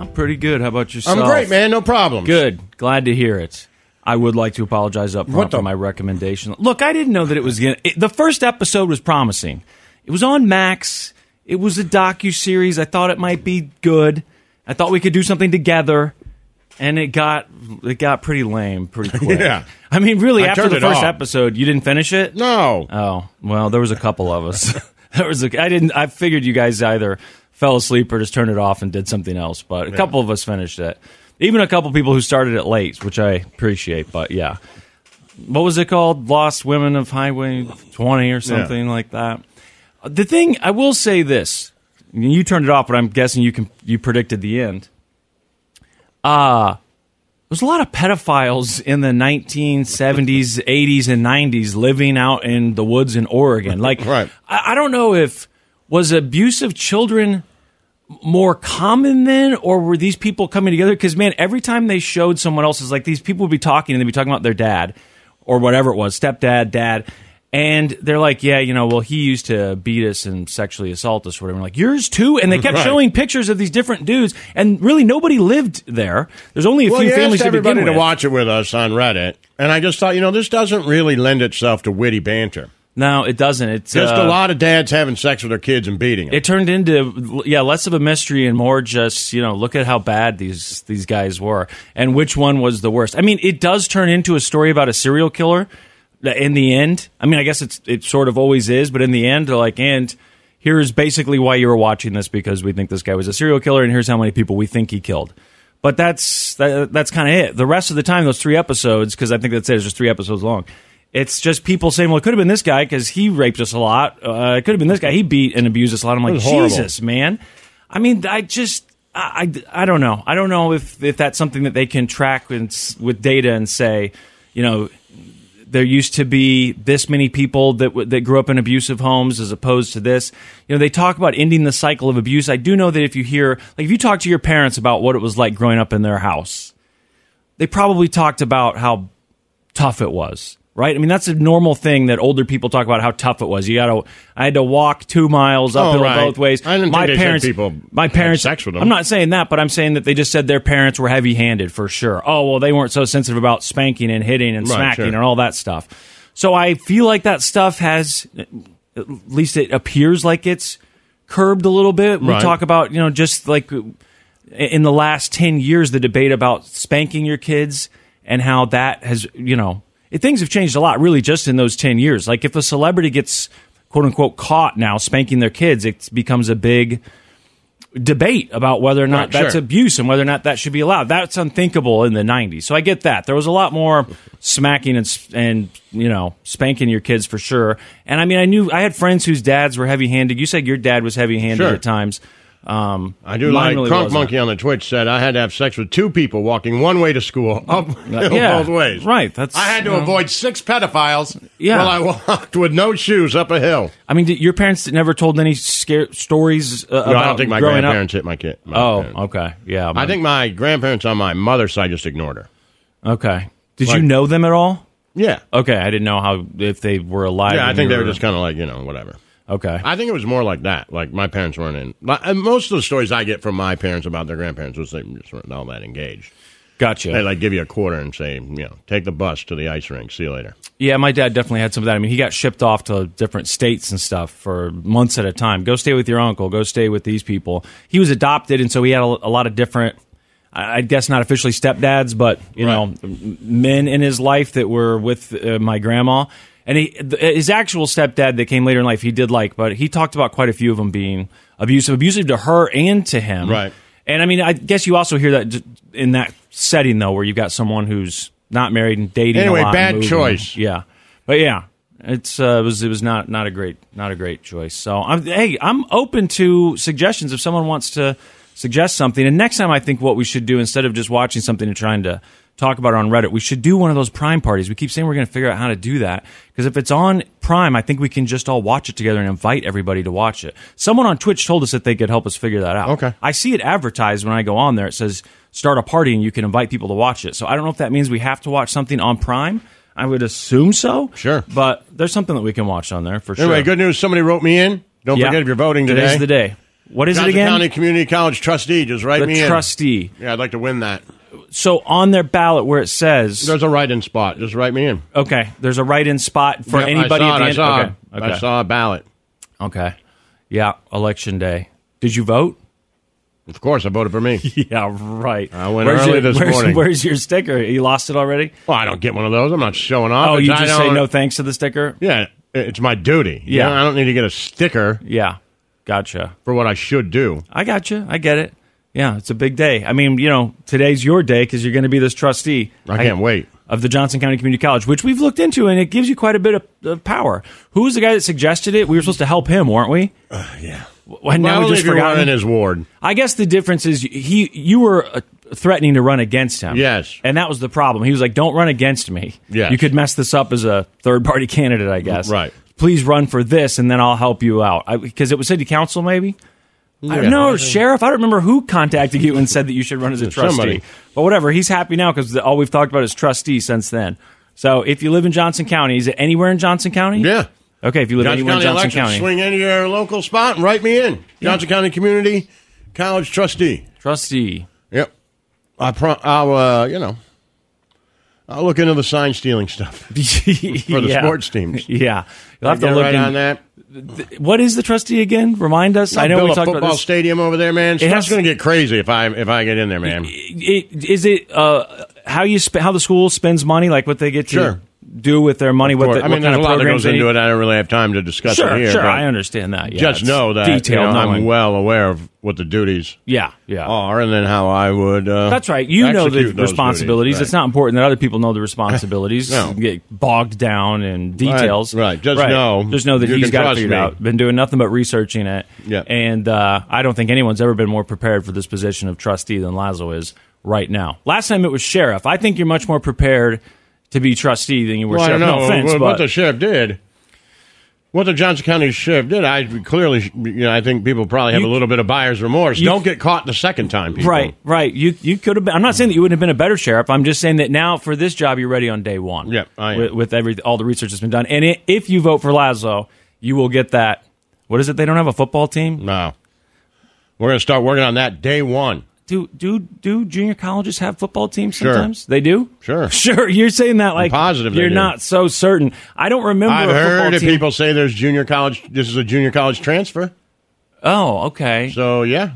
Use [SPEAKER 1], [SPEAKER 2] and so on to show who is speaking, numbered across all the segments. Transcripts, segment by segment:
[SPEAKER 1] I'm pretty good. How about yourself?
[SPEAKER 2] I'm great, man. No problem.
[SPEAKER 1] Good. Glad to hear it. I would like to apologize up front
[SPEAKER 2] What the-
[SPEAKER 1] for my recommendation. Look, I didn't know that it was going to. The first episode was promising. It was on Max. It was a docu series. I thought it might be good. I thought we could do something together. And it got it got pretty lame pretty quick.
[SPEAKER 2] Yeah.
[SPEAKER 1] I mean, really,
[SPEAKER 2] I
[SPEAKER 1] after
[SPEAKER 2] turned
[SPEAKER 1] the
[SPEAKER 2] it
[SPEAKER 1] first
[SPEAKER 2] off.
[SPEAKER 1] episode, you didn't finish it?
[SPEAKER 2] No.
[SPEAKER 1] Oh well, there was a couple of us. there was a, I didn't. I figured you guys either fell asleep or just turned it off and did something else. But a couple of us finished it. Even a couple people who started it late, which I appreciate. But yeah, what was it called? Lost Women of Highway 20 or something like that. The thing I will say this: you turned it off, but I'm guessing you can you predicted the end. Uh, There's a lot of pedophiles in the 1970s, 80s, and 90s living out in the woods in Oregon. Like,
[SPEAKER 2] Right.
[SPEAKER 1] I, I don't know if was abuse of children more common then, or were these people coming together? Because man, every time they showed someone else's, like these people would be talking and they'd be talking about their dad or whatever it was, stepdad, dad. And they're like, yeah, you know, well, he used to beat us and sexually assault us, or whatever. I'm like, yours too. And they kept
[SPEAKER 2] Right.
[SPEAKER 1] showing pictures of these different dudes, and really nobody lived there. There's only a
[SPEAKER 2] Well,
[SPEAKER 1] few
[SPEAKER 2] you
[SPEAKER 1] families
[SPEAKER 2] asked
[SPEAKER 1] to begin
[SPEAKER 2] everybody to
[SPEAKER 1] with.
[SPEAKER 2] watch it with us on Reddit, and I just thought, you know, this doesn't really lend itself to witty banter.
[SPEAKER 1] No, it doesn't. It's
[SPEAKER 2] Just
[SPEAKER 1] uh,
[SPEAKER 2] a lot of dads having sex with their kids and beating them.
[SPEAKER 1] It turned into yeah, less of a mystery and more just you know, look at how bad these these guys were and which one was the worst. I mean, it does turn into a story about a serial killer in the end. I mean, I guess it's it sort of always is, but in the end, they're like, and here's basically why you were watching this because we think this guy was a serial killer, and here's how many people we think he killed. But that's that, that's kind of it. The rest of the time, those three episodes, because I think that's it. It's just three episodes long. It's just people saying, "Well, it could have been this guy because he raped us a lot. Uh, it could have been this guy. He beat and abused us a lot." I'm like,
[SPEAKER 2] was horrible.
[SPEAKER 1] "Jesus, man!" I mean, I just, I, I, I don't know. I don't know if if that's something that they can track with, with data and say, you know, there used to be this many people that w- that grew up in abusive homes as opposed to this. You know, they talk about ending the cycle of abuse. I do know that if you hear like if you talk to your parents about what it was like growing up in their house, they probably talked about how tough it was. Right? I mean, that's a normal thing that older people talk about how tough it was. You got to, I had to walk two miles
[SPEAKER 2] Oh,
[SPEAKER 1] uphill
[SPEAKER 2] right.
[SPEAKER 1] both ways.
[SPEAKER 2] I didn't
[SPEAKER 1] my
[SPEAKER 2] think they said
[SPEAKER 1] parents,
[SPEAKER 2] people
[SPEAKER 1] my
[SPEAKER 2] had
[SPEAKER 1] parents,
[SPEAKER 2] sex with them.
[SPEAKER 1] I'm not saying that, but I'm saying that they just said their parents were heavy handed for sure. Oh, well, they weren't so sensitive about spanking and hitting and
[SPEAKER 2] Right,
[SPEAKER 1] smacking
[SPEAKER 2] sure.
[SPEAKER 1] and all that stuff. So I feel like that stuff has, at least it appears like it's curbed a little bit. We
[SPEAKER 2] Right.
[SPEAKER 1] talk about, you know, just like in the last 10 years, the debate about spanking your kids and how that has, you know, it, things have changed a lot really just in those 10 years. Like if a celebrity gets quote unquote caught now spanking their kids, it becomes a big debate about whether or not
[SPEAKER 2] Right,
[SPEAKER 1] that's
[SPEAKER 2] sure.
[SPEAKER 1] abuse and whether or not that should be allowed. That's unthinkable in the 90s. So I get that. There was a lot more smacking and s- and you know, spanking your kids for sure. And I mean, I knew I had friends whose dads were heavy-handed. You said your dad was heavy-handed
[SPEAKER 2] Sure.
[SPEAKER 1] at times. Um,
[SPEAKER 2] I do
[SPEAKER 1] mine
[SPEAKER 2] like
[SPEAKER 1] really
[SPEAKER 2] Crunk
[SPEAKER 1] wasn't.
[SPEAKER 2] Monkey on the Twitch said I had to have sex with two people walking one way to school, up hill
[SPEAKER 1] Uh, yeah,
[SPEAKER 2] both ways.
[SPEAKER 1] right, that's-
[SPEAKER 2] I had to
[SPEAKER 1] you know.
[SPEAKER 2] avoid six pedophiles
[SPEAKER 1] Yeah.
[SPEAKER 2] while I walked with no shoes up a hill.
[SPEAKER 1] I mean, did, your parents never told any scare stories uh,
[SPEAKER 2] No, I don't
[SPEAKER 1] about
[SPEAKER 2] think my
[SPEAKER 1] growing
[SPEAKER 2] grandparents
[SPEAKER 1] up.
[SPEAKER 2] hit my kid. my
[SPEAKER 1] Oh,
[SPEAKER 2] parents.
[SPEAKER 1] okay, yeah.
[SPEAKER 2] I think my grandparents on my mother's side just ignored her.
[SPEAKER 1] Okay. Did
[SPEAKER 2] Like-
[SPEAKER 1] you know them at all?
[SPEAKER 2] Yeah.
[SPEAKER 1] Okay, I didn't know how if they were alive.
[SPEAKER 2] yeah, I
[SPEAKER 1] when
[SPEAKER 2] think
[SPEAKER 1] you
[SPEAKER 2] they were just kind of like, you know, whatever.
[SPEAKER 1] Okay.
[SPEAKER 2] I think it was more like that. Like my parents weren't in. Like, and most of the stories I get from my parents about their grandparents was they just weren't all that engaged.
[SPEAKER 1] Gotcha.
[SPEAKER 2] They like give you a quarter and say, you know, take the bus to the ice rink. See you later.
[SPEAKER 1] Yeah, my dad definitely had some of that. I mean, he got shipped off to different states and stuff for months at a time. Go stay with your uncle. Go stay with these people. He was adopted, and so he had a, a lot of different, I I guess not officially stepdads, but you know, m- men in his life that were with uh, my grandma. And he, th- his actual stepdad that came later in life, he did like, but he talked about quite a few of them being abusive, abusive to her and to him.
[SPEAKER 2] Right.
[SPEAKER 1] And I mean, I guess you also hear that d- in that setting though, where you've got someone who's not married and dating eating a
[SPEAKER 2] Anyway,
[SPEAKER 1] lot
[SPEAKER 2] bad
[SPEAKER 1] and moving.
[SPEAKER 2] choice.
[SPEAKER 1] Yeah, but yeah, it's uh, it was it was not not a great not a great choice. So I'm hey, I'm open to suggestions if someone wants to suggest something. And next time, I think what we should do instead of just watching something and trying to talk about it on Reddit, we should do one of those Prime parties. We keep saying we're going to figure out how to do that because if it's on Prime, I think we can just all watch it together and invite everybody to watch it. Someone on Twitch told us that they could help us figure that out.
[SPEAKER 2] Okay.
[SPEAKER 1] I see it advertised when I go on there. It says start a party and you can invite people to watch it. So I don't know if that means we have to watch something on Prime. I would assume so.
[SPEAKER 2] Sure.
[SPEAKER 1] But there's something that we can watch on there for sure.
[SPEAKER 2] Anyway, good news. Somebody wrote me in. Don't
[SPEAKER 1] Yeah.
[SPEAKER 2] forget if you're voting today.
[SPEAKER 1] Today's the day. What is
[SPEAKER 2] Johnson
[SPEAKER 1] it again?
[SPEAKER 2] County Community College trustee. Just write me
[SPEAKER 1] the
[SPEAKER 2] in.
[SPEAKER 1] trustee.
[SPEAKER 2] Yeah, I'd like to win that.
[SPEAKER 1] So on their ballot where it says
[SPEAKER 2] There's a write-in spot. Just write me in.
[SPEAKER 1] okay, there's a write-in spot for
[SPEAKER 2] Yep,
[SPEAKER 1] anybody
[SPEAKER 2] I saw
[SPEAKER 1] at the
[SPEAKER 2] it, I
[SPEAKER 1] end.
[SPEAKER 2] saw
[SPEAKER 1] okay.
[SPEAKER 2] it.
[SPEAKER 1] Okay.
[SPEAKER 2] I saw a ballot.
[SPEAKER 1] okay. Yeah, election day. Did you vote?
[SPEAKER 2] Of course, I voted for me.
[SPEAKER 1] Yeah, right.
[SPEAKER 2] I went early
[SPEAKER 1] your,
[SPEAKER 2] this
[SPEAKER 1] where's,
[SPEAKER 2] morning.
[SPEAKER 1] Where's your sticker? You lost it already?
[SPEAKER 2] well, I don't get one of those. I'm not showing off.
[SPEAKER 1] Oh, you
[SPEAKER 2] It's- I
[SPEAKER 1] just say
[SPEAKER 2] don't-
[SPEAKER 1] no thanks to the sticker?
[SPEAKER 2] Yeah, it's my duty. You
[SPEAKER 1] Yeah.
[SPEAKER 2] know, I don't need to get a sticker
[SPEAKER 1] Yeah. Gotcha.
[SPEAKER 2] for what I should do.
[SPEAKER 1] I gotcha. I get it. Yeah, it's a big day. I mean, you know, today's your day because you're going to be this trustee.
[SPEAKER 2] I can't wait.
[SPEAKER 1] Of the Johnson County Community College, which we've looked into, and it gives you quite a bit of, of power. Who was the guy that suggested it? We were supposed to help him, weren't we? Uh, yeah. And now
[SPEAKER 2] Well,
[SPEAKER 1] we
[SPEAKER 2] only
[SPEAKER 1] just
[SPEAKER 2] if you
[SPEAKER 1] forgot
[SPEAKER 2] are in his ward.
[SPEAKER 1] I guess the difference is he you were uh, threatening to run against him.
[SPEAKER 2] Yes.
[SPEAKER 1] And that was the problem. He was like, "Don't run against me.
[SPEAKER 2] Yes.
[SPEAKER 1] You could mess this up as a third-party candidate, I guess.
[SPEAKER 2] Right.
[SPEAKER 1] Please run for this and then I'll help you out." Because it was city council maybe? I don't know, or sheriff. I don't remember who contacted you and said that you should run as a trustee.
[SPEAKER 2] Somebody.
[SPEAKER 1] But whatever, he's happy now because all we've talked about is trustee since then. So if you live in Johnson County, is it anywhere in Johnson County?
[SPEAKER 2] Yeah.
[SPEAKER 1] Okay, if you live
[SPEAKER 2] Johnson
[SPEAKER 1] anywhere
[SPEAKER 2] County
[SPEAKER 1] in Johnson
[SPEAKER 2] election.
[SPEAKER 1] County,
[SPEAKER 2] Swing into your local spot and write me in. Johnson County Community College trustee.
[SPEAKER 1] trustee.
[SPEAKER 2] Yep. I pro- I'll, uh, you know, I'll look into the sign stealing stuff.
[SPEAKER 1] for
[SPEAKER 2] the sports teams.
[SPEAKER 1] Yeah, you'll have
[SPEAKER 2] Get
[SPEAKER 1] to look
[SPEAKER 2] right
[SPEAKER 1] in-
[SPEAKER 2] on that.
[SPEAKER 1] What is the trustee again? Remind us. I know
[SPEAKER 2] build
[SPEAKER 1] we
[SPEAKER 2] a
[SPEAKER 1] talked
[SPEAKER 2] football
[SPEAKER 1] about this.
[SPEAKER 2] stadium over there, man. It's
[SPEAKER 1] has-
[SPEAKER 2] going to get crazy if I if I get in there, man.
[SPEAKER 1] It- Is it uh, how you sp- how the school spends money, like what they get to
[SPEAKER 2] Sure.
[SPEAKER 1] do with their money, what,
[SPEAKER 2] Or-
[SPEAKER 1] the,
[SPEAKER 2] I mean,
[SPEAKER 1] what kind
[SPEAKER 2] there's
[SPEAKER 1] of
[SPEAKER 2] a lot that
[SPEAKER 1] programs
[SPEAKER 2] goes
[SPEAKER 1] they
[SPEAKER 2] into
[SPEAKER 1] need?
[SPEAKER 2] it. I don't really have time to discuss
[SPEAKER 1] Sure,
[SPEAKER 2] it here.
[SPEAKER 1] sure,
[SPEAKER 2] but
[SPEAKER 1] I understand that. Yeah,
[SPEAKER 2] just
[SPEAKER 1] it's
[SPEAKER 2] know that
[SPEAKER 1] detailed.
[SPEAKER 2] you know, I'm
[SPEAKER 1] knowing.
[SPEAKER 2] well aware of what the duties
[SPEAKER 1] Yeah, yeah.
[SPEAKER 2] are, and then how I would. Uh,
[SPEAKER 1] That's right. You know the
[SPEAKER 2] execute those
[SPEAKER 1] responsibilities.
[SPEAKER 2] duties.
[SPEAKER 1] It's not important that other people know the responsibilities.
[SPEAKER 2] No.
[SPEAKER 1] Get bogged down in details.
[SPEAKER 2] right. Just know-
[SPEAKER 1] Just know that
[SPEAKER 2] you
[SPEAKER 1] he's
[SPEAKER 2] can
[SPEAKER 1] got it
[SPEAKER 2] trust
[SPEAKER 1] figured
[SPEAKER 2] me.
[SPEAKER 1] out. Been doing nothing but researching it.
[SPEAKER 2] Yeah.
[SPEAKER 1] And uh, I don't think anyone's ever been more prepared for this position of trustee than Lazo is right now. Last time it was sheriff. I think you're much more prepared to be trustee than you were
[SPEAKER 2] Well, I
[SPEAKER 1] sheriff.
[SPEAKER 2] know
[SPEAKER 1] No offense,
[SPEAKER 2] what,
[SPEAKER 1] but
[SPEAKER 2] what the sheriff did. What the Johnson County sheriff did, I clearly, you know, I think people probably have
[SPEAKER 1] You-
[SPEAKER 2] a little bit of buyer's remorse.
[SPEAKER 1] you-
[SPEAKER 2] Don't get caught the second time, people.
[SPEAKER 1] Right, right. You you could have been. I'm not saying that you wouldn't have been a better sheriff. I'm just saying that now for this job, you're ready on day one.
[SPEAKER 2] Yep, I am.
[SPEAKER 1] with, with every all the research that's been done, and i if you vote for Lazo, you will get that. What is it? They don't have a football team.
[SPEAKER 2] No. We're going to start working on that day one.
[SPEAKER 1] Do do do junior colleges have football teams?
[SPEAKER 2] Sure.
[SPEAKER 1] Sometimes they do.
[SPEAKER 2] Sure.
[SPEAKER 1] sure. You're saying that like
[SPEAKER 2] positive they
[SPEAKER 1] You're
[SPEAKER 2] do.
[SPEAKER 1] not so certain. I don't remember.
[SPEAKER 2] I've
[SPEAKER 1] a
[SPEAKER 2] heard
[SPEAKER 1] football
[SPEAKER 2] of
[SPEAKER 1] team.
[SPEAKER 2] people say there's junior college. This is a junior college transfer.
[SPEAKER 1] Oh, okay.
[SPEAKER 2] So yeah,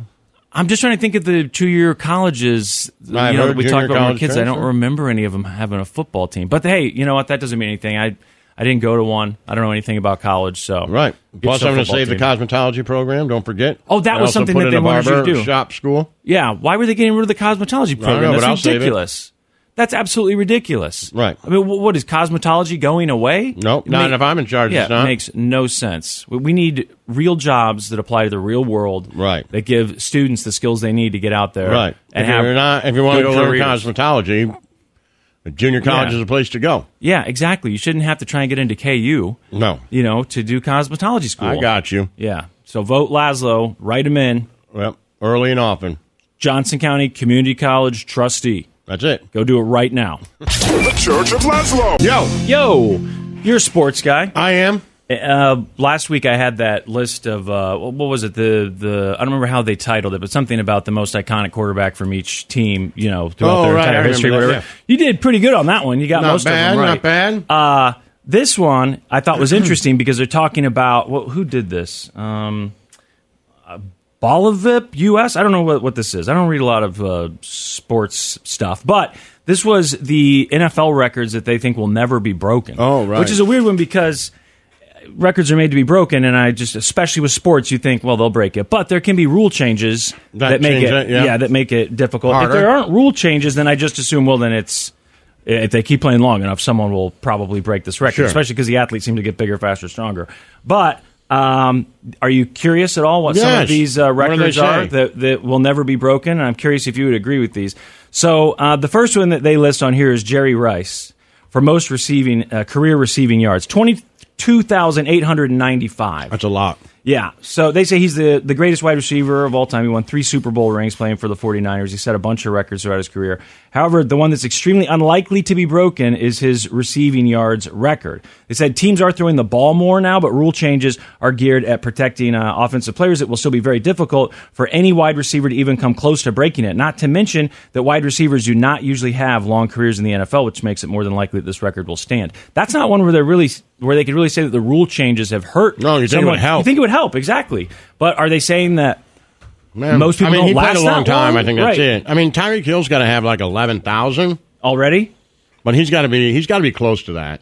[SPEAKER 1] I'm just trying to think of the two-year colleges. You
[SPEAKER 2] I've
[SPEAKER 1] know,
[SPEAKER 2] heard
[SPEAKER 1] that we
[SPEAKER 2] junior
[SPEAKER 1] talked about when we were
[SPEAKER 2] college
[SPEAKER 1] kids. I don't
[SPEAKER 2] transfer.
[SPEAKER 1] remember any of them having a football team. But hey, you know what? That doesn't mean anything. I I didn't go to one. I don't know anything about college, so
[SPEAKER 2] Right.
[SPEAKER 1] Get
[SPEAKER 2] Plus,
[SPEAKER 1] some
[SPEAKER 2] I'm going to
[SPEAKER 1] football
[SPEAKER 2] save the
[SPEAKER 1] team.
[SPEAKER 2] cosmetology program. Don't forget.
[SPEAKER 1] Oh, that
[SPEAKER 2] I
[SPEAKER 1] was
[SPEAKER 2] also
[SPEAKER 1] something
[SPEAKER 2] put
[SPEAKER 1] that
[SPEAKER 2] in
[SPEAKER 1] they
[SPEAKER 2] a
[SPEAKER 1] wanted you to
[SPEAKER 2] barber
[SPEAKER 1] do.
[SPEAKER 2] Shop school.
[SPEAKER 1] Yeah, why were they getting rid of the cosmetology program?
[SPEAKER 2] know, but I'll
[SPEAKER 1] That's
[SPEAKER 2] save it.
[SPEAKER 1] ridiculous. That's absolutely ridiculous.
[SPEAKER 2] Right.
[SPEAKER 1] I mean, wh- what is cosmetology going away?
[SPEAKER 2] Nope,
[SPEAKER 1] It
[SPEAKER 2] not if I'm in charge,
[SPEAKER 1] Yeah,
[SPEAKER 2] it's not.
[SPEAKER 1] it makes no sense. We- We need real jobs that apply to the real world.
[SPEAKER 2] Right.
[SPEAKER 1] That give students the skills they need to get out there.
[SPEAKER 2] Right.
[SPEAKER 1] And
[SPEAKER 2] if
[SPEAKER 1] have
[SPEAKER 2] you're not, if you want to
[SPEAKER 1] good
[SPEAKER 2] go learn
[SPEAKER 1] careers.
[SPEAKER 2] cosmetology, junior college
[SPEAKER 1] Yeah.
[SPEAKER 2] is a place to go.
[SPEAKER 1] Yeah, exactly. You shouldn't have to try and get into KU.
[SPEAKER 2] No,
[SPEAKER 1] You know, to do cosmetology school.
[SPEAKER 2] I got you.
[SPEAKER 1] Yeah. So vote Laszlo. Write him in.
[SPEAKER 2] Well, early and often.
[SPEAKER 1] Johnson County Community College trustee.
[SPEAKER 2] That's it.
[SPEAKER 1] Go do it right now.
[SPEAKER 3] Church of Laszlo.
[SPEAKER 2] Yo,
[SPEAKER 1] Yo, you're a sports guy.
[SPEAKER 2] I am.
[SPEAKER 1] Uh, last week I had that list of uh, what was it? The the I don't remember how they titled it, but something about the most iconic quarterback from each team. You know, throughout
[SPEAKER 2] Oh,
[SPEAKER 1] their
[SPEAKER 2] right, I
[SPEAKER 1] entire
[SPEAKER 2] remember
[SPEAKER 1] history.
[SPEAKER 2] that,
[SPEAKER 1] whatever.
[SPEAKER 2] yeah.
[SPEAKER 1] You did pretty good on that one. You got
[SPEAKER 2] Not
[SPEAKER 1] most
[SPEAKER 2] bad.
[SPEAKER 1] of them right.
[SPEAKER 2] Not bad.
[SPEAKER 1] Uh, this one I thought was interesting because they're talking about well, who did this? Um, uh, Bolivip U.S. I don't know what, what this is. I don't read a lot of uh, sports stuff, but this was the NFL records that they think will never be broken.
[SPEAKER 2] Oh, right.
[SPEAKER 1] which is a weird one because records are made to be broken, and I just, especially with sports, you think, well, they'll break it, but there can be rule changes that,
[SPEAKER 2] That
[SPEAKER 1] make
[SPEAKER 2] change
[SPEAKER 1] it,
[SPEAKER 2] it, yeah.
[SPEAKER 1] that make it difficult.
[SPEAKER 2] Harder.
[SPEAKER 1] If there aren't rule changes, then I just assume, well, then it's if they keep playing long enough, someone will probably break this record,
[SPEAKER 2] Sure.
[SPEAKER 1] especially because the athletes seem to get bigger, faster, stronger. But um, are you curious at all what some of
[SPEAKER 2] Yes.
[SPEAKER 1] these uh,
[SPEAKER 2] What do they
[SPEAKER 1] records are
[SPEAKER 2] say?
[SPEAKER 1] that, that will never be broken? And I'm curious if you would agree with these. So uh, the first one that they list on here is Jerry Rice for most receiving uh, career receiving yards, twenty two thousand eight hundred and ninety five.
[SPEAKER 2] That's a lot.
[SPEAKER 1] Yeah. So they say he's the, the greatest wide receiver of all time. He won three Super Bowl rings playing for the 49ers. He set a bunch of records throughout his career. However, the one that's extremely unlikely to be broken is his receiving yards record. They said teams are throwing the ball more now, but rule changes are geared at protecting uh, offensive players. It will still be very difficult for any wide receiver to even come close to breaking it. Not to mention that wide receivers do not usually have long careers in the NFL, which makes it more than likely that this record will stand. That's not one where they're really where they could really say that the rule changes have hurt
[SPEAKER 2] No, you think it
[SPEAKER 1] someone.
[SPEAKER 2] would help.
[SPEAKER 1] You think it would help exactly. But are they saying that?
[SPEAKER 2] Man,
[SPEAKER 1] Most people
[SPEAKER 2] I mean,
[SPEAKER 1] don't
[SPEAKER 2] he
[SPEAKER 1] last
[SPEAKER 2] played a long
[SPEAKER 1] that
[SPEAKER 2] time.
[SPEAKER 1] long.
[SPEAKER 2] I think that's
[SPEAKER 1] Right.
[SPEAKER 2] it. I mean, Tyreek Hill's got to have like eleven thousand,
[SPEAKER 1] Already,
[SPEAKER 2] but he's got to be he's got to be close to that.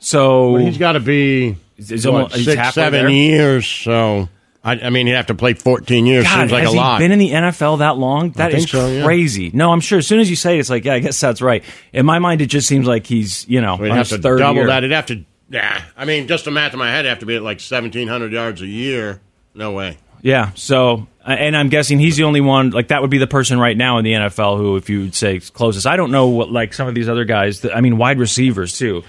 [SPEAKER 1] so
[SPEAKER 2] He's got to be
[SPEAKER 1] He's
[SPEAKER 2] what,
[SPEAKER 1] almost- he's
[SPEAKER 2] six,
[SPEAKER 1] halfway
[SPEAKER 2] seven
[SPEAKER 1] there.
[SPEAKER 2] years. So I, I mean, he'd have to play fourteen years.
[SPEAKER 1] God,
[SPEAKER 2] Seems like
[SPEAKER 1] has
[SPEAKER 2] a lot.
[SPEAKER 1] he been in the NFL that long? That
[SPEAKER 2] think
[SPEAKER 1] is
[SPEAKER 2] so, yeah.
[SPEAKER 1] crazy. No, I'm sure. As soon as you say it, it's like, yeah, I guess that's right. In my mind, it just seems like he's, you know,
[SPEAKER 2] We'd
[SPEAKER 1] on
[SPEAKER 2] have
[SPEAKER 1] his
[SPEAKER 2] to
[SPEAKER 1] third
[SPEAKER 2] double
[SPEAKER 1] year.
[SPEAKER 2] that. It'd have to. Yeah, I mean, just the math in my head, it'd have to be at like seventeen hundred yards a year. No way.
[SPEAKER 1] Yeah. So, uh, and I'm guessing he's the only one. Like that would be the person right now in the NFL who, if you'd say is closest, I don't know what like some of these other guys. That, I mean, wide receivers too.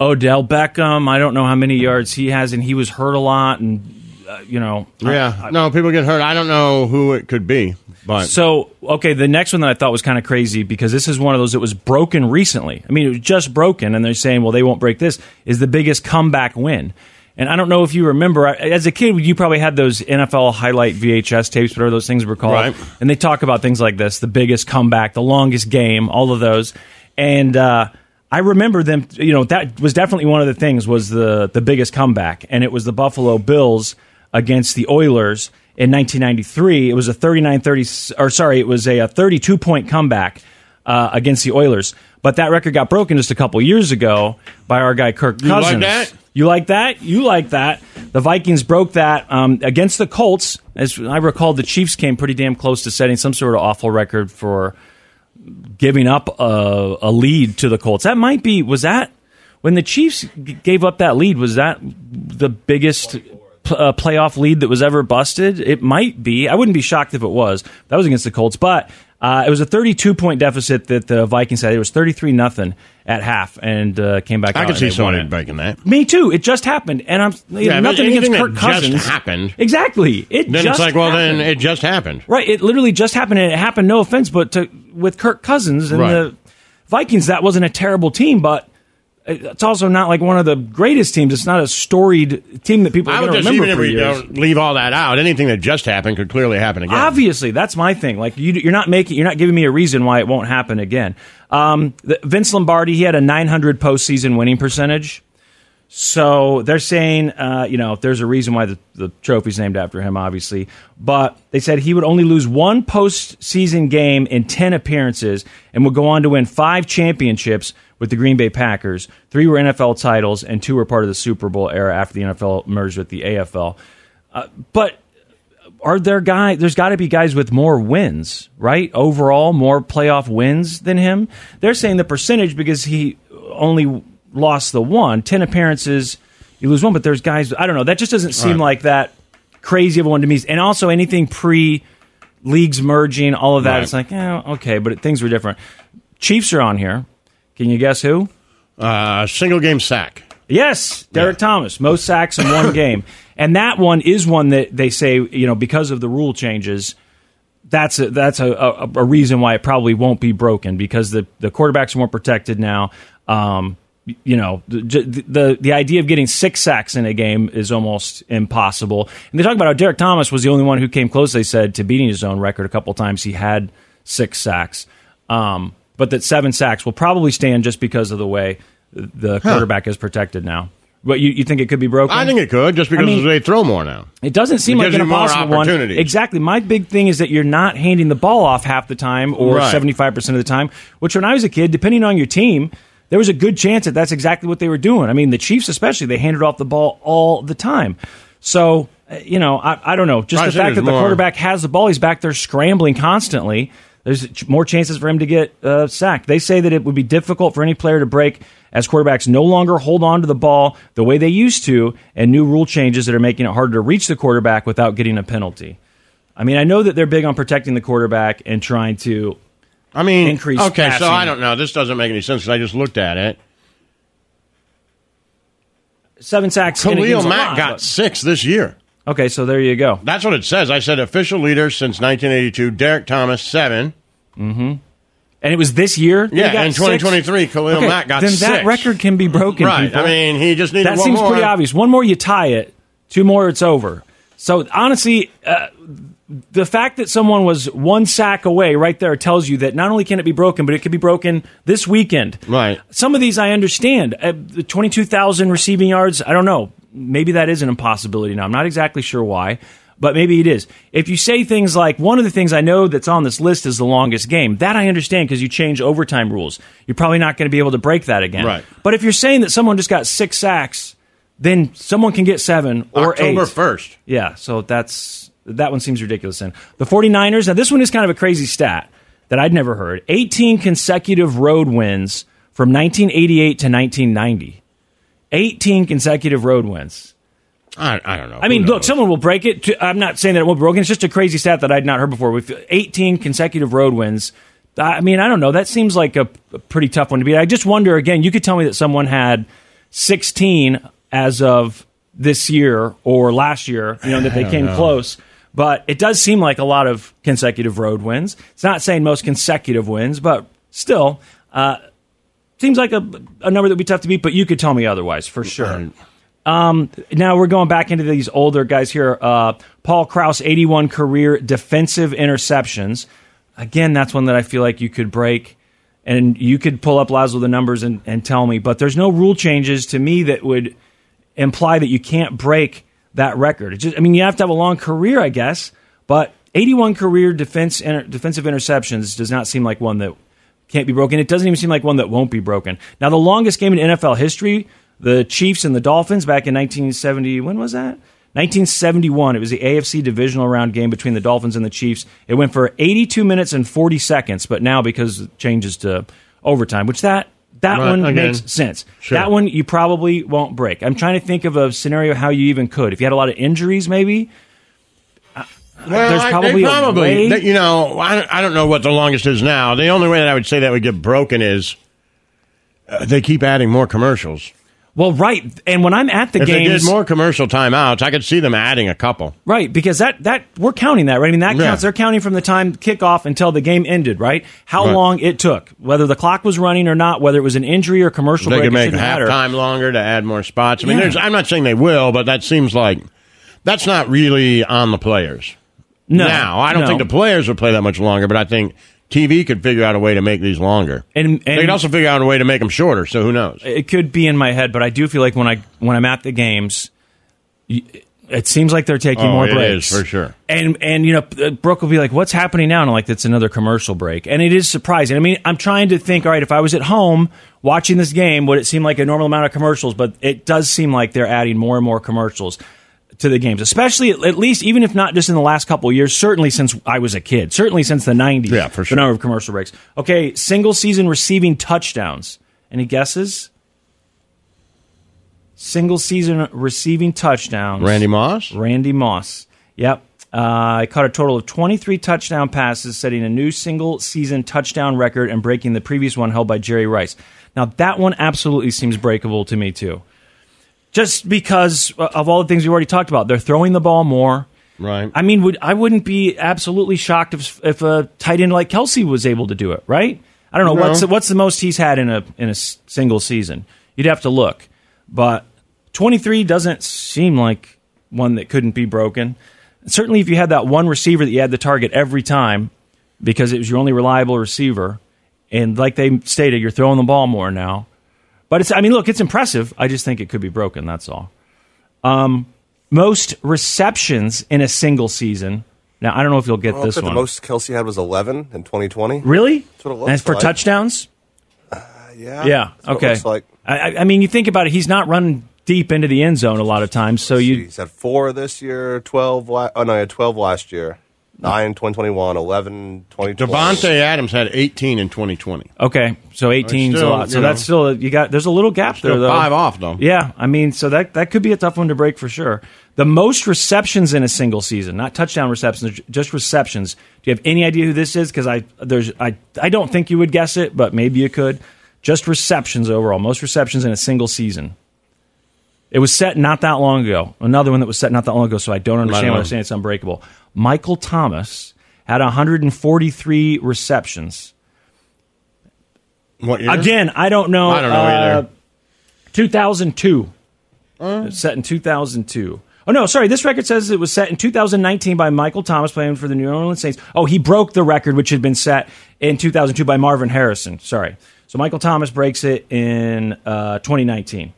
[SPEAKER 1] Odell Beckham. I don't know how many yards he has, and he was hurt a lot, and uh, you know.
[SPEAKER 2] Yeah, no, people get hurt. I don't know who it could be, but
[SPEAKER 1] So, okay, the next one that I thought was kind of crazy because this is one of those that was broken recently. I mean, it was just broken, and they're saying, well, they won't break this, is the biggest comeback win. And I don't know if you remember, I- as a kid, you probably had those NFL highlight VHS tapes, whatever those things were called.
[SPEAKER 2] Right.
[SPEAKER 1] And they talk about things like this the biggest comeback, the longest game, all of those. And, uh, I remember them, you know, that was definitely one of the things was the, the biggest comeback. And it was the Buffalo Bills against the Oilers in 1993. It was a 39 30, or sorry, it was a, a 32 point comeback uh, against the Oilers. But that record got broken just a couple years ago by our guy Kirk
[SPEAKER 2] like
[SPEAKER 1] Cousins.
[SPEAKER 2] that?
[SPEAKER 1] You like that? You like that? The Vikings broke that um, against the Colts. As I recall, the Chiefs came pretty damn close to setting some sort of awful record for giving up a, a lead to the Colts. That might be was that when the Chiefs g- gave up that lead was that the biggest pl- uh, playoff lead that was ever busted? It might be. I wouldn't be shocked if it was. That was against the Colts, but uh, it was a 32 point deficit that the Vikings had. It was 33 nothing at half and uh, came back.
[SPEAKER 2] I
[SPEAKER 1] out
[SPEAKER 2] could
[SPEAKER 1] and
[SPEAKER 2] see
[SPEAKER 1] they won
[SPEAKER 2] someone
[SPEAKER 1] it.
[SPEAKER 2] breaking that.
[SPEAKER 1] Me too. It just happened, and I'm you know,
[SPEAKER 2] Yeah, if
[SPEAKER 1] nothing against
[SPEAKER 2] anything that
[SPEAKER 1] Kirk
[SPEAKER 2] just
[SPEAKER 1] Cousins.
[SPEAKER 2] happened-
[SPEAKER 1] exactly. It
[SPEAKER 2] Then
[SPEAKER 1] just
[SPEAKER 2] it's like, well,
[SPEAKER 1] happened.
[SPEAKER 2] then it just happened.
[SPEAKER 1] Right. It literally just happened, and it happened. No offense, but to, with Kirk Cousins and
[SPEAKER 2] Right.
[SPEAKER 1] the Vikings, that wasn't a terrible team, but it's also not like one of the greatest teams. It's not a storied team that people are
[SPEAKER 2] I would
[SPEAKER 1] going to
[SPEAKER 2] just
[SPEAKER 1] remember
[SPEAKER 2] even if
[SPEAKER 1] for
[SPEAKER 2] we
[SPEAKER 1] years.
[SPEAKER 2] don't leave all that out, anything that just happened could clearly happen again.
[SPEAKER 1] Obviously, that's my thing. Like you, you're not making, you're not giving me a reason why it won't happen again. Um, the, Vince Lombardi, he had a 900 postseason winning percentage. So they're saying, uh, you know, there's a reason why the, the trophy's named after him, obviously. But they said he would only lose one postseason game in 10 appearances and would go on to win five championships with the Green Bay Packers. Three were NFL titles, and two were part of the Super Bowl era after the NFL merged with the AFL. Uh, but are there guy? There's got to be guys with more wins, right? Overall, more playoff wins than him. They're saying the percentage because he only lost the one, ten appearances. You lose one, but there's guys. I don't know. That just doesn't seem
[SPEAKER 2] Right.
[SPEAKER 1] like that crazy of a one to me. And also anything pre leagues merging, all of that.
[SPEAKER 2] Right.
[SPEAKER 1] It's like, eh, okay, but things were different. Chiefs are on here. Can you guess who?
[SPEAKER 2] Uh, single game sack.
[SPEAKER 1] Yes, Derek
[SPEAKER 2] Yeah.
[SPEAKER 1] Thomas, most sacks in one game, and that one is one that they say you know because of the rule changes. That's a, that's a, a, a reason why it probably won't be broken because the, the quarterbacks are more protected now. Um, y- you know the, the the idea of getting six sacks in a game is almost impossible. And they talk about how Derek Thomas was the only one who came close. They said to beating his own record a couple times. He had six sacks, um, but that seven sacks will probably stand just because of the way the quarterback is protected now. But you, you think it could be broken?
[SPEAKER 2] I think it could just because
[SPEAKER 1] mean-
[SPEAKER 2] they throw more now.
[SPEAKER 1] It doesn't seem
[SPEAKER 2] It
[SPEAKER 1] like
[SPEAKER 2] gives
[SPEAKER 1] an
[SPEAKER 2] you more
[SPEAKER 1] impossible one.
[SPEAKER 2] opportunities.
[SPEAKER 1] Exactly. My big thing is that you're not handing the ball off half the time or
[SPEAKER 2] Right.
[SPEAKER 1] 75% of the time, which when I was a kid, depending on your team, there was a good chance that that's exactly what they were doing. I mean, the Chiefs especially, they handed off the ball all the time. So, uh, you know, I, I don't know. Just
[SPEAKER 2] I
[SPEAKER 1] the
[SPEAKER 2] think
[SPEAKER 1] fact that
[SPEAKER 2] it's
[SPEAKER 1] the
[SPEAKER 2] more-
[SPEAKER 1] quarterback has the ball, he's back there scrambling constantly. There's ch- more chances for him to get uh, sacked. They say that it would be difficult for any player to break as quarterbacks no longer hold on to the ball the way they used to, and new rule changes that are making it harder to reach the quarterback without getting a penalty. I mean, I know that they're big on protecting the quarterback and trying to.
[SPEAKER 2] I mean,
[SPEAKER 1] Increased
[SPEAKER 2] Okay,
[SPEAKER 1] passing.
[SPEAKER 2] so I don't know. This doesn't make any sense 'cause I just looked at it.
[SPEAKER 1] Seven sacks. in a
[SPEAKER 2] Khalil
[SPEAKER 1] game's a
[SPEAKER 2] Mack
[SPEAKER 1] lot,
[SPEAKER 2] got
[SPEAKER 1] but-
[SPEAKER 2] six this year.
[SPEAKER 1] Okay, so there you go.
[SPEAKER 2] That's what it says. I said official leader since 1982, Derek Thomas, seven.
[SPEAKER 1] And it was this year? that he
[SPEAKER 2] Yeah,
[SPEAKER 1] got
[SPEAKER 2] in
[SPEAKER 1] six?
[SPEAKER 2] 2023, Khalil
[SPEAKER 1] Okay,
[SPEAKER 2] Mack got
[SPEAKER 1] then
[SPEAKER 2] six.
[SPEAKER 1] that record can be broken.
[SPEAKER 2] Right.
[SPEAKER 1] people.
[SPEAKER 2] I mean, he just needed
[SPEAKER 1] that
[SPEAKER 2] one
[SPEAKER 1] seems
[SPEAKER 2] more.
[SPEAKER 1] pretty obvious. One more, you tie it. Two more, it's over. So honestly, uh, the fact that someone was one sack away right there tells you that not only can it be broken, but it could be broken this weekend.
[SPEAKER 2] Right.
[SPEAKER 1] Some of these I understand. Uh, the Twenty-two thousand receiving yards. I don't know. Maybe that is an impossibility. Now I'm not exactly sure why. But maybe it is. If you say things like, one of the things I know that's on this list is the longest game, that I understand because you change overtime rules. You're probably not going to be able to break that again.
[SPEAKER 2] Right.
[SPEAKER 1] But if you're saying that someone just got six sacks, then someone can get seven or
[SPEAKER 2] October
[SPEAKER 1] eight.
[SPEAKER 2] 1st.
[SPEAKER 1] Yeah, so that's that one seems ridiculous then. The 49ers, now this one is kind of a crazy stat that I'd never heard. 18 consecutive road wins from 1988 to 1990. 18 consecutive road wins.
[SPEAKER 2] I, I don't know.
[SPEAKER 1] I mean, look, someone will break it. To- I'm not saying that it will be broken. It's just a crazy stat that I'd not heard before. With 18 consecutive road wins, I mean, I don't know. That seems like a, a pretty tough one to beat. I just wonder again. You could tell me that someone had 16 as of this year or last year. You know that they came close. But it does seem like a lot of consecutive road wins. It's not saying most consecutive wins, but still, uh, seems like a, a number that would be tough to beat. But you could tell me otherwise for sure. Now we're going back into these older guys here. Uh, Paul Kraus, 81 career defensive interceptions. Again, that's one that I feel like you could break. And you could pull up Lazo the numbers and, and tell me, but there's no rule changes to me that would imply that you can't break that record. It just, I mean, you have to have a long career, I guess, but 81 career defense inter, defensive interceptions does not seem like one that can't be broken. It doesn't even seem like one that won't be broken. Now, the longest game in NFL history, the Chiefs and the Dolphins back in 1970. When was that? 1971. It was the AFC divisional round game between the Dolphins and the Chiefs. It went for 82 minutes and 40 seconds, but now because of changes to overtime, which that that
[SPEAKER 2] Right,
[SPEAKER 1] one
[SPEAKER 2] again.
[SPEAKER 1] makes sense.
[SPEAKER 2] Sure.
[SPEAKER 1] That one you probably won't break. I'm trying to think of a scenario how you even could. If you had a lot of injuries, maybe.
[SPEAKER 2] Well,
[SPEAKER 1] there's
[SPEAKER 2] I- they
[SPEAKER 1] probably a way-
[SPEAKER 2] they- you know, I, don't- I don't know what the longest is now. The only way that I would say that would get broken is uh, they keep adding more commercials.
[SPEAKER 1] Well, right. And when I'm at the
[SPEAKER 2] If they
[SPEAKER 1] games,
[SPEAKER 2] did more commercial timeouts, I could see them adding a couple.
[SPEAKER 1] right, because that that we're counting that, right? I mean, that
[SPEAKER 2] Yeah.
[SPEAKER 1] counts. They're counting from the time kickoff until the game ended, right? How
[SPEAKER 2] Right.
[SPEAKER 1] long it took, whether the clock was running or not, whether it was an injury or commercial
[SPEAKER 2] they
[SPEAKER 1] break, it
[SPEAKER 2] could make
[SPEAKER 1] shouldn't
[SPEAKER 2] half
[SPEAKER 1] matter.
[SPEAKER 2] time longer to add more spots. I mean,
[SPEAKER 1] Yeah.
[SPEAKER 2] there's, I'm not saying they will, but that seems like that's not really on the players.
[SPEAKER 1] No,
[SPEAKER 2] now, I don't
[SPEAKER 1] no.
[SPEAKER 2] think the players would play that much longer, but I think TV could figure out a way to make these longer.
[SPEAKER 1] And-
[SPEAKER 2] they
[SPEAKER 1] and-
[SPEAKER 2] could also figure out a way to make them shorter. So who knows?
[SPEAKER 1] it could be in my head, but I do feel like when I when I'm at the games, you, It seems like they're taking
[SPEAKER 2] Oh,
[SPEAKER 1] more
[SPEAKER 2] it
[SPEAKER 1] breaks
[SPEAKER 2] is, for sure.
[SPEAKER 1] And and you know, uh, Brooke will be like, "What's happening now?" And I'm like, "That's another commercial break." And it is surprising. I mean, I'm trying to think. All right, if I was at home watching this game, would it seem like a normal amount of commercials? But it does seem like they're adding more and more commercials to the games, especially at at least even if not just in the last couple of years. Certainly since I was a kid. Certainly since the '90s.
[SPEAKER 2] Yeah, for sure.
[SPEAKER 1] The number of commercial breaks. Okay, single season receiving touchdowns. Any guesses? Single season receiving touchdowns.
[SPEAKER 2] Randy Moss?
[SPEAKER 1] Randy Moss. Yep. Uh, he caught a total of 23 touchdown passes, setting a new single season touchdown record and breaking the previous one held by Jerry Rice. Now, that one absolutely seems breakable to me, too. Just because uh, of all the things we've already talked about. They're throwing the ball more.
[SPEAKER 2] Right.
[SPEAKER 1] I mean, would I wouldn't be absolutely shocked if, if a tight end like Kelsey was able to do it, right? I don't know what's the, what's the most he's had in a in a s- single season. You'd have to look, but twenty three doesn't seem like one that couldn't be broken. Certainly, if you had that one receiver that you had to target every time because it was your only reliable receiver, and like they stated, you're throwing the ball more now. But it's I mean, look, it's impressive. I just think it could be broken. That's all Um, most receptions in a single season. Now I don't know if you'll get
[SPEAKER 4] Well,
[SPEAKER 1] this
[SPEAKER 4] but
[SPEAKER 1] one.
[SPEAKER 4] The most Kelsey had was 11 in 2020.
[SPEAKER 1] really?
[SPEAKER 4] what it looks
[SPEAKER 1] and it's for
[SPEAKER 4] like.
[SPEAKER 1] touchdowns? yeah.
[SPEAKER 4] Yeah. That's what it
[SPEAKER 1] Okay.
[SPEAKER 4] looks like.
[SPEAKER 1] I, I- I mean, you think about it. He's not running deep into the end zone a lot of times. So you,
[SPEAKER 4] He's had four this year, 12. La- oh, no, he had 12 last year, 9 in 2021, 11 in 2020.
[SPEAKER 2] Devontae Adams had 18 in 2020.
[SPEAKER 1] okay. So 18 is a
[SPEAKER 2] still,
[SPEAKER 1] lot. So
[SPEAKER 2] you
[SPEAKER 1] that's
[SPEAKER 2] know.
[SPEAKER 1] still you got. There's a little gap there
[SPEAKER 2] Still
[SPEAKER 1] though.
[SPEAKER 2] five off, though.
[SPEAKER 1] Yeah, I mean, so that that could be a tough one to break for sure. The most receptions in a single season, not touchdown receptions, just receptions. Do you have any idea who this is? Because I there's I I don't think you would guess it, but maybe you could. Just receptions overall, most receptions in a single season. It was set not that long ago. Another one that was set not that long ago, so I don't understand why
[SPEAKER 2] know.
[SPEAKER 1] they're saying it's unbreakable. Michael Thomas had 143 receptions.
[SPEAKER 2] What year?
[SPEAKER 1] Again, I don't know.
[SPEAKER 2] I don't know
[SPEAKER 1] uh,
[SPEAKER 2] either.
[SPEAKER 1] 2002. It's set in 2002. Oh, no, sorry. This record says it was set in 2019 by Michael Thomas playing for the New Orleans Saints. Oh, he broke the record, which had been set in 2002 by Marvin Harrison. Sorry. So Michael Thomas breaks it in uh, 2019.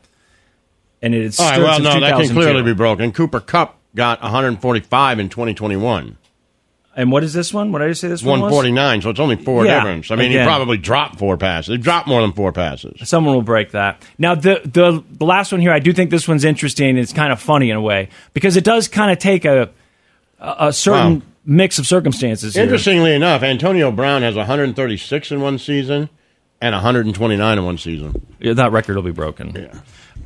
[SPEAKER 1] And it had stood
[SPEAKER 2] All right, well,
[SPEAKER 1] since
[SPEAKER 2] no, that can
[SPEAKER 1] 2002.
[SPEAKER 2] clearly be broken. Cooper Cup got 145 in 2021.
[SPEAKER 1] And what is this one? What did I say this one was?
[SPEAKER 2] 149, so it's only four
[SPEAKER 1] Yeah,
[SPEAKER 2] difference. I mean,
[SPEAKER 1] again.
[SPEAKER 2] he probably dropped four passes. He dropped more than four passes.
[SPEAKER 1] Someone will break that. Now, the, the the last one here, I do think this one's interesting. and It's kind of funny in a way because it does kind of take a a, a certain
[SPEAKER 2] Wow.
[SPEAKER 1] mix of circumstances. Here.
[SPEAKER 2] Interestingly enough, Antonio Brown has 136 in one season and 129 in one season.
[SPEAKER 1] Yeah, that record will be broken.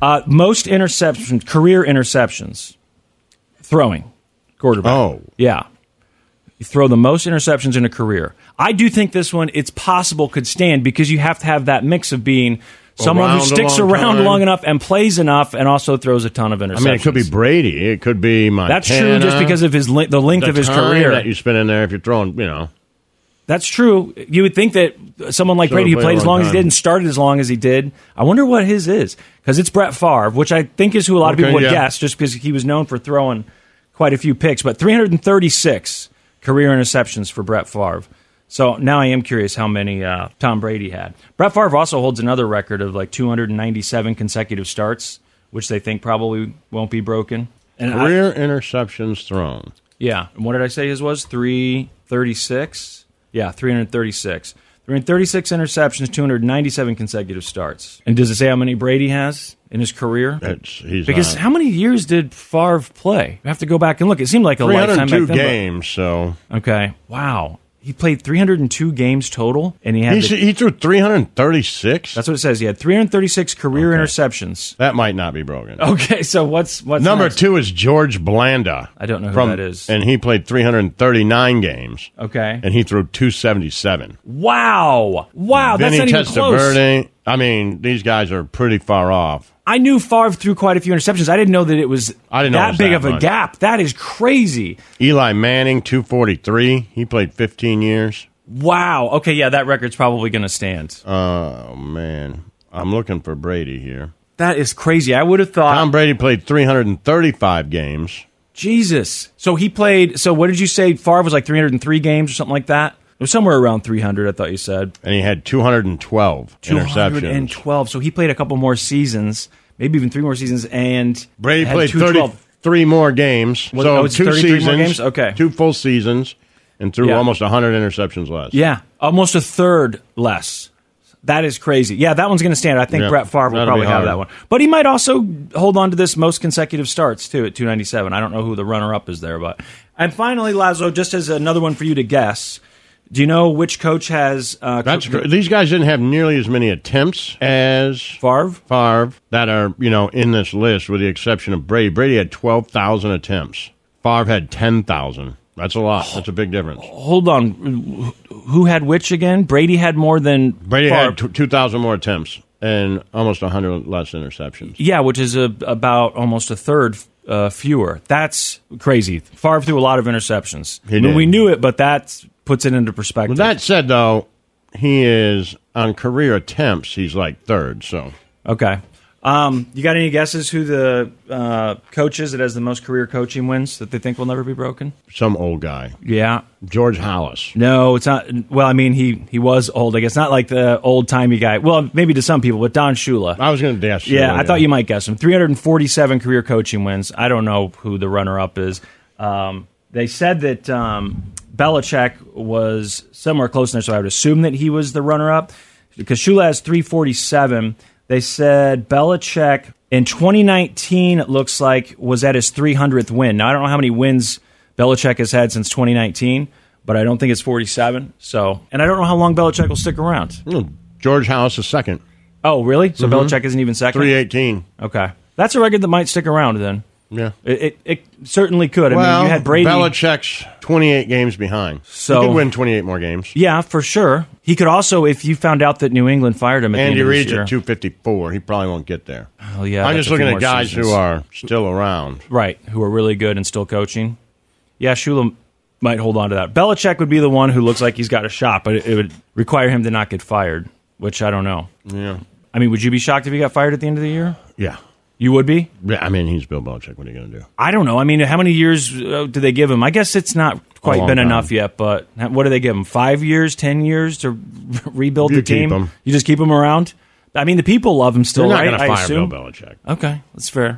[SPEAKER 1] Uh, most interceptions, career interceptions, throwing quarterback.
[SPEAKER 2] Oh.
[SPEAKER 1] yeah. You throw the most interceptions in a career. I do think this one it's possible could stand because you have to have that mix of being someone
[SPEAKER 2] Around
[SPEAKER 1] who
[SPEAKER 2] a
[SPEAKER 1] sticks
[SPEAKER 2] long
[SPEAKER 1] around
[SPEAKER 2] time.
[SPEAKER 1] long enough and plays enough and also throws a ton of interceptions.
[SPEAKER 2] I mean, it could be Brady. It could be Montana.
[SPEAKER 1] That's true, just because of his length, the length
[SPEAKER 2] the
[SPEAKER 1] of his
[SPEAKER 2] time
[SPEAKER 1] career.
[SPEAKER 2] that you spend in there if you're throwing, you know.
[SPEAKER 1] That's true. You would think that someone like
[SPEAKER 2] Should've
[SPEAKER 1] Brady, who
[SPEAKER 2] played
[SPEAKER 1] played
[SPEAKER 2] a
[SPEAKER 1] as
[SPEAKER 2] long
[SPEAKER 1] long as he
[SPEAKER 2] time.
[SPEAKER 1] did and started as long as he did, I wonder what his is because it's Brett Favre, which I think is who a lot of
[SPEAKER 2] Okay,
[SPEAKER 1] people would
[SPEAKER 2] yeah.
[SPEAKER 1] guess, just because he was known for throwing quite a few picks. But 336 career interceptions for Brett Favre. So now I am curious how many uh, Tom Brady had. Brett Favre also holds another record of like 297 consecutive starts, which they think probably won't be broken. And I-
[SPEAKER 2] Career interceptions thrown.
[SPEAKER 1] yeah. And what did I say his was? 336? Yeah, 336. 336 interceptions, 297 consecutive starts. And does it say how many Brady has in his career?
[SPEAKER 2] That's he's uh,
[SPEAKER 1] because
[SPEAKER 2] not-
[SPEAKER 1] how many years did Favre play? I have to go back and look. It seemed like a lifetime. back then,
[SPEAKER 2] 302
[SPEAKER 1] but-
[SPEAKER 2] games, so
[SPEAKER 1] Okay. Wow. He played 302 games total, and he had.
[SPEAKER 2] he,
[SPEAKER 1] the-
[SPEAKER 2] he threw 336.
[SPEAKER 1] that's what it says. He had 336 career interceptions.
[SPEAKER 2] that might not be broken.
[SPEAKER 1] Okay, so what's what's
[SPEAKER 2] Number
[SPEAKER 1] next?
[SPEAKER 2] two is George Blanda.
[SPEAKER 1] I don't know who
[SPEAKER 2] from,
[SPEAKER 1] that is.
[SPEAKER 2] And he played 339 games,
[SPEAKER 1] Okay.
[SPEAKER 2] and he threw 277.
[SPEAKER 1] Wow. Wow.
[SPEAKER 2] Vinny
[SPEAKER 1] that's not even close.
[SPEAKER 2] Testaverde. I mean, these guys are pretty far off.
[SPEAKER 1] I knew Favre threw quite a few interceptions. I didn't know that it was
[SPEAKER 2] I didn't know
[SPEAKER 1] that
[SPEAKER 2] it was
[SPEAKER 1] big
[SPEAKER 2] that
[SPEAKER 1] of a
[SPEAKER 2] much.
[SPEAKER 1] gap. That is crazy.
[SPEAKER 2] Eli Manning, 243. He played 15 years.
[SPEAKER 1] Wow. Okay, yeah, that record's probably going to stand.
[SPEAKER 2] Oh, man. I'm looking for Brady here.
[SPEAKER 1] That is crazy. I would have thought
[SPEAKER 2] Tom Brady played 335 games.
[SPEAKER 1] Jesus. So he played so what did you say Favre was like 303 games or something like that? It was somewhere around 300, I thought you said.
[SPEAKER 2] And he had 212 interceptions.
[SPEAKER 1] 212. So he played a couple more seasons, maybe even three more seasons and
[SPEAKER 2] Brady
[SPEAKER 1] had
[SPEAKER 2] played 30,
[SPEAKER 1] 212.
[SPEAKER 2] three more games.
[SPEAKER 1] Was-
[SPEAKER 2] so
[SPEAKER 1] oh, it's
[SPEAKER 2] two
[SPEAKER 1] 33 more
[SPEAKER 2] seasons.
[SPEAKER 1] games? Okay.
[SPEAKER 2] Two full seasons and threw
[SPEAKER 1] Yeah.
[SPEAKER 2] almost 100 interceptions last.
[SPEAKER 1] Yeah, almost a third less. That is crazy. Yeah, that one's going to stand. I think
[SPEAKER 2] Yeah,
[SPEAKER 1] Brett Favre will
[SPEAKER 2] that'll
[SPEAKER 1] probably
[SPEAKER 2] be
[SPEAKER 1] have
[SPEAKER 2] hard.
[SPEAKER 1] that one, but he might also hold on to this most consecutive starts too at 297. I don't know who the runner-up is there, but and finally, Lazo, just as another one for you to guess, do you know which coach has uh,
[SPEAKER 2] That's
[SPEAKER 1] co-
[SPEAKER 2] cr- these guys didn't have nearly as many attempts as
[SPEAKER 1] Favre?
[SPEAKER 2] Favre that are you know in this list, with the exception of Brady. Brady had twelve thousand attempts. Favre had ten thousand. That's a lot. That's a big difference.
[SPEAKER 1] Hold on, who had which again? Brady had more than
[SPEAKER 2] Brady
[SPEAKER 1] Favre.
[SPEAKER 2] had t- two thousand more attempts and almost hundred less interceptions.
[SPEAKER 1] Yeah, which is a, about almost a third uh, fewer. That's crazy. Favre threw a lot of interceptions.
[SPEAKER 2] He
[SPEAKER 1] I mean,
[SPEAKER 2] did.
[SPEAKER 1] We knew it, but that puts it into perspective.
[SPEAKER 2] With that said, though, he is on career attempts. He's like third. So
[SPEAKER 1] okay. Um, you got any guesses who the uh, coach is that has the most career coaching wins that they think will never be broken?
[SPEAKER 2] some old guy,
[SPEAKER 1] Yeah.
[SPEAKER 2] George Hollis.
[SPEAKER 1] No, it's not. Well, I mean, he, he was old. I guess not like the old timey guy. Well, maybe to some people, but Don Shula.
[SPEAKER 2] I was going to dash.
[SPEAKER 1] Yeah, I thought you might guess him. 347 career coaching wins. I don't know who the runner up is. Um, they said that um, Belichick was somewhere close in there, so I would assume that he was the runner up because Shula has 347. They said Belichick in 2019, it looks like, was at his 300th win. Now, I don't know how many wins Belichick has had since 2019. But I don't think it's 47. So, and I don't know how long Belichick will stick around.
[SPEAKER 2] Hmm. George Hollis is second,
[SPEAKER 1] Oh, really? So Belichick isn't even second.
[SPEAKER 2] three eighteen.
[SPEAKER 1] Okay, that's a record that might stick around. Then
[SPEAKER 2] Yeah.
[SPEAKER 1] it it, it certainly could. I
[SPEAKER 2] well,
[SPEAKER 1] mean, you had Brady.
[SPEAKER 2] Belichick's 28 games behind.
[SPEAKER 1] So-
[SPEAKER 2] he could win 28 more games.
[SPEAKER 1] Yeah, for sure. He could also, if you found out that New England fired him, at
[SPEAKER 2] Andy
[SPEAKER 1] the end
[SPEAKER 2] Reid's
[SPEAKER 1] of
[SPEAKER 2] at
[SPEAKER 1] this year,
[SPEAKER 2] 254. He probably won't get there.
[SPEAKER 1] Well, yeah,
[SPEAKER 2] I'm
[SPEAKER 1] that's
[SPEAKER 2] just
[SPEAKER 1] a few
[SPEAKER 2] looking
[SPEAKER 1] more
[SPEAKER 2] at guys
[SPEAKER 1] seasons.
[SPEAKER 2] who are still around.
[SPEAKER 1] right, who are really good and still coaching. Yeah, Shula might hold on to that. Belichick would be the one who looks like he's got a shot, but it, it would require him to not get fired, which I don't know.
[SPEAKER 2] Yeah.
[SPEAKER 1] I mean, would you be shocked if he got fired at the end of the year?
[SPEAKER 2] Yeah.
[SPEAKER 1] You would be.
[SPEAKER 2] Yeah, I mean, he's Bill Belichick. What are you going to do?
[SPEAKER 1] I don't know. I mean, how many years uh, do they give him? I guess it's not quite
[SPEAKER 2] long
[SPEAKER 1] been
[SPEAKER 2] time.
[SPEAKER 1] enough yet, but what do they give him? Five years, ten years to rebuild
[SPEAKER 2] You
[SPEAKER 1] the
[SPEAKER 2] keep
[SPEAKER 1] team?
[SPEAKER 2] him.
[SPEAKER 1] You just keep him around? I mean, the people love him still,
[SPEAKER 2] They're
[SPEAKER 1] right?
[SPEAKER 2] not
[SPEAKER 1] I
[SPEAKER 2] going to fire
[SPEAKER 1] assume.
[SPEAKER 2] Bill Belichick.
[SPEAKER 1] Okay, that's fair.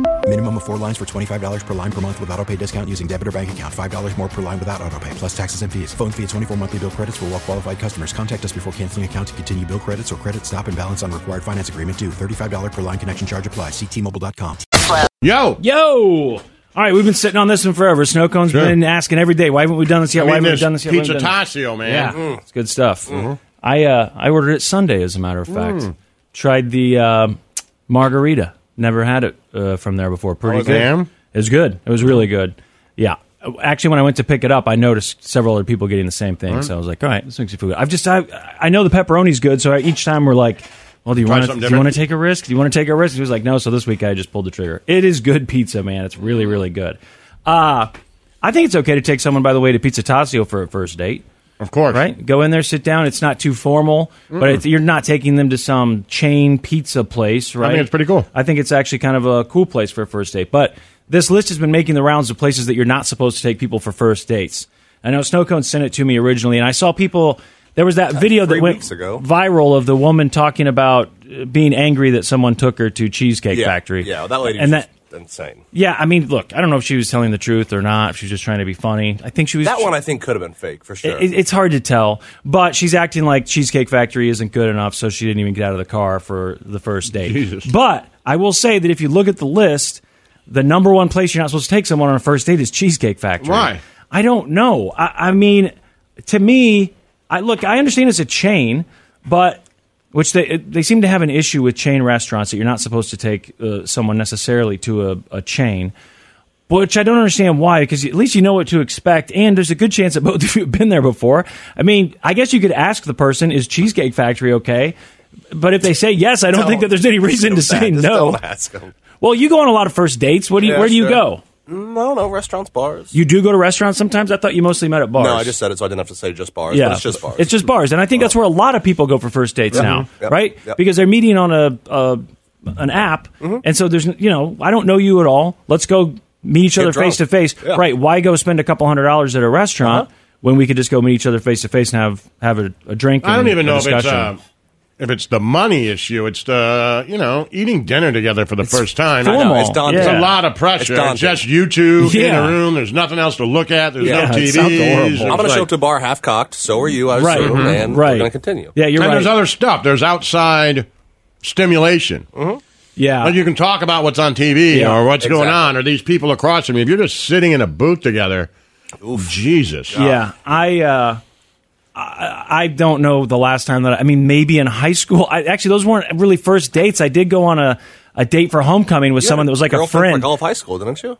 [SPEAKER 5] Minimum of four lines for $25 per line per month with auto pay discount using debit or bank account. $5 more per line without auto pay, plus taxes and fees. Phone fee at 24 monthly bill credits for all qualified customers. Contact us before canceling account to continue bill credits or credit stop and balance on required finance agreement due. $35 per line connection charge applies. Ctmobile.com.
[SPEAKER 2] Yo.
[SPEAKER 1] Yo! All right, we've been sitting on this one forever. Snow Cone's
[SPEAKER 2] Sure.
[SPEAKER 1] been asking every day, why haven't we done this yet?
[SPEAKER 2] I
[SPEAKER 1] why
[SPEAKER 2] mean,
[SPEAKER 1] haven't we
[SPEAKER 2] this
[SPEAKER 1] done this yet? Why haven't
[SPEAKER 2] pizza
[SPEAKER 1] we done this
[SPEAKER 2] Tasio, man. Mm. Mm-hmm.
[SPEAKER 1] Yeah, it's good stuff. I uh, I ordered it Sunday, as a matter of
[SPEAKER 2] Mm.
[SPEAKER 1] fact. Tried the uh, margarita. Never had it uh, from there before. Pretty
[SPEAKER 2] was it?
[SPEAKER 1] good.
[SPEAKER 2] Oh, Damn.
[SPEAKER 1] It was good. It was really good. Yeah. Actually, when I went to pick it up, I noticed several other people getting the same thing. So I was like, all right, this makes you feel good. I've just, I, I know the pepperoni's good. So I, each time we're like, well, do you
[SPEAKER 2] Try
[SPEAKER 1] want to,
[SPEAKER 2] something
[SPEAKER 1] do you want to
[SPEAKER 2] different.
[SPEAKER 1] take a risk? Do you want to take a risk? He was like, no. So this week I just pulled the trigger. It is good pizza, man. It's really, really good. Uh, I think it's okay to take someone, by the way, to Pizza Tasio for a first date
[SPEAKER 2] Of course.
[SPEAKER 1] right? Go in there, sit down. It's not too formal, but it's, you're not taking them to some chain pizza place, right?
[SPEAKER 2] it's pretty cool.
[SPEAKER 1] I think it's actually kind of a cool place for a first date. But this list has been making the rounds of places that you're not supposed to take people for first dates. I know Snowcone sent it to me originally, and I saw people There was that video
[SPEAKER 4] three
[SPEAKER 1] that went
[SPEAKER 4] weeks ago.
[SPEAKER 1] viral of the woman talking about uh, being angry that someone took her to Cheesecake
[SPEAKER 4] yeah,
[SPEAKER 1] Factory.
[SPEAKER 4] Yeah, that lady
[SPEAKER 1] and
[SPEAKER 4] was
[SPEAKER 1] that.
[SPEAKER 4] insane.
[SPEAKER 1] Yeah, I mean, look, I don't know if she was telling the truth or not. If she was just trying to be funny. I think she was.
[SPEAKER 4] that one I think could have been fake for sure.
[SPEAKER 1] It, it's hard to tell, but she's acting like Cheesecake Factory isn't good enough, so she didn't even get out of the car for the first date. But I will say that if you look at the list, the number one place you're not supposed to take someone on a first date is Cheesecake Factory.
[SPEAKER 2] Why?
[SPEAKER 1] I don't know. I, I mean, to me, I look. I understand it's a chain, but which they they seem to have an issue with chain restaurants that you're not supposed to take uh, someone necessarily to a, a chain. Which I don't understand why, because at least you know what to expect, and there's a good chance that both of you have been there before. I mean, I guess you could ask the person, "Is Cheesecake Factory okay?" But if they say yes, I don't, think that there's any reason to
[SPEAKER 4] Just
[SPEAKER 1] say
[SPEAKER 4] don't- just
[SPEAKER 1] no.
[SPEAKER 4] Don't ask 'em.
[SPEAKER 1] Well, you go on a lot of first dates. What do you,
[SPEAKER 4] Yeah,
[SPEAKER 1] where do you
[SPEAKER 4] sure.
[SPEAKER 1] go?
[SPEAKER 4] Mm, I don't know. Restaurants, bars.
[SPEAKER 1] You do go to restaurants sometimes. I thought you mostly met at bars.
[SPEAKER 4] No, I just said it so I didn't have to say just bars. but it's just bars.
[SPEAKER 1] It's just bars, and I think that's where a lot of people go for first dates
[SPEAKER 4] Yep.
[SPEAKER 1] now,
[SPEAKER 4] Yep.
[SPEAKER 1] right?
[SPEAKER 4] Yep. Mm-hmm.
[SPEAKER 1] Because they're meeting on a, a an app, and so there's you know I don't know you at all. Let's go meet each
[SPEAKER 6] Get
[SPEAKER 1] other
[SPEAKER 6] drunk.
[SPEAKER 1] face to face,
[SPEAKER 6] Yeah.
[SPEAKER 1] right? Why go spend a couple hundred dollars at a restaurant
[SPEAKER 4] Uh-huh.
[SPEAKER 1] when we could just go meet each other face to face and have have a, a drink?
[SPEAKER 2] I don't
[SPEAKER 1] and
[SPEAKER 2] even
[SPEAKER 1] a
[SPEAKER 2] know if it's
[SPEAKER 1] discussion.
[SPEAKER 2] uh, if it's the money issue. It's the you know eating dinner together for the first time.
[SPEAKER 1] I know, formal. it's daunting.
[SPEAKER 2] It's
[SPEAKER 1] Yeah.
[SPEAKER 2] a lot of
[SPEAKER 1] It's
[SPEAKER 2] pressure.
[SPEAKER 1] daunting.
[SPEAKER 2] It's, just you two
[SPEAKER 1] Yeah.
[SPEAKER 2] in a room. There's nothing else to look at. There's no
[SPEAKER 4] it
[SPEAKER 2] TVs.
[SPEAKER 4] sounds
[SPEAKER 2] It's
[SPEAKER 4] horrible. I'm going to
[SPEAKER 2] like-
[SPEAKER 4] show up to the bar half cocked. So are you, I
[SPEAKER 2] Right.
[SPEAKER 4] assume,
[SPEAKER 2] Mhm.
[SPEAKER 4] and
[SPEAKER 2] Right.
[SPEAKER 4] we're going to continue.
[SPEAKER 1] Mm-hmm. Yeah, you're
[SPEAKER 2] and There's
[SPEAKER 1] right.
[SPEAKER 2] other stuff. There's outside stimulation.
[SPEAKER 1] Yeah,
[SPEAKER 2] Like you can talk about what's on TV
[SPEAKER 1] Uh-huh. Yeah,
[SPEAKER 2] or what's going
[SPEAKER 1] exactly.
[SPEAKER 2] on or these people across from you. If you're just sitting in a booth together, Jesus.
[SPEAKER 1] Yeah, I, uh, I I don't know the last time that I, I mean maybe in high school. I, actually, those weren't really first dates. I did go on a, a date for homecoming with
[SPEAKER 4] You
[SPEAKER 1] someone
[SPEAKER 4] had
[SPEAKER 1] that was like a
[SPEAKER 4] girlfriend
[SPEAKER 1] friend.
[SPEAKER 4] For golf high school, didn't you?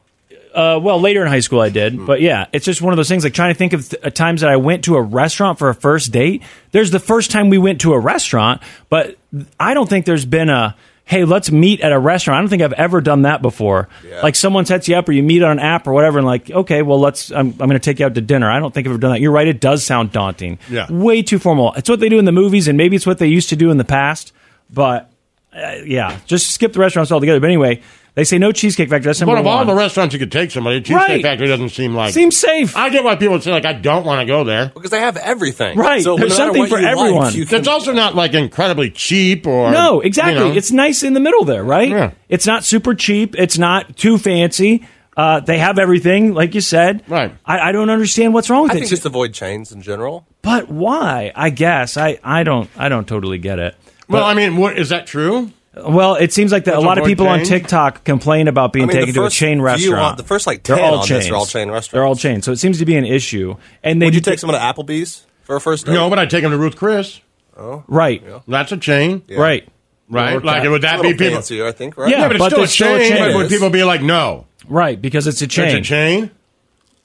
[SPEAKER 1] Uh, well, later in high school I did, but yeah, it's just one of those things. Like trying to think of th- uh, times that I went to a restaurant for a first date. There's the first time we went to a restaurant, but I don't think there's been a hey, let's meet at a restaurant. I don't think I've ever done that before. Like someone sets you up, or you meet on an app or whatever, and like okay, well let's I'm, I'm going to take you out to dinner. I don't think I've ever done that. You're right, it does sound daunting.
[SPEAKER 2] Yeah.
[SPEAKER 1] way too formal. It's what they do in the movies, and maybe it's what they used to do in the past, but. Uh, yeah, just skip the restaurants altogether. But anyway, they say no cheesecake factory. That's number
[SPEAKER 2] But of
[SPEAKER 1] one.
[SPEAKER 2] all the restaurants you could take somebody, Cheesecake
[SPEAKER 1] Right.
[SPEAKER 2] Factory doesn't seem like
[SPEAKER 1] Seems safe.
[SPEAKER 2] I get why people would say like I don't want to go there.
[SPEAKER 4] Because they have everything.
[SPEAKER 2] Right.
[SPEAKER 4] So no
[SPEAKER 2] There's
[SPEAKER 4] matter
[SPEAKER 2] something
[SPEAKER 4] what
[SPEAKER 2] for
[SPEAKER 4] you like,
[SPEAKER 2] everyone.
[SPEAKER 4] you can-
[SPEAKER 2] It's also not like incredibly cheap or
[SPEAKER 1] no, exactly.
[SPEAKER 2] you know.
[SPEAKER 1] It's nice in the middle there, right? It's not super cheap. It's not too fancy. Uh, they have everything, like you said. Right. I, I don't understand what's wrong with
[SPEAKER 4] I
[SPEAKER 1] it.
[SPEAKER 4] think just avoid chains in general.
[SPEAKER 1] but why? I guess I, I don't I don't totally get it.
[SPEAKER 2] well, I mean, what is that true?
[SPEAKER 1] Well, it seems like that a
[SPEAKER 2] That's
[SPEAKER 1] lot of
[SPEAKER 2] avoid
[SPEAKER 1] people on
[SPEAKER 2] chain?
[SPEAKER 1] TikTok complain about being
[SPEAKER 4] I mean, the
[SPEAKER 1] taken to a
[SPEAKER 4] first
[SPEAKER 1] chain
[SPEAKER 4] few
[SPEAKER 1] restaurant.
[SPEAKER 4] on- the first, like,
[SPEAKER 1] they're
[SPEAKER 4] 10
[SPEAKER 1] all
[SPEAKER 4] on
[SPEAKER 1] chains.
[SPEAKER 4] this are all chain restaurants.
[SPEAKER 1] They're all chains. So it seems to be an issue. And they
[SPEAKER 4] Would
[SPEAKER 1] do
[SPEAKER 4] you take someone to Applebee's for a first date?
[SPEAKER 2] No, but I take them to Ruth Chris.
[SPEAKER 4] Oh,
[SPEAKER 1] Right.
[SPEAKER 2] That's a chain.
[SPEAKER 4] Yeah. Right.
[SPEAKER 2] Right.
[SPEAKER 4] Or
[SPEAKER 2] like
[SPEAKER 4] that-
[SPEAKER 2] would
[SPEAKER 4] it's
[SPEAKER 2] that
[SPEAKER 4] a
[SPEAKER 2] be
[SPEAKER 4] little
[SPEAKER 2] people?
[SPEAKER 4] fancier, I think, right?
[SPEAKER 2] Yeah,
[SPEAKER 1] Yeah,
[SPEAKER 2] but,
[SPEAKER 1] but
[SPEAKER 2] it's still a
[SPEAKER 1] there's still a chain.
[SPEAKER 2] chain. but
[SPEAKER 1] It
[SPEAKER 2] would
[SPEAKER 1] is.
[SPEAKER 2] people be like, no?
[SPEAKER 1] right because it's a chain.
[SPEAKER 2] a chain.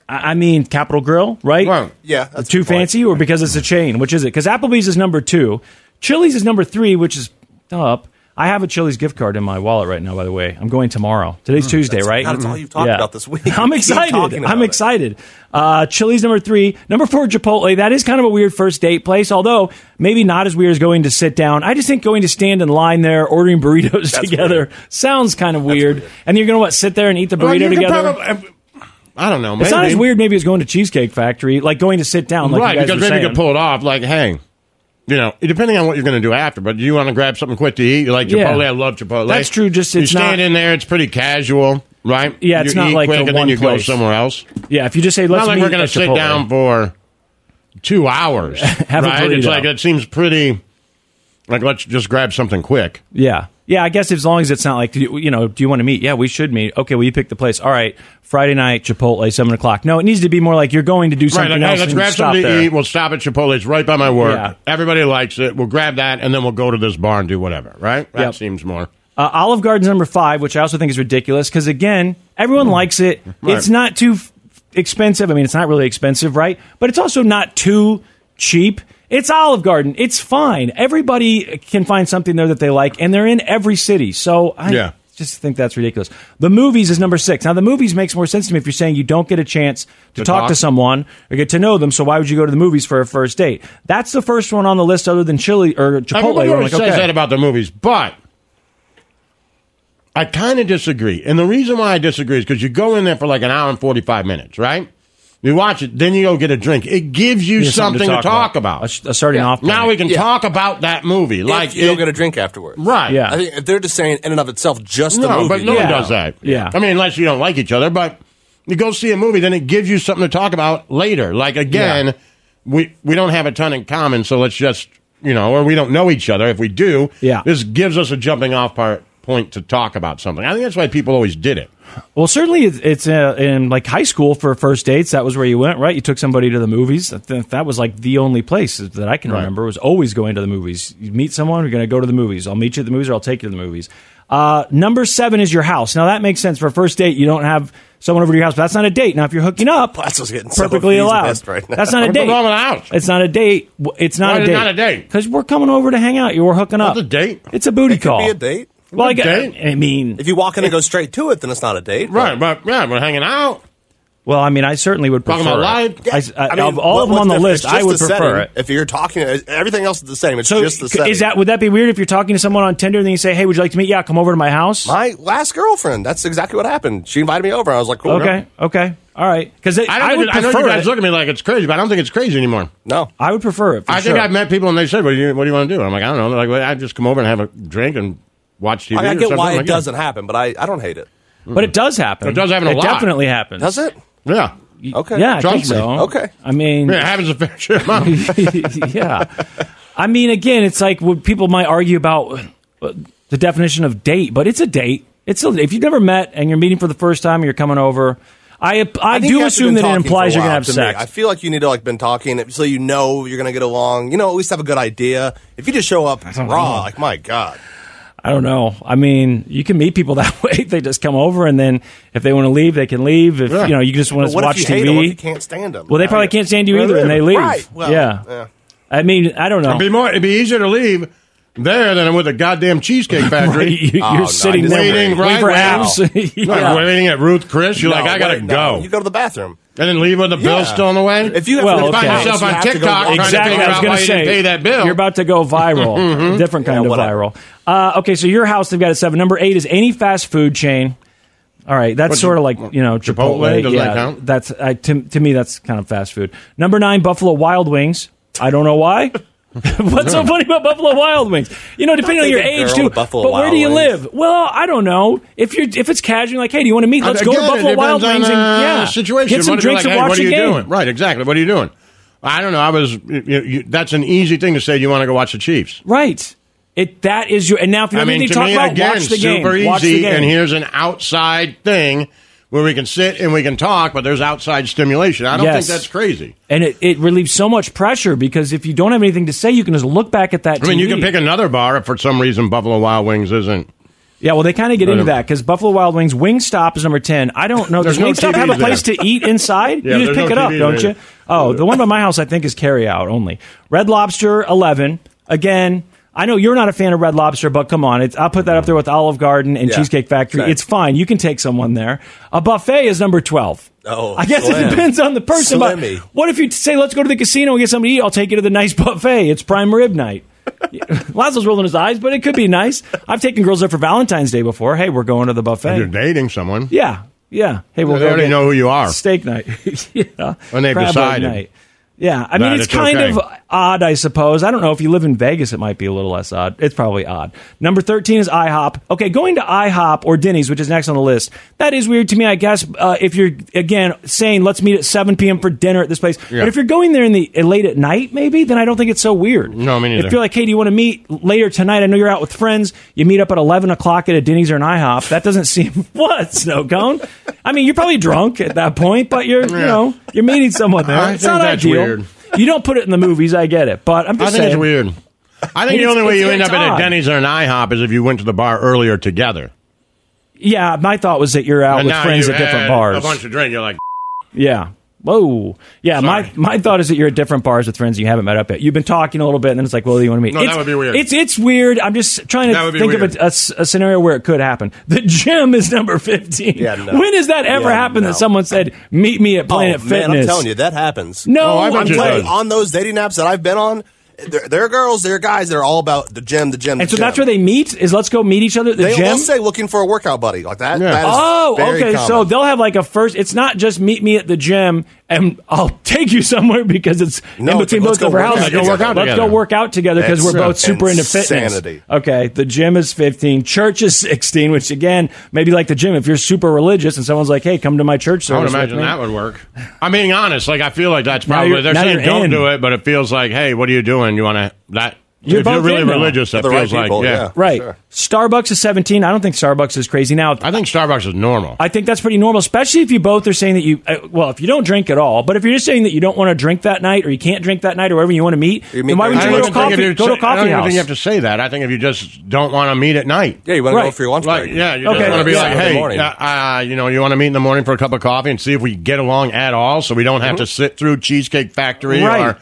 [SPEAKER 1] I I mean, Capital Grill, right?
[SPEAKER 4] Yeah.
[SPEAKER 1] too fancy, or because it's a chain? Which is it? Because Applebee's is number two, Chili's is number three, which is up. I have a Chili's gift card in my wallet right now. By the way, I'm going tomorrow. Today's
[SPEAKER 4] Mm,
[SPEAKER 1] Tuesday,
[SPEAKER 4] that's-
[SPEAKER 1] right?
[SPEAKER 4] God, that's all you've talked about this week.
[SPEAKER 1] I'm
[SPEAKER 4] You keep
[SPEAKER 1] excited.
[SPEAKER 4] talking about
[SPEAKER 1] I'm
[SPEAKER 4] it.
[SPEAKER 1] excited. Uh, Chili's number three, number four, Chipotle. That is kind of a weird first date place, although maybe not as weird as going to sit down. I just think going to stand in line there, ordering burritos together, sounds kind of weird. And you're gonna what? Sit there and eat the burrito
[SPEAKER 2] Well, you could
[SPEAKER 1] together?
[SPEAKER 2] probably- uh, I don't know.
[SPEAKER 1] It's not
[SPEAKER 2] maybe.
[SPEAKER 1] as weird maybe as going to Cheesecake Factory, like going to sit down, like
[SPEAKER 2] right,
[SPEAKER 1] you guys
[SPEAKER 2] because
[SPEAKER 1] were
[SPEAKER 2] maybe you
[SPEAKER 1] saying.
[SPEAKER 2] could pull it off. Like, hey, you know, depending on what you're going to do after, but you want to grab something quick to eat. You like
[SPEAKER 1] Yeah.
[SPEAKER 2] Chipotle? I love Chipotle.
[SPEAKER 1] That's true, just
[SPEAKER 2] you
[SPEAKER 1] it's not-
[SPEAKER 2] stand in there. It's pretty casual, right?
[SPEAKER 1] Yeah, it's
[SPEAKER 2] You
[SPEAKER 1] not
[SPEAKER 2] eat
[SPEAKER 1] like
[SPEAKER 2] quick,
[SPEAKER 1] a
[SPEAKER 2] and
[SPEAKER 1] one
[SPEAKER 2] then you
[SPEAKER 1] place.
[SPEAKER 2] go somewhere else.
[SPEAKER 1] Yeah, if you just say
[SPEAKER 2] not
[SPEAKER 1] let's
[SPEAKER 2] like
[SPEAKER 1] meet
[SPEAKER 2] we're gonna
[SPEAKER 1] at
[SPEAKER 2] sit
[SPEAKER 1] Chipotle.
[SPEAKER 2] down for two hours.
[SPEAKER 1] Have a
[SPEAKER 2] right? It's
[SPEAKER 1] burrito.
[SPEAKER 2] like it seems pretty. Like let's just grab something quick.
[SPEAKER 1] Yeah, yeah. I guess as long as it's not like do you you know, do you want to meet? Yeah, we should meet. Okay, well you pick the place. All right, Friday night Chipotle, seven o'clock. No, it needs to be more like you're going to do
[SPEAKER 2] Right,
[SPEAKER 1] something
[SPEAKER 2] like,
[SPEAKER 1] else.
[SPEAKER 2] hey, let's
[SPEAKER 1] and you
[SPEAKER 2] grab
[SPEAKER 1] stop
[SPEAKER 2] something
[SPEAKER 1] there.
[SPEAKER 2] to eat. We'll stop at Chipotle. It's right by my work.
[SPEAKER 1] Yeah.
[SPEAKER 2] Everybody likes it. We'll grab that, and then we'll go to this bar and do whatever. Right? That
[SPEAKER 1] Yep.
[SPEAKER 2] seems more.
[SPEAKER 1] Uh, Olive Garden's number five, which I also think is ridiculous because again, everyone likes it.
[SPEAKER 2] Hmm. Right.
[SPEAKER 1] It's not too f- expensive. I mean, it's not really expensive, right? But it's also not too cheap. It's Olive Garden. It's fine. Everybody can find something there that they like, and they're in every city. So I
[SPEAKER 2] Yeah.
[SPEAKER 1] just think that's ridiculous. The movies is number six. Now, the movies makes more sense to me if you're saying you don't get a chance to,
[SPEAKER 2] To
[SPEAKER 1] talk,
[SPEAKER 2] talk?
[SPEAKER 1] to someone or get to know them. So why would you go to the movies for a first date? That's the first one on the list, other than Chili or Chipotle.
[SPEAKER 2] Everybody
[SPEAKER 1] where I'm
[SPEAKER 2] always
[SPEAKER 1] like,
[SPEAKER 2] says
[SPEAKER 1] okay.
[SPEAKER 2] that about the movies, but I kind of disagree. And the reason why I disagree is because you go in there for like an hour and 45 minutes, right? You watch it, then you go get a drink. It gives you
[SPEAKER 1] Yeah,
[SPEAKER 2] something, to talk, about.
[SPEAKER 1] A, starting off point.
[SPEAKER 2] Now we can
[SPEAKER 1] Yeah.
[SPEAKER 2] talk about that movie. Like
[SPEAKER 1] you'll
[SPEAKER 2] it-
[SPEAKER 6] get a drink afterwards.
[SPEAKER 2] Right. Yeah.
[SPEAKER 6] I think they're just saying in and of itself just the
[SPEAKER 2] no,
[SPEAKER 6] movie.
[SPEAKER 2] but no one does that. I mean, unless you don't like each other, but you go see a movie, then it gives you something to talk about later. Like again, we we don't have a ton in common, so let's just you know, or we don't know each other. If we do, yeah. this gives us a jumping off part point to talk about something. I think that's why people always did it.
[SPEAKER 1] Well, certainly it's, it's uh, in like high school for first dates. That was where you went, right? You took somebody to the movies. I think That was like the only place that I can
[SPEAKER 7] Right.
[SPEAKER 1] remember was always going to the movies. You meet someone, you're going to go to the movies. I'll meet you at the movies, or I'll take you to the movies. Uh, number seven is your house. Now that makes sense for a first date. You don't have someone over to your house, but that's not a date. Now if you're hooking up,
[SPEAKER 6] Plato's getting so
[SPEAKER 1] perfectly
[SPEAKER 6] appeased
[SPEAKER 1] allowed.
[SPEAKER 6] pissed right now.
[SPEAKER 1] That's not a
[SPEAKER 6] What's
[SPEAKER 1] date.
[SPEAKER 6] wrong with a house?
[SPEAKER 1] It's not a date. W- It's not
[SPEAKER 6] Why
[SPEAKER 1] a
[SPEAKER 6] is
[SPEAKER 1] date.
[SPEAKER 6] it not a date?
[SPEAKER 1] because we're coming over to hang out. You were hooking up.
[SPEAKER 6] It's a
[SPEAKER 2] date.
[SPEAKER 1] It's a booty
[SPEAKER 6] It could
[SPEAKER 1] call.
[SPEAKER 6] be a date.
[SPEAKER 1] Well, I,
[SPEAKER 6] It's a
[SPEAKER 1] gu-
[SPEAKER 6] date.
[SPEAKER 1] I mean,
[SPEAKER 6] If you walk in and go straight to it, then it's not a date.
[SPEAKER 2] Right, but yeah, we're hanging out.
[SPEAKER 1] Well, I mean, I certainly would prefer
[SPEAKER 6] Talking about live.
[SPEAKER 1] it. I, I- of all of them on the list, I would prefer it.
[SPEAKER 6] If you're talking, everything else is the same. It's just the
[SPEAKER 1] C-
[SPEAKER 6] setting.
[SPEAKER 1] Is that would that be weird if you're talking to someone on Tinder and then you say, "Hey, would you like to meet? Yeah, come over to my house."
[SPEAKER 6] my last girlfriend? That's exactly what happened. She invited me over. I was like, cool,
[SPEAKER 1] okay, okay, all right. Because I,
[SPEAKER 2] I, don't
[SPEAKER 1] would
[SPEAKER 2] think- I know
[SPEAKER 1] prefer
[SPEAKER 2] you guys
[SPEAKER 1] it.
[SPEAKER 2] look at me like it's crazy, but I don't think it's crazy anymore.
[SPEAKER 6] No,
[SPEAKER 1] I would prefer it. For
[SPEAKER 2] I
[SPEAKER 1] sure.
[SPEAKER 2] think I've met people and they said, "What do you What do you want to do?" I'm like, "I don't know." They're like, well, "I just come over and have a drink and watch TV."
[SPEAKER 6] I, mean, I
[SPEAKER 2] or
[SPEAKER 6] get
[SPEAKER 2] something."
[SPEAKER 6] why
[SPEAKER 2] I'm
[SPEAKER 6] it
[SPEAKER 2] like, yeah.
[SPEAKER 6] doesn't happen, but I, I don't hate it.
[SPEAKER 1] But it does happen.
[SPEAKER 2] It does happen a
[SPEAKER 1] It
[SPEAKER 2] lot.
[SPEAKER 1] definitely happens.
[SPEAKER 6] Does it?
[SPEAKER 2] Yeah.
[SPEAKER 6] Okay.
[SPEAKER 1] Yeah, I
[SPEAKER 2] Trust
[SPEAKER 1] think
[SPEAKER 2] me.
[SPEAKER 1] so.
[SPEAKER 2] Okay.
[SPEAKER 1] I mean,
[SPEAKER 2] Yeah, it happens a fair share amount.
[SPEAKER 1] yeah. I mean, again, it's like would people might argue about uh, the definition of date, but it's a date. It's still if you've never met and you're meeting for the first time, and you're coming over. I I,
[SPEAKER 6] think you
[SPEAKER 1] do
[SPEAKER 6] have to
[SPEAKER 1] assume
[SPEAKER 6] been
[SPEAKER 1] that it
[SPEAKER 6] talking
[SPEAKER 1] implies
[SPEAKER 6] for
[SPEAKER 1] you're
[SPEAKER 6] a
[SPEAKER 1] gonna
[SPEAKER 6] while
[SPEAKER 1] have
[SPEAKER 6] to me.
[SPEAKER 1] sex.
[SPEAKER 6] I feel like you need to like been talking so you know you're gonna get along. You know, at least have a good idea. If you just show up raw,
[SPEAKER 1] don't know.
[SPEAKER 6] like my god,
[SPEAKER 1] I don't know. I mean, you can meet people that way. They just come over, and then if they want to leave, they can leave. If you know, you just want
[SPEAKER 6] But
[SPEAKER 1] to
[SPEAKER 6] what
[SPEAKER 1] watch
[SPEAKER 6] if you
[SPEAKER 1] TV.
[SPEAKER 6] hate 'em? What if you can't stand them.
[SPEAKER 1] Well, they probably can't stand you either, and they leave.
[SPEAKER 6] Right. Well,
[SPEAKER 1] yeah. I mean, I don't know.
[SPEAKER 2] It'd be more. It'd be easier to leave there than with a goddamn cheesecake factory.
[SPEAKER 1] Right, you- you're Oh, no, sitting I there
[SPEAKER 2] waiting,
[SPEAKER 1] disagree. waiting
[SPEAKER 2] right,
[SPEAKER 1] for apps.
[SPEAKER 2] Right,
[SPEAKER 1] Yeah.
[SPEAKER 2] waiting at Ruth Chris. You're
[SPEAKER 6] No,
[SPEAKER 2] like, I gotta
[SPEAKER 6] wait, no.
[SPEAKER 2] go.
[SPEAKER 6] You go to the bathroom.
[SPEAKER 2] and then leave with the bill
[SPEAKER 6] Yeah.
[SPEAKER 2] still on the way.
[SPEAKER 6] If you have
[SPEAKER 1] Well,
[SPEAKER 6] to
[SPEAKER 1] okay.
[SPEAKER 2] find yourself
[SPEAKER 6] You
[SPEAKER 2] on
[SPEAKER 6] have to go
[SPEAKER 2] TikTok
[SPEAKER 6] walk.
[SPEAKER 2] trying
[SPEAKER 1] exactly.
[SPEAKER 2] to figure
[SPEAKER 1] I was
[SPEAKER 2] out
[SPEAKER 1] gonna
[SPEAKER 2] why you
[SPEAKER 1] say
[SPEAKER 2] didn't pay that bill.
[SPEAKER 1] You're about to go viral.
[SPEAKER 2] Mhm.
[SPEAKER 1] Different kind of viral. Uh, okay, so your house they've got it seven. Number eight is any fast food chain. All right, that's
[SPEAKER 2] What,
[SPEAKER 1] sort of like you know
[SPEAKER 2] Chipotle?
[SPEAKER 1] Chipotle.
[SPEAKER 2] Does that
[SPEAKER 1] yeah,
[SPEAKER 2] count?
[SPEAKER 1] that's I, to, to me that's kind of fast food. Number nine, Buffalo Wild Wings. I don't know why. What's so funny about Buffalo Wild Wings? You know, depending on
[SPEAKER 6] think
[SPEAKER 1] your
[SPEAKER 6] a
[SPEAKER 1] age
[SPEAKER 6] girl
[SPEAKER 1] too.
[SPEAKER 6] with Buffalo
[SPEAKER 1] but where
[SPEAKER 6] Wild
[SPEAKER 1] do you
[SPEAKER 6] Wings-
[SPEAKER 1] live? Well, I don't know. If you're if it's casual, you're like, hey, do you want to meet? Let's go
[SPEAKER 2] Again,
[SPEAKER 1] to
[SPEAKER 2] it
[SPEAKER 1] Buffalo Wild Wings
[SPEAKER 2] depends on,
[SPEAKER 1] and
[SPEAKER 2] uh,
[SPEAKER 1] yeah,
[SPEAKER 2] situation.
[SPEAKER 1] get some
[SPEAKER 2] What do you
[SPEAKER 1] drinks
[SPEAKER 2] like,
[SPEAKER 1] and
[SPEAKER 2] hey,
[SPEAKER 1] watch
[SPEAKER 2] what are
[SPEAKER 1] a
[SPEAKER 2] you
[SPEAKER 1] game.
[SPEAKER 2] Doing? Right, exactly. What are you doing? I don't know. I was. You, you, that's an easy thing to say. You want to go watch the Chiefs?
[SPEAKER 1] Right. It that is your and now if you
[SPEAKER 2] I
[SPEAKER 1] have
[SPEAKER 2] mean,
[SPEAKER 1] anything
[SPEAKER 2] to
[SPEAKER 1] to talk
[SPEAKER 2] me,
[SPEAKER 1] about,
[SPEAKER 2] again,
[SPEAKER 1] watch the game.
[SPEAKER 2] super easy.
[SPEAKER 1] watch the game.
[SPEAKER 2] And here's an outside thing where we can sit and we can talk, but there's outside stimulation. I don't
[SPEAKER 1] Yes.
[SPEAKER 2] think that's crazy.
[SPEAKER 1] and it, it relieves so much pressure because if you don't have anything to say, you can just look back at that.
[SPEAKER 2] I mean, you
[SPEAKER 1] TV.
[SPEAKER 2] can pick another bar if for some reason Buffalo Wild Wings isn't.
[SPEAKER 1] Yeah, well, they kind of get into
[SPEAKER 2] Right.
[SPEAKER 1] that because Buffalo Wild Wings, Wingstop is number ten. I don't know. Does
[SPEAKER 2] There's no
[SPEAKER 1] Wingstop have a
[SPEAKER 2] TVs
[SPEAKER 1] place
[SPEAKER 2] there.
[SPEAKER 1] to eat inside?
[SPEAKER 2] Yeah,
[SPEAKER 1] you just
[SPEAKER 2] there's
[SPEAKER 1] pick
[SPEAKER 2] no
[SPEAKER 1] it up,
[SPEAKER 2] TVs
[SPEAKER 1] don't
[SPEAKER 2] there.
[SPEAKER 1] you? Oh, the one by my house, I think, is carry out only. Red Lobster, eleven. Again, I know you're not a fan of Red Lobster, but come on, it's, I'll put that up there with Olive Garden and
[SPEAKER 6] Yeah,
[SPEAKER 1] Cheesecake Factory.
[SPEAKER 6] same.
[SPEAKER 1] It's fine. You can take someone there. A buffet is number twelve.
[SPEAKER 6] Oh,
[SPEAKER 1] I guess
[SPEAKER 6] slim.
[SPEAKER 1] it depends on the person. But
[SPEAKER 6] Slimmy.
[SPEAKER 1] what if you say, let's go to the casino and get something to eat? I'll take you to the nice buffet. It's prime rib night. Lazo's rolling his eyes, but it could be nice. I've taken girls there for Valentine's Day before. Hey, we're going to the
[SPEAKER 2] If you're
[SPEAKER 1] buffet.
[SPEAKER 2] dating someone,
[SPEAKER 1] Yeah, yeah. Hey, we'll
[SPEAKER 2] They
[SPEAKER 1] go
[SPEAKER 2] already
[SPEAKER 1] get
[SPEAKER 2] know who you are.
[SPEAKER 1] Steak night. yeah.
[SPEAKER 2] When they've
[SPEAKER 1] crab leg
[SPEAKER 2] decided.
[SPEAKER 1] Yeah, I
[SPEAKER 2] That
[SPEAKER 1] mean it's
[SPEAKER 2] it's
[SPEAKER 1] kind
[SPEAKER 2] okay.
[SPEAKER 1] of odd, I suppose. I don't know if you live in Vegas, it might be a little less odd. It's probably odd. Number thirteen is IHOP. Okay, going to IHOP or Denny's, which is next on the list, that is weird to me. I guess uh, if you're again saying let's meet at seven p.m. for dinner at this place,
[SPEAKER 2] Yeah.
[SPEAKER 1] but if you're going there in the uh, late at night, maybe then I don't think it's so weird.
[SPEAKER 2] No, me neither.
[SPEAKER 1] If you're like, hey, do you want to meet later tonight? I know you're out with friends. You meet up at eleven o'clock at a Denny's or an IHOP. That doesn't seem what snow cone. I mean, you're probably drunk at that point, but you're you
[SPEAKER 2] Yeah.
[SPEAKER 1] know you're meeting someone there.
[SPEAKER 2] I
[SPEAKER 1] it's
[SPEAKER 2] think
[SPEAKER 1] not
[SPEAKER 2] that's
[SPEAKER 1] ideal.
[SPEAKER 2] weird.
[SPEAKER 1] You don't put it in the movies. I get it, but I'm
[SPEAKER 2] I
[SPEAKER 1] just
[SPEAKER 2] think it's
[SPEAKER 1] saying.
[SPEAKER 2] weird. I think the
[SPEAKER 1] It's-
[SPEAKER 2] only way
[SPEAKER 1] it's-
[SPEAKER 2] you end
[SPEAKER 1] it's
[SPEAKER 2] up at a
[SPEAKER 1] odd.
[SPEAKER 2] Denny's or an IHOP is if you went to the bar earlier together.
[SPEAKER 1] Yeah, my thought was that you're out
[SPEAKER 2] And
[SPEAKER 1] with
[SPEAKER 2] now
[SPEAKER 1] friends
[SPEAKER 2] you
[SPEAKER 1] at different
[SPEAKER 2] had
[SPEAKER 1] bars.
[SPEAKER 2] A bunch of drink. You're like,
[SPEAKER 1] yeah. Whoa. Yeah, my my thought is that you're at different bars with friends you haven't met up yet. You've been talking a little bit, and then it's like, well, do you want to meet?
[SPEAKER 2] No, that
[SPEAKER 1] It's-
[SPEAKER 2] would be weird.
[SPEAKER 1] It's it's weird. I'm just trying
[SPEAKER 2] That
[SPEAKER 1] to
[SPEAKER 2] would be
[SPEAKER 1] think
[SPEAKER 2] weird.
[SPEAKER 1] of a- a, s- a scenario where it could happen. The gym is number fifteen.
[SPEAKER 6] Yeah, no.
[SPEAKER 1] When has that ever
[SPEAKER 6] Yeah,
[SPEAKER 1] happened
[SPEAKER 6] no.
[SPEAKER 1] that someone said, "Meet me at Planet
[SPEAKER 6] oh, man,
[SPEAKER 1] Fitness"?
[SPEAKER 6] I'm telling you, that happens.
[SPEAKER 1] No, Oh, I bet
[SPEAKER 6] I'm
[SPEAKER 1] you it
[SPEAKER 6] telling you,
[SPEAKER 1] does.
[SPEAKER 6] on those dating apps that I've been on, There, there are girls, there are guys that are all about the gym, the gym.
[SPEAKER 1] And
[SPEAKER 6] the
[SPEAKER 1] so
[SPEAKER 6] gym.
[SPEAKER 1] that's where they meet. Is let's go meet each other at the
[SPEAKER 6] they
[SPEAKER 1] gym.
[SPEAKER 6] will say looking for a workout buddy like that. that is
[SPEAKER 1] oh,
[SPEAKER 6] very
[SPEAKER 1] okay.
[SPEAKER 6] common.
[SPEAKER 1] So they'll have like a first. It's not just meet me at the gym and I'll take you somewhere because it's
[SPEAKER 6] No,
[SPEAKER 1] in
[SPEAKER 6] it's
[SPEAKER 1] between both of
[SPEAKER 6] like, let's go
[SPEAKER 1] our
[SPEAKER 6] work out
[SPEAKER 1] houses.
[SPEAKER 6] together. Let's go work out
[SPEAKER 1] Let's
[SPEAKER 6] together.
[SPEAKER 1] go work out together because
[SPEAKER 6] That's
[SPEAKER 1] we're both super into fitness.
[SPEAKER 6] insanity.
[SPEAKER 1] Okay, the gym is fifteen. Church is sixteen. Which again, maybe like the gym. If you're super religious and someone's like, "Hey, come to my church
[SPEAKER 2] I would
[SPEAKER 1] service," with
[SPEAKER 2] imagine
[SPEAKER 1] me.
[SPEAKER 2] that would work. I'm being honest. Like I feel like that's
[SPEAKER 1] Now
[SPEAKER 2] probably
[SPEAKER 1] you're-
[SPEAKER 2] they're
[SPEAKER 1] now
[SPEAKER 2] saying
[SPEAKER 1] you're
[SPEAKER 2] don't
[SPEAKER 1] in.
[SPEAKER 2] do it, but it feels like hey, what are you doing? You want to that?
[SPEAKER 1] You're
[SPEAKER 2] if you're
[SPEAKER 1] both
[SPEAKER 2] really
[SPEAKER 1] in now.
[SPEAKER 2] religious, that
[SPEAKER 6] For the right
[SPEAKER 2] feels like
[SPEAKER 6] people,
[SPEAKER 2] yeah.
[SPEAKER 6] yeah.
[SPEAKER 1] Right. Starbucks is 17. I don't think Starbucks is crazy. Now, I
[SPEAKER 2] think Starbucks is normal.
[SPEAKER 1] I think that's pretty normal, especially if you both are saying that you, uh, well, if you don't drink at all, but if you're just saying that you don't want to drink that night or you can't drink that night or wherever you want to meet, then why would you
[SPEAKER 2] I
[SPEAKER 1] go
[SPEAKER 2] don't
[SPEAKER 1] to a
[SPEAKER 2] even think if
[SPEAKER 1] coffee,
[SPEAKER 2] you-
[SPEAKER 1] go to a
[SPEAKER 2] I
[SPEAKER 1] coffee
[SPEAKER 2] don't even
[SPEAKER 1] house?
[SPEAKER 2] think you have to say that. I think if you just don't want to meet at night.
[SPEAKER 6] Yeah, you
[SPEAKER 1] wanna go Right. for
[SPEAKER 6] your lunch
[SPEAKER 2] Like,
[SPEAKER 6] break.
[SPEAKER 2] yeah, you
[SPEAKER 6] Okay.
[SPEAKER 2] just want to be
[SPEAKER 6] Yeah.
[SPEAKER 2] like,
[SPEAKER 6] In the
[SPEAKER 2] hey,
[SPEAKER 6] morning.
[SPEAKER 2] uh, uh, you know, you want to meet in the morning for a cup of coffee and see if we get along at all, so we don't have to sit through Cheesecake Factory
[SPEAKER 1] Mm-hmm. Right.
[SPEAKER 2] or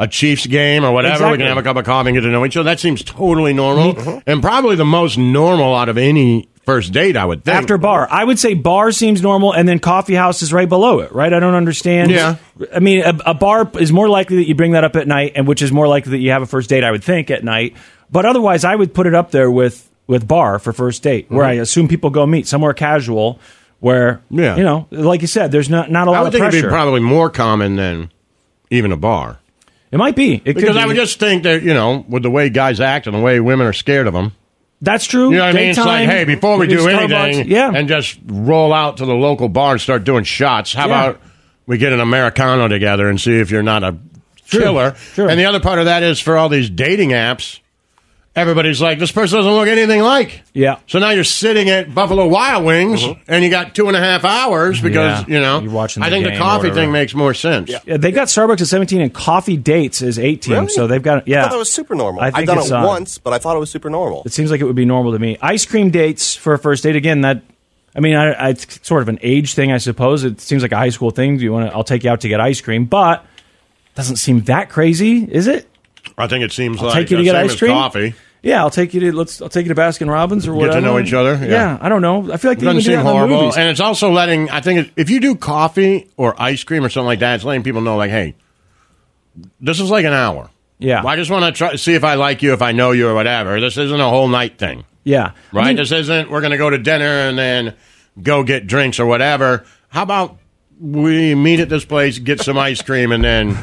[SPEAKER 2] a Chiefs game or whatever. We
[SPEAKER 1] Exactly. Mm-hmm.
[SPEAKER 2] can have a cup of coffee and get to know each other. That seems totally normal and probably the most normal out of any first date, I would think.
[SPEAKER 1] After bar, I would say bar seems normal, and then coffee house is right below it. Right? I don't understand.
[SPEAKER 2] Yeah.
[SPEAKER 1] I mean, a, a bar is more likely that you bring that up at night, and which is more likely that you have a first date. I would think at night, but otherwise, I would put it up there with with bar for first date, where I assume people go meet somewhere casual, where
[SPEAKER 2] Mm-hmm. Yeah.
[SPEAKER 1] you know, like you said, there's not not a
[SPEAKER 2] I
[SPEAKER 1] lot
[SPEAKER 2] would
[SPEAKER 1] of
[SPEAKER 2] think it'd
[SPEAKER 1] pressure.
[SPEAKER 2] be probably more common than even a bar.
[SPEAKER 1] It might be. It could
[SPEAKER 2] because I
[SPEAKER 1] be.
[SPEAKER 2] would just think that, you know, with the way guys act and the way women are scared of them.
[SPEAKER 1] That's true.
[SPEAKER 2] You know what I mean? It's like,
[SPEAKER 1] Daytime,
[SPEAKER 2] hey, before we
[SPEAKER 1] maybe
[SPEAKER 2] do
[SPEAKER 1] Starbucks.
[SPEAKER 2] anything
[SPEAKER 1] yeah.
[SPEAKER 2] and just roll out to the local bar and start doing shots, how
[SPEAKER 1] Yeah.
[SPEAKER 2] about we get an Americano together and see if you're not a
[SPEAKER 1] Sure,
[SPEAKER 2] killer?
[SPEAKER 1] sure.
[SPEAKER 2] And the other part of that is for all these dating apps, everybody's like, this person doesn't look anything like.
[SPEAKER 1] Yeah.
[SPEAKER 2] So now you're sitting at Buffalo Wild Wings and you got two and a half hours because,
[SPEAKER 1] Mm-hmm. Yeah.
[SPEAKER 2] you know,
[SPEAKER 1] You're watching
[SPEAKER 2] I
[SPEAKER 1] the
[SPEAKER 2] think the
[SPEAKER 1] game or
[SPEAKER 2] coffee
[SPEAKER 1] whatever.
[SPEAKER 2] thing makes more sense.
[SPEAKER 1] Yeah, they got Starbucks at 17 and coffee dates is 18.
[SPEAKER 6] Really?
[SPEAKER 1] So they've got, yeah.
[SPEAKER 6] I thought that was super normal.
[SPEAKER 1] I
[SPEAKER 6] I've
[SPEAKER 1] think
[SPEAKER 6] done
[SPEAKER 1] it's,
[SPEAKER 6] it
[SPEAKER 1] uh,
[SPEAKER 6] once, but I thought it was super normal.
[SPEAKER 1] It seems like it would be normal to me. Ice cream dates for a first date again. That I mean, I, I, it's sort of an age thing, I suppose. It seems like a high school thing. Do you want to? I'll take you out to get ice cream, but doesn't seem that crazy, is it?
[SPEAKER 2] I think it seems
[SPEAKER 1] I'll
[SPEAKER 2] like
[SPEAKER 1] take you to
[SPEAKER 2] the
[SPEAKER 1] get
[SPEAKER 2] same
[SPEAKER 1] ice
[SPEAKER 2] as
[SPEAKER 1] cream?
[SPEAKER 2] coffee.
[SPEAKER 1] Yeah, I'll take you to let's. I'll take you to Baskin Robbins or
[SPEAKER 2] Get to
[SPEAKER 1] whatever.
[SPEAKER 2] know each other,
[SPEAKER 1] Yeah.
[SPEAKER 2] yeah.
[SPEAKER 1] I don't know. I feel like they
[SPEAKER 2] It
[SPEAKER 1] even
[SPEAKER 2] doesn't
[SPEAKER 1] do
[SPEAKER 2] seem
[SPEAKER 1] that in the
[SPEAKER 2] horrible,
[SPEAKER 1] movies.
[SPEAKER 2] and it's also letting. I think it- if you do coffee or ice cream or something like that, it's letting people know, like, hey, this is like an hour.
[SPEAKER 1] Yeah.
[SPEAKER 2] I just want to try see if I like you, if I know you, or whatever. This isn't a whole night thing,
[SPEAKER 1] yeah,
[SPEAKER 2] right? this isn't. We're going to go to dinner and then go get drinks or whatever. How about we meet at this place, get some ice cream, and then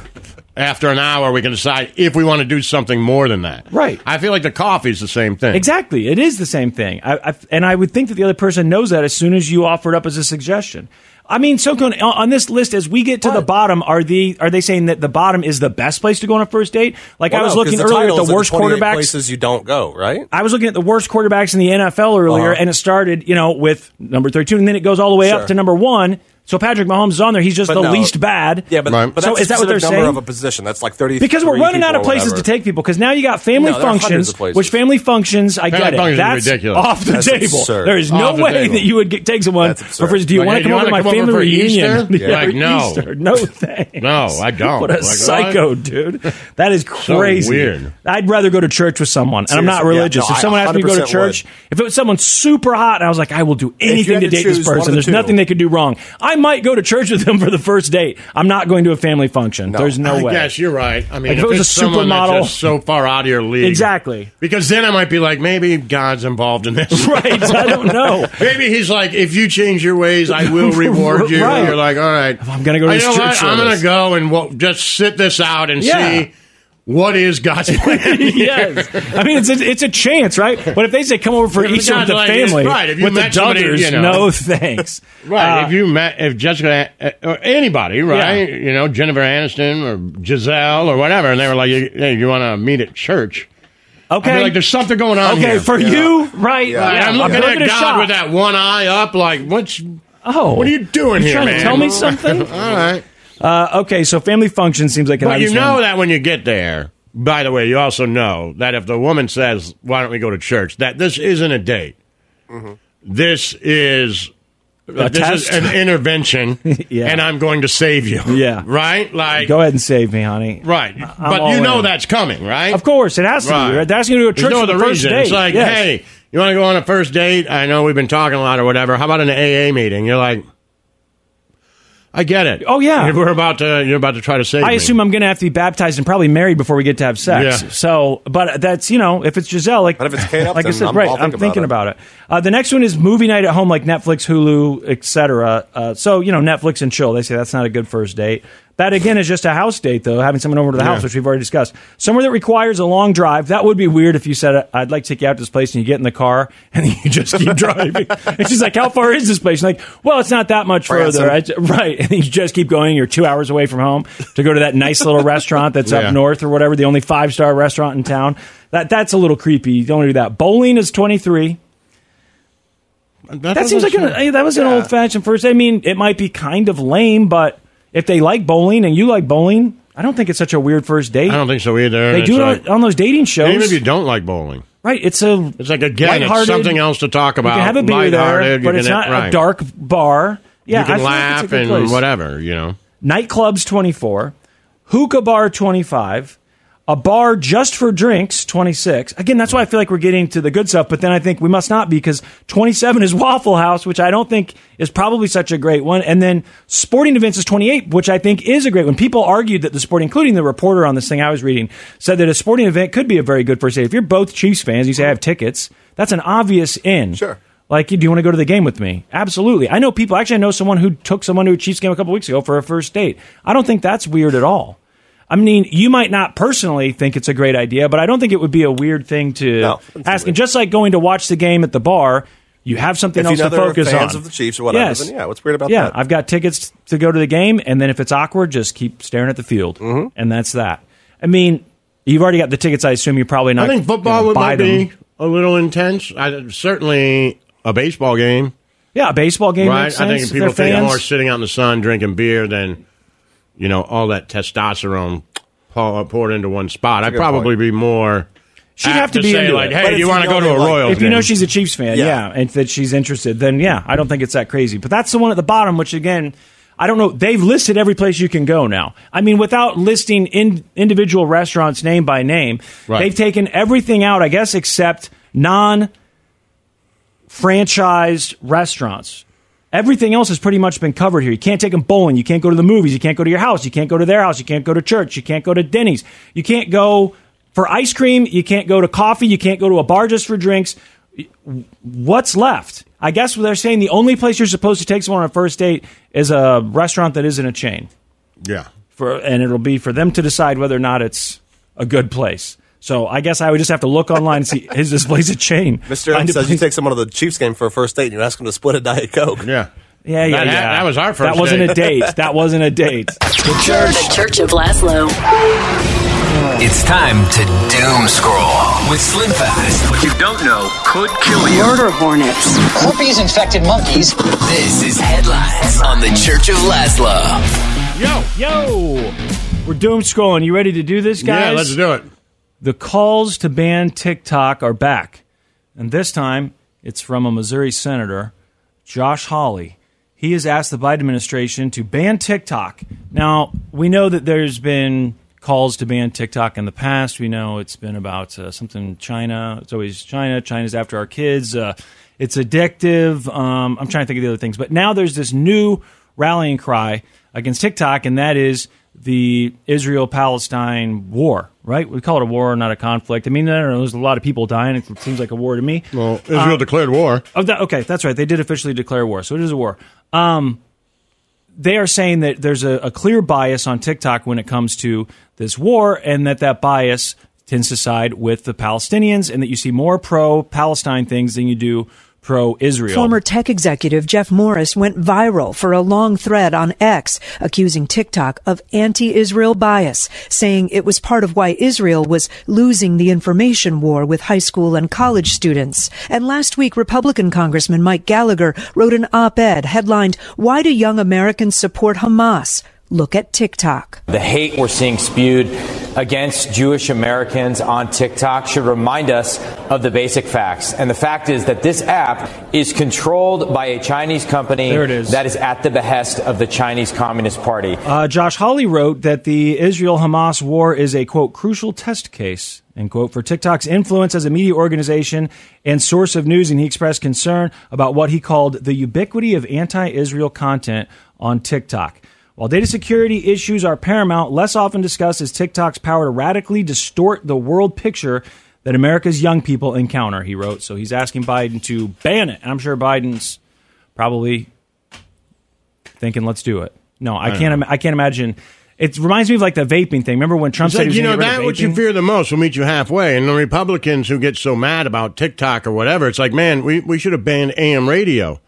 [SPEAKER 2] after an hour, we can decide if we want to do something more than that.
[SPEAKER 1] Right.
[SPEAKER 2] I feel like the coffee's the same thing.
[SPEAKER 1] Exactly. It is the same thing. I, I, and I would think that the other person knows that as soon as you offer it up as a suggestion. I mean, so on, on this list, as we get to the bottom, are the are they saying that the bottom is the best place to go on a first date? Like
[SPEAKER 6] Well,
[SPEAKER 1] I was
[SPEAKER 6] no, 'cause
[SPEAKER 1] looking
[SPEAKER 6] the
[SPEAKER 1] earlier
[SPEAKER 6] titles
[SPEAKER 1] at
[SPEAKER 6] are
[SPEAKER 1] the worst
[SPEAKER 6] 28
[SPEAKER 1] quarterbacks.
[SPEAKER 6] Places you don't go, right?
[SPEAKER 1] I was looking at the worst quarterbacks in the NFL earlier,
[SPEAKER 6] Uh-huh.
[SPEAKER 1] and it started, you know, with number thirty-two, and then it goes all the way up
[SPEAKER 6] Sure.
[SPEAKER 1] to number one. So Patrick Mahomes is on there; he's just
[SPEAKER 6] But
[SPEAKER 1] the
[SPEAKER 6] no.
[SPEAKER 1] least bad.
[SPEAKER 6] Yeah, but, but
[SPEAKER 1] so
[SPEAKER 6] that's
[SPEAKER 1] is that what they're
[SPEAKER 6] number
[SPEAKER 1] saying?
[SPEAKER 6] of a position. That's like thirty.
[SPEAKER 1] because we're running out of places to take people. Because now you got family
[SPEAKER 6] No, there are hundreds
[SPEAKER 1] functions,
[SPEAKER 6] of places.
[SPEAKER 1] which family functions, I
[SPEAKER 2] Family
[SPEAKER 1] get it.
[SPEAKER 2] functions are
[SPEAKER 1] That's
[SPEAKER 2] ridiculous.
[SPEAKER 1] off the
[SPEAKER 2] That's
[SPEAKER 1] table.
[SPEAKER 2] absurd.
[SPEAKER 1] There is no
[SPEAKER 2] Off the
[SPEAKER 1] way
[SPEAKER 2] table.
[SPEAKER 1] that you would get, take someone. Or first, do you
[SPEAKER 2] Like,
[SPEAKER 1] want to come
[SPEAKER 2] hey, you
[SPEAKER 1] over to my
[SPEAKER 2] wanna come
[SPEAKER 1] family
[SPEAKER 2] over for
[SPEAKER 1] reunion?
[SPEAKER 2] Easter?
[SPEAKER 1] Yeah,
[SPEAKER 2] Like,
[SPEAKER 1] for
[SPEAKER 2] no.
[SPEAKER 1] Easter. no thanks.
[SPEAKER 2] No, I don't.
[SPEAKER 1] What a
[SPEAKER 2] Like, what?
[SPEAKER 1] psycho, dude. That is
[SPEAKER 2] So
[SPEAKER 1] crazy.
[SPEAKER 2] weird.
[SPEAKER 1] I'd rather go to church with someone, and I'm not
[SPEAKER 6] Seriously, yeah.
[SPEAKER 1] religious.
[SPEAKER 6] No,
[SPEAKER 1] if
[SPEAKER 6] I
[SPEAKER 1] someone asked me to go to
[SPEAKER 6] 100%
[SPEAKER 1] church, if it was someone super hot, and I was like, I will do
[SPEAKER 6] you
[SPEAKER 1] anything
[SPEAKER 6] had
[SPEAKER 1] to
[SPEAKER 6] to
[SPEAKER 1] date this
[SPEAKER 6] choose one of
[SPEAKER 1] person.
[SPEAKER 6] the
[SPEAKER 1] There's
[SPEAKER 6] two.
[SPEAKER 1] nothing they could do wrong. I might go to church with them for the first date. I'm not going to a family function. There's no
[SPEAKER 2] I
[SPEAKER 1] way.
[SPEAKER 2] guess you're right. I mean,
[SPEAKER 1] Like,
[SPEAKER 2] if, it was a supermodel, just so far out of your league,
[SPEAKER 1] Exactly.
[SPEAKER 2] Because then I might be like, maybe God's involved in this,
[SPEAKER 1] right? I don't know.
[SPEAKER 2] maybe He's like, if you change your ways, I will reward you.
[SPEAKER 1] Right.
[SPEAKER 2] And You're like, all right,
[SPEAKER 1] I'm gonna go to
[SPEAKER 2] I
[SPEAKER 1] this
[SPEAKER 2] know
[SPEAKER 1] church
[SPEAKER 2] what? I'm going
[SPEAKER 1] service.
[SPEAKER 2] to go and we'll just sit this out and
[SPEAKER 1] Yeah.
[SPEAKER 2] see what is God's plan.
[SPEAKER 1] yes. I mean, it's a, it's a chance, right? But if they say come over for
[SPEAKER 2] If it's
[SPEAKER 1] Easter with
[SPEAKER 2] not
[SPEAKER 1] the
[SPEAKER 2] like-
[SPEAKER 1] family,
[SPEAKER 2] right, if you
[SPEAKER 1] with the
[SPEAKER 2] met somebody,
[SPEAKER 1] Duggars,
[SPEAKER 2] you know.
[SPEAKER 1] no thanks.
[SPEAKER 2] Right.
[SPEAKER 1] Uh,
[SPEAKER 2] if you met, if Jessica uh, or anybody, right, you know, Jennifer Aniston or Giselle or whatever, and they were like, hey, you want to meet at church?
[SPEAKER 1] Uh, okay.
[SPEAKER 2] I'd be like, there's something going on
[SPEAKER 1] okay,
[SPEAKER 2] here.
[SPEAKER 1] for you, right?
[SPEAKER 2] Like, I'm looking
[SPEAKER 1] giving
[SPEAKER 2] at
[SPEAKER 1] it a
[SPEAKER 2] God
[SPEAKER 1] shot.
[SPEAKER 2] with that one eye up, like, what's.
[SPEAKER 1] Oh,
[SPEAKER 2] What are you doing
[SPEAKER 1] you
[SPEAKER 2] here,
[SPEAKER 1] trying to
[SPEAKER 2] man?
[SPEAKER 1] tell me something?
[SPEAKER 2] All right.
[SPEAKER 1] Uh, okay, so family function seems like an
[SPEAKER 2] But
[SPEAKER 1] obvious
[SPEAKER 2] you know
[SPEAKER 1] one.
[SPEAKER 2] that when you get there, by the way, you also know that if the woman says, why don't we go to church, that this isn't a date. This is.
[SPEAKER 1] Mm-hmm.
[SPEAKER 2] uh,
[SPEAKER 1] A
[SPEAKER 2] this
[SPEAKER 1] test?
[SPEAKER 2] is an intervention,
[SPEAKER 1] Yeah.
[SPEAKER 2] and I'm going to save you.
[SPEAKER 1] Yeah.
[SPEAKER 2] right. Like,
[SPEAKER 1] Go ahead and save me, honey.
[SPEAKER 2] Right.
[SPEAKER 1] I'm all
[SPEAKER 2] but you know
[SPEAKER 1] in.
[SPEAKER 2] that's coming, right?
[SPEAKER 1] Of course, it has to
[SPEAKER 2] Right.
[SPEAKER 1] be. Right? They're asking you to go to
[SPEAKER 2] There's
[SPEAKER 1] church
[SPEAKER 2] no
[SPEAKER 1] for the
[SPEAKER 2] other
[SPEAKER 1] first
[SPEAKER 2] reason.
[SPEAKER 1] date.
[SPEAKER 2] It's like,
[SPEAKER 1] Yes.
[SPEAKER 2] hey, you want to go on a first date? I know we've been talking a lot or whatever. How about an AA meeting? You're like, I get it.
[SPEAKER 1] Oh yeah,
[SPEAKER 2] we're about to you're about to try to save.
[SPEAKER 1] I
[SPEAKER 2] me.
[SPEAKER 1] assume I'm going to have to be baptized and probably married before we get to have sex.
[SPEAKER 2] Yeah.
[SPEAKER 1] So, but that's you know, if it's Giselle, like,
[SPEAKER 2] But if it's Kate
[SPEAKER 1] like I
[SPEAKER 2] Upton,
[SPEAKER 1] said,
[SPEAKER 2] I'm-
[SPEAKER 1] right,
[SPEAKER 2] I'll
[SPEAKER 1] I'm
[SPEAKER 2] think about
[SPEAKER 1] thinking
[SPEAKER 2] it.
[SPEAKER 1] about it. Uh, the next one is movie night at home, like Netflix, Hulu, etc. Uh, so you know, Netflix and chill. They say that's not a good first date. That again is just a house date, though. Having someone over to the
[SPEAKER 7] Yeah.
[SPEAKER 1] house, which we've already discussed. Somewhere that requires a long drive. That would be weird if you said, "I'd like to take you out to this place," and you get in the car and you just keep driving. and she's like, "How far is this place?" And like, "Well, it's not that much
[SPEAKER 7] Branson.
[SPEAKER 1] further." I ju- right, and you just keep going. You're two hours away from home to go to that nice little restaurant that's
[SPEAKER 7] Yeah.
[SPEAKER 1] up north or whatever, the only five star restaurant in town. That that's a little creepy. You don't wanna do that. Bowling is twenty three. That, seems like an, hey, that was an old fashioned first. I mean, it might be kind of lame, but if they like bowling and you like bowling, I don't think it's such a weird first date.
[SPEAKER 2] I don't think so either.
[SPEAKER 1] they
[SPEAKER 2] It's
[SPEAKER 1] do it
[SPEAKER 2] like-
[SPEAKER 1] on, on those dating shows.
[SPEAKER 2] And even if you don't like bowling,
[SPEAKER 1] Right, it's a
[SPEAKER 2] it's like again, it's
[SPEAKER 1] lighthearted-
[SPEAKER 2] something else to talk
[SPEAKER 1] You
[SPEAKER 2] about.
[SPEAKER 1] can have a beer there,
[SPEAKER 2] Lighthearted, you
[SPEAKER 1] but it's
[SPEAKER 2] can-
[SPEAKER 1] not a
[SPEAKER 2] right.
[SPEAKER 1] dark bar. Yeah,
[SPEAKER 2] you can
[SPEAKER 1] I feel like it's a
[SPEAKER 2] laugh
[SPEAKER 1] good
[SPEAKER 2] and
[SPEAKER 1] place.
[SPEAKER 2] whatever. You know,
[SPEAKER 1] Nightclubs 24, hookah bar 25, a bar just for drinks 26. Again, that's why I feel like we're getting to the good stuff, but then I think we must not because 27 is Waffle House, which I don't think is probably such a great one. And then sporting events is 28, which I think is a great one. People argued that the sport, including the reporter on this thing I was reading, said that a sporting event could be a very good first date. If you're both Chiefs fans, you say, I have tickets, that's an obvious in. Sure. Like, do you want to go to the game with me? Absolutely. I know people. Actually, I know someone who took someone to a Chiefs game a couple weeks ago for a first date. I don't think that's weird at all. I mean, you might not personally think it's a great idea, but I don't think it would be a weird thing to ask. And just like going to watch the game at the bar, you have something
[SPEAKER 6] If you
[SPEAKER 1] else
[SPEAKER 6] know
[SPEAKER 1] to
[SPEAKER 6] they're
[SPEAKER 1] focus
[SPEAKER 6] fans
[SPEAKER 1] on.
[SPEAKER 6] of the Chiefs or whatever,
[SPEAKER 1] Yes.
[SPEAKER 6] then yeah, what's weird about
[SPEAKER 1] yeah,
[SPEAKER 6] that?
[SPEAKER 1] I've got tickets to go to the game, and then if it's awkward, just keep staring at the field,
[SPEAKER 6] Mm-hmm.
[SPEAKER 1] and that's that. I mean, you've already got the tickets. I assume you're probably not.
[SPEAKER 2] I think football
[SPEAKER 1] gonna
[SPEAKER 2] would
[SPEAKER 1] buy
[SPEAKER 2] might
[SPEAKER 1] them.
[SPEAKER 2] be a little intense. I, certainly a baseball game.
[SPEAKER 1] Yeah, a baseball game.
[SPEAKER 2] right?
[SPEAKER 1] makes
[SPEAKER 2] I think
[SPEAKER 1] sense if
[SPEAKER 2] people
[SPEAKER 1] they're
[SPEAKER 2] think
[SPEAKER 1] fans.
[SPEAKER 2] more sitting out in the sun drinking beer than you know all that testosterone pour- poured into one spot. I'd
[SPEAKER 1] good
[SPEAKER 2] probably be more.
[SPEAKER 1] She'd
[SPEAKER 2] apt
[SPEAKER 1] have to
[SPEAKER 2] to
[SPEAKER 1] be
[SPEAKER 2] say,
[SPEAKER 1] into
[SPEAKER 2] like,
[SPEAKER 1] it.
[SPEAKER 2] "Hey, But if you you wanna know go to they a like- Royals
[SPEAKER 1] If you know
[SPEAKER 2] game."
[SPEAKER 1] she's a Chiefs fan, yeah.
[SPEAKER 2] Yeah.
[SPEAKER 1] and that she's interested, then yeah, I don't think it's that crazy. But that's the one at the bottom, which again, I don't know. They've listed every place you can go now. I mean, without listing in, individual restaurants name by name,
[SPEAKER 7] Right.
[SPEAKER 1] they've taken everything out, I guess, except non franchised restaurants. Everything else has pretty much been covered here. You can't take them bowling. You can't go to the movies. You can't go to your house. You can't go to their house. You can't go to church. You can't go to Denny's. You can't go for ice cream. You can't go to coffee. You can't go to a bar just for drinks. What's left? I guess they're saying the only place you're supposed to take someone on a first date is a restaurant that isn't a chain
[SPEAKER 2] Yeah.
[SPEAKER 1] for and it'll be for them to decide whether or not it's a good place. So I guess I would just have to look online and see is this place a chain?
[SPEAKER 6] Mr.
[SPEAKER 1] Find
[SPEAKER 6] Adams
[SPEAKER 1] a
[SPEAKER 6] says you
[SPEAKER 1] place-
[SPEAKER 6] take someone to the Chiefs game for a first date and you ask them to split a Diet Coke.
[SPEAKER 2] Yeah.
[SPEAKER 1] yeah, yeah,
[SPEAKER 6] That-
[SPEAKER 1] yeah.
[SPEAKER 6] that was our
[SPEAKER 1] That
[SPEAKER 6] first
[SPEAKER 1] wasn't a
[SPEAKER 6] date.
[SPEAKER 1] date. That wasn't a date.
[SPEAKER 8] The Church. The Church of Laszlo.
[SPEAKER 9] It's time to doom scroll with Slim Fast. What you don't know could kill you. Murder hornets. Herpes infected monkeys. This is Headlines on the Church of Laszlo.
[SPEAKER 1] Yo, yo. We're doom scrolling. You ready to do this, guys?
[SPEAKER 2] Yeah, let's do it.
[SPEAKER 1] The calls to ban TikTok are back. And this time, it's from a Missouri senator, Josh Hawley. He has asked the Biden administration to ban TikTok. Now, we know that there's been calls to ban TikTok in the past. We know it's been about uh, something China. It's always China. China's after our kids. Uh, it's addictive. Um, I'm trying to think of the other things. But now there's this new rallying cry against TikTok, and that is the Israel Palestine war, right? We call it a war, not a conflict. I mean, I don't know. There's a lot of people dying. It seems like a war to me. Well,
[SPEAKER 2] Israel declared war.
[SPEAKER 1] Oh, that, okay, that's right. They did officially declare war, so it is a war. Um, they are saying that there's a, a clear bias on TikTok when it comes to this war, and that that bias tends to side with the Palestinians, and that you see more pro-Palestine things than you do pro-Israel.
[SPEAKER 10] Former tech executive Jeff Morris went viral for a long thread on X accusing TikTok of anti Israel bias, saying it was part of why Israel was losing the information war with high school and college students. And last week, Republican Congressman Mike Gallagher wrote an op ed headlined, Why Do Young Americans Support Hamas? Look at TikTok.
[SPEAKER 11] The hate we're seeing spewed against Jewish Americans on TikTok should remind us of the basic facts. And the fact is that this app is controlled by a Chinese company
[SPEAKER 1] There it is.
[SPEAKER 11] that is at the behest of the Chinese Communist Party.
[SPEAKER 1] Uh, Josh Hawley wrote that the Israel Hamas war is a quote crucial test case end quote for TikTok's influence as a media organization and source of news, and he expressed concern about what he called the ubiquity of anti-Israel content on TikTok. While data security issues are paramount, less often discussed is TikTok's power to radically distort the world picture that America's young people encounter. He wrote, so he's asking Biden to ban it, and I'm sure Biden's probably thinking, "Let's do it." No, I,
[SPEAKER 2] I
[SPEAKER 1] can't.
[SPEAKER 2] know.
[SPEAKER 1] Im- I can't imagine. It reminds me of like the vaping thing. Remember when Trump
[SPEAKER 2] It's
[SPEAKER 1] said,
[SPEAKER 2] like,
[SPEAKER 1] he
[SPEAKER 2] you
[SPEAKER 1] was gonna
[SPEAKER 2] know,
[SPEAKER 1] get
[SPEAKER 2] that
[SPEAKER 1] rid of
[SPEAKER 2] what you
[SPEAKER 1] vaping?
[SPEAKER 2] fear the most will meet you halfway. And the Republicans who get so mad about TikTok or whatever, it's like, man, we, we should have banned AM radio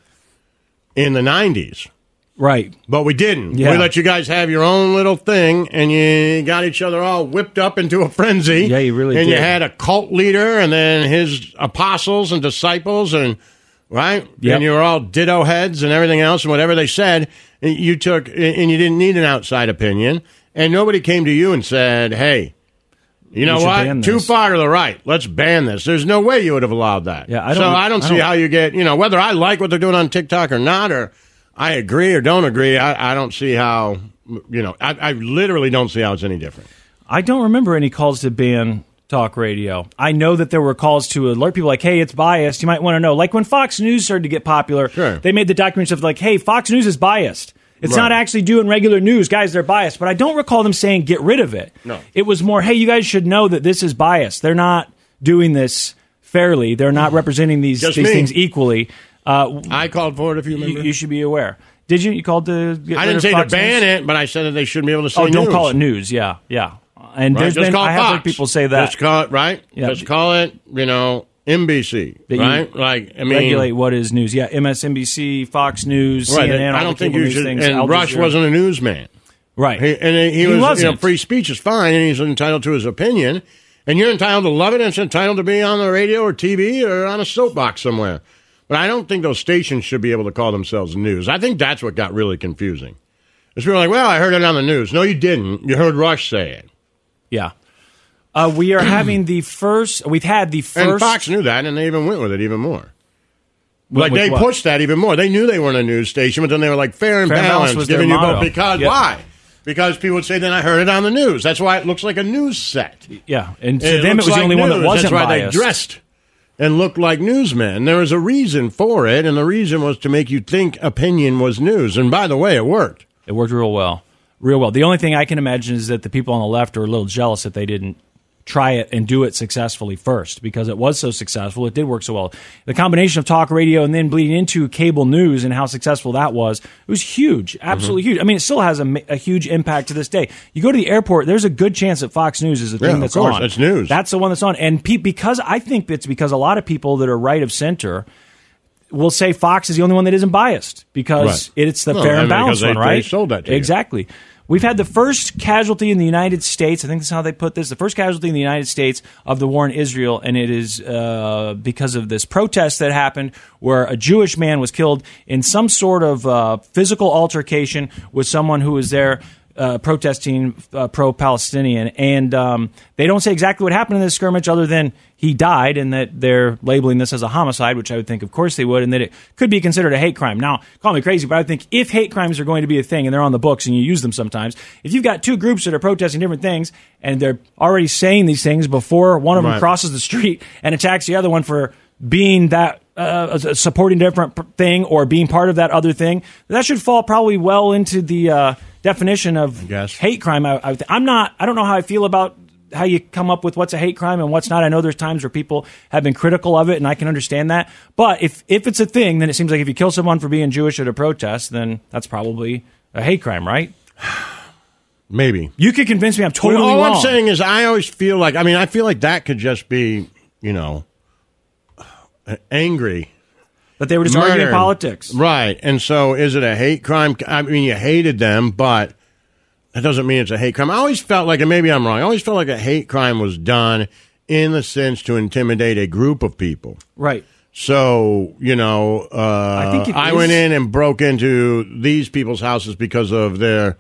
[SPEAKER 2] in the 90s.
[SPEAKER 1] Right.
[SPEAKER 2] But we didn't.
[SPEAKER 1] Yeah.
[SPEAKER 2] We let you guys have your own little thing, and you got each other all whipped up into a frenzy.
[SPEAKER 1] Yeah, you really
[SPEAKER 2] And you
[SPEAKER 1] did.
[SPEAKER 2] had a cult leader and then his apostles and disciples, and right?
[SPEAKER 1] Yep.
[SPEAKER 2] And you were all ditto heads and everything else, and whatever they said, and you took, and you didn't need an outside opinion. And nobody came to you and said, hey, you know
[SPEAKER 1] should
[SPEAKER 2] what?
[SPEAKER 1] ban
[SPEAKER 2] Too
[SPEAKER 1] this.
[SPEAKER 2] far to the right. Let's ban this. There's no way you would have allowed that.
[SPEAKER 1] Yeah, I don't-
[SPEAKER 2] so I don't
[SPEAKER 1] I
[SPEAKER 2] see
[SPEAKER 1] don't-
[SPEAKER 2] how you get, you know, whether I like what they're doing on TikTok or not, or I agree or don't agree, I, I don't see how, you know, I, I literally don't see how it's any different.
[SPEAKER 1] I don't remember any calls to ban talk radio. I know that there were calls to alert people like, hey, it's biased. You might want to know. Like when Fox News started to get popular, they made the documents of like, hey, Fox News is biased. It's
[SPEAKER 2] Right.
[SPEAKER 1] not actually doing regular news. Guys, they're biased. But I don't recall them saying get rid of it.
[SPEAKER 2] No.
[SPEAKER 1] It was more, hey, you guys should know that this is biased. They're not doing this fairly. They're not representing these,
[SPEAKER 2] Mm-hmm. Just
[SPEAKER 1] these
[SPEAKER 2] me.
[SPEAKER 1] things equally. Uh,
[SPEAKER 2] I called for it if you
[SPEAKER 1] remember. You, should be aware. Did you? You called to get
[SPEAKER 2] I
[SPEAKER 1] rid
[SPEAKER 2] didn't
[SPEAKER 1] of
[SPEAKER 2] say to
[SPEAKER 1] Fox
[SPEAKER 2] ban
[SPEAKER 1] News?
[SPEAKER 2] it, but I said that they shouldn't be able to say
[SPEAKER 1] Oh, don't
[SPEAKER 2] news.
[SPEAKER 1] call it news. Yeah, yeah. And
[SPEAKER 2] Right?
[SPEAKER 1] there's
[SPEAKER 2] Just
[SPEAKER 1] been
[SPEAKER 2] call
[SPEAKER 1] I have heard
[SPEAKER 2] Fox.
[SPEAKER 1] people say that.
[SPEAKER 2] Just call it, right?
[SPEAKER 1] Yeah.
[SPEAKER 2] Just call it, you know, NBC,
[SPEAKER 1] that you
[SPEAKER 2] right? Like, I mean.
[SPEAKER 1] regulate what is news. Yeah, MSNBC, Fox News,
[SPEAKER 2] Right,
[SPEAKER 1] CNN.
[SPEAKER 2] I
[SPEAKER 1] all
[SPEAKER 2] don't
[SPEAKER 1] the
[SPEAKER 2] think
[SPEAKER 1] cable
[SPEAKER 2] you
[SPEAKER 1] news
[SPEAKER 2] should.
[SPEAKER 1] Things, Al
[SPEAKER 2] and Rush
[SPEAKER 1] Jazeera.
[SPEAKER 2] wasn't a newsman,
[SPEAKER 1] right?
[SPEAKER 2] He, and he,
[SPEAKER 1] He
[SPEAKER 2] was. You know,
[SPEAKER 1] wasn't.
[SPEAKER 2] free speech is fine, and he's entitled to his opinion, and you're entitled to love it, and it's entitled to be on the radio or TV or on a soapbox somewhere. But I don't think those stations should be able to call themselves news. I think that's what got really confusing. It's people like, well, I heard it on the news. No, you didn't. You heard Rush say it.
[SPEAKER 1] Yeah. Uh, we are having the first. We've had the first.
[SPEAKER 2] And Fox knew that, and they even went with it even more.
[SPEAKER 1] Went
[SPEAKER 2] like
[SPEAKER 1] with
[SPEAKER 2] they
[SPEAKER 1] what?
[SPEAKER 2] pushed that even more. They knew they weren't a news station, but then they were like fair and
[SPEAKER 1] Fair and
[SPEAKER 2] balanced,
[SPEAKER 1] balanced was their
[SPEAKER 2] giving you both
[SPEAKER 1] motto.
[SPEAKER 2] because
[SPEAKER 1] Yeah.
[SPEAKER 2] why? Because people would say, "Then I heard it on the news." That's why it looks like a news set.
[SPEAKER 1] yeah, and to
[SPEAKER 2] It
[SPEAKER 1] them it
[SPEAKER 2] looks
[SPEAKER 1] was the
[SPEAKER 2] like
[SPEAKER 1] only one that
[SPEAKER 2] news.
[SPEAKER 1] wasn't
[SPEAKER 2] That's why
[SPEAKER 1] biased.
[SPEAKER 2] they dressed and looked like newsmen. There was a reason for it, and the reason was to make you think opinion was news. And by the way, it worked.
[SPEAKER 1] It worked real well, real well. The only thing I can imagine is that the people on the left are a little jealous that they didn't try it and do it successfully first because it was so successful. It did work so well. The combination of talk radio and then bleeding into cable news and how successful that was, it was huge, absolutely
[SPEAKER 2] Mm-hmm.
[SPEAKER 1] huge. I mean, it still has a, ma- a huge impact to this day. You go to the airport, there's a good chance that Fox News is the
[SPEAKER 2] Yeah,
[SPEAKER 1] thing
[SPEAKER 2] of
[SPEAKER 1] that's
[SPEAKER 2] course,
[SPEAKER 1] on.
[SPEAKER 2] that's news.
[SPEAKER 1] That's the one that's on. And pe- because I think it's because a lot of people that are right of center will say Fox is the only one that isn't biased because
[SPEAKER 2] Right.
[SPEAKER 1] it's the
[SPEAKER 2] Well,
[SPEAKER 1] fair
[SPEAKER 2] and
[SPEAKER 1] and
[SPEAKER 2] because
[SPEAKER 1] balanced
[SPEAKER 2] they-
[SPEAKER 1] one, right?
[SPEAKER 2] they sold that to you.
[SPEAKER 1] exactly. We've had the first casualty in the United States. I think that's how they put this. The first casualty in the United States of the war in Israel, and it is uh, because of this protest that happened, where a Jewish man was killed in some sort of uh, physical altercation with someone who was there uh, protesting uh, pro-Palestinian, and um, they don't say exactly what happened in this skirmish, other than he died, and that they're labeling this as a homicide, which I would think, of course, they would, and that it could be considered a hate crime. Now, call me crazy, but I think if hate crimes are going to be a thing, and they're on the books, and you use them sometimes, if you've got two groups that are protesting different things, and they're already saying these things before one of them
[SPEAKER 2] Right.
[SPEAKER 1] crosses the street and attacks the other one for being that. Uh, s- supporting different p- thing or being part of that other thing that should fall probably well into the uh, definition of hate crime. I, I, I'm not. I don't know how I feel about how you come up with what's a hate crime and what's not. I know there's times where people have been critical of it, and I can understand that. But if if it's a thing, then it seems like if you kill someone for being Jewish at a protest, then that's probably a hate crime, right?
[SPEAKER 2] Maybe
[SPEAKER 1] you could convince me I'm totally
[SPEAKER 2] all
[SPEAKER 1] wrong.
[SPEAKER 2] I'm saying is, I always feel like I mean, I feel like that could just be you know angry.
[SPEAKER 1] That they were just arguing politics,
[SPEAKER 2] right? And so, is it a hate crime? I mean, you hated them, but that doesn't mean it's a hate crime. I always felt like, and maybe I'm wrong. I always felt like a hate crime was done in the sense to intimidate a group of people.
[SPEAKER 1] right?
[SPEAKER 2] So you know, uh, I,
[SPEAKER 1] think it is-
[SPEAKER 2] went in and broke into these people's houses because of their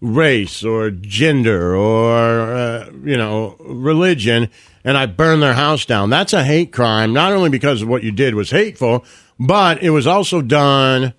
[SPEAKER 2] race or gender or uh, you know religion and I burn their house down. That's a hate crime, not only because what you did was hateful, but it was also done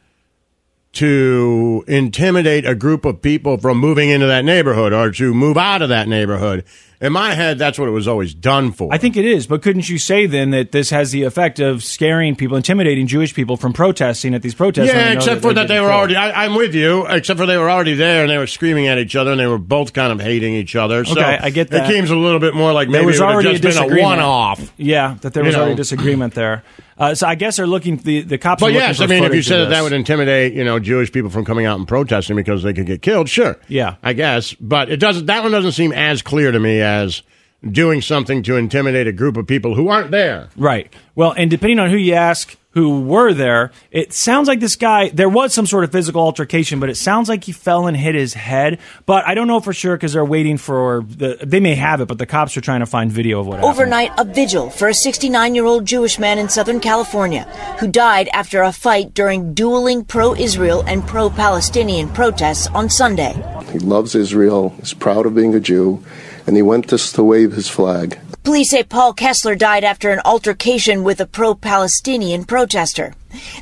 [SPEAKER 2] to intimidate a group of people from moving into that neighborhood or to move out of that neighborhood. In my head, that's what it was always done for.
[SPEAKER 1] I think it is, but couldn't you say then that this has the effect of scaring people, intimidating Jewish people from protesting at these protests? when
[SPEAKER 2] Yeah,
[SPEAKER 1] they know
[SPEAKER 2] except for
[SPEAKER 1] they're
[SPEAKER 2] that they
[SPEAKER 1] getting
[SPEAKER 2] were
[SPEAKER 1] killed?
[SPEAKER 2] already. I, I'm with you. Except for they were already there and they were screaming at each other and they were both kind of hating each other. so
[SPEAKER 1] Okay, I get that.
[SPEAKER 2] It seems a little bit more like maybe
[SPEAKER 1] there was
[SPEAKER 2] it would have
[SPEAKER 1] already
[SPEAKER 2] just
[SPEAKER 1] a
[SPEAKER 2] been a
[SPEAKER 1] disagreement.
[SPEAKER 2] one-off.
[SPEAKER 1] Yeah, that there
[SPEAKER 2] You
[SPEAKER 1] was already
[SPEAKER 2] know.
[SPEAKER 1] a disagreement there. Uh, so I guess they're looking the the cops.
[SPEAKER 2] But
[SPEAKER 1] are looking
[SPEAKER 2] yes,
[SPEAKER 1] for
[SPEAKER 2] I mean, if
[SPEAKER 1] footage
[SPEAKER 2] you
[SPEAKER 1] of
[SPEAKER 2] said that
[SPEAKER 1] this.
[SPEAKER 2] that would intimidate, you know, Jewish people from coming out and protesting because they could get killed, sure.
[SPEAKER 1] Yeah.
[SPEAKER 2] I guess. But it doesn't. That one doesn't seem as clear to me as doing something to intimidate a group of people who aren't there.
[SPEAKER 1] Right. Well, and depending on who you ask who were there, it sounds like this guy, there was some sort of physical altercation, but it sounds like he fell and hit his head. But I don't know for sure because they're waiting for the, they may have it, but the cops are trying to find video of what happened.
[SPEAKER 12] Overnight, a vigil for a 69 year old Jewish man in Southern California who died after a fight during dueling pro Israel and pro Palestinian protests on Sunday.
[SPEAKER 13] He loves Israel, is proud of being a Jew, and he went just to wave his flag.
[SPEAKER 12] Police say Paul Kessler died after an altercation with a pro Palestinian protester.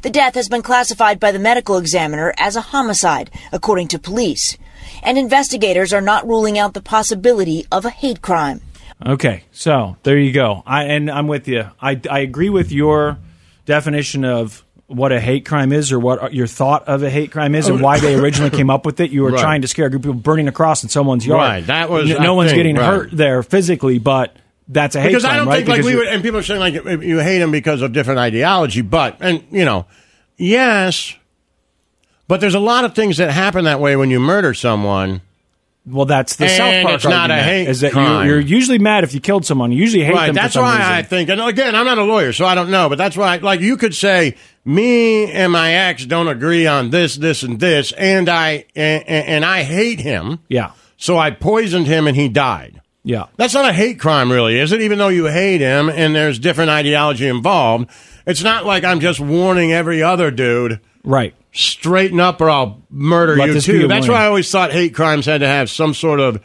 [SPEAKER 12] The death has been classified by the medical examiner as a homicide, according to police. And investigators are not ruling out the possibility of a hate crime.
[SPEAKER 1] Okay, so there you go. I and I'm with you. I I agree with your definition of what a hate crime is, or what your thought of a hate crime is, and why they originally came up with it. You were
[SPEAKER 2] Right.
[SPEAKER 1] trying to scare a group of people burning a cross in someone's yard.
[SPEAKER 2] Right, that was-
[SPEAKER 1] no,
[SPEAKER 2] I
[SPEAKER 1] no one's
[SPEAKER 2] think,
[SPEAKER 1] getting
[SPEAKER 2] right.
[SPEAKER 1] hurt there physically, but that's a hate
[SPEAKER 2] because
[SPEAKER 1] crime,
[SPEAKER 2] I don't
[SPEAKER 1] right?
[SPEAKER 2] think like
[SPEAKER 1] Because
[SPEAKER 2] we
[SPEAKER 1] you're-
[SPEAKER 2] would. And people are saying like if you hate him because of different ideology, but and you know, yes, but there's a lot of things that happen that way when you murder someone.
[SPEAKER 1] Well, that's the
[SPEAKER 2] and
[SPEAKER 1] South Park
[SPEAKER 2] It's not a
[SPEAKER 1] argument,
[SPEAKER 2] hate
[SPEAKER 1] is that
[SPEAKER 2] crime.
[SPEAKER 1] You're, you're usually mad if you killed someone. You usually hate
[SPEAKER 2] right,
[SPEAKER 1] them. for
[SPEAKER 2] that's
[SPEAKER 1] some
[SPEAKER 2] why
[SPEAKER 1] reason.
[SPEAKER 2] I think. And again, I'm not a lawyer, so I don't know. But that's why, like, you could say me and my ex don't agree on this, this, and this, and I and, and I hate him.
[SPEAKER 1] Yeah.
[SPEAKER 2] So I poisoned him, and he died.
[SPEAKER 1] Yeah.
[SPEAKER 2] That's not a hate crime, really, is it? Even though you hate him and there's different ideology involved, it's not like I'm just warning every other dude.
[SPEAKER 1] Right.
[SPEAKER 2] Straighten up or I'll murder
[SPEAKER 1] Let
[SPEAKER 2] you
[SPEAKER 1] this be
[SPEAKER 2] too.
[SPEAKER 1] a
[SPEAKER 2] That's
[SPEAKER 1] warning.
[SPEAKER 2] why I always thought hate crimes had to have some sort of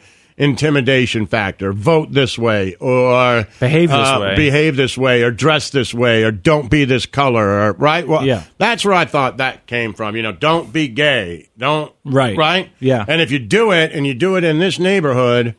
[SPEAKER 2] intimidation factor. Vote this way or uh,
[SPEAKER 1] Behave this way.
[SPEAKER 2] Behave this way or dress this way or don't be this color or right? Well,
[SPEAKER 1] Yeah.
[SPEAKER 2] that's where I thought that came from. You know, don't be gay. Don't
[SPEAKER 1] Right.
[SPEAKER 2] Right?
[SPEAKER 1] Yeah.
[SPEAKER 2] And if you do it and you do it in this neighborhood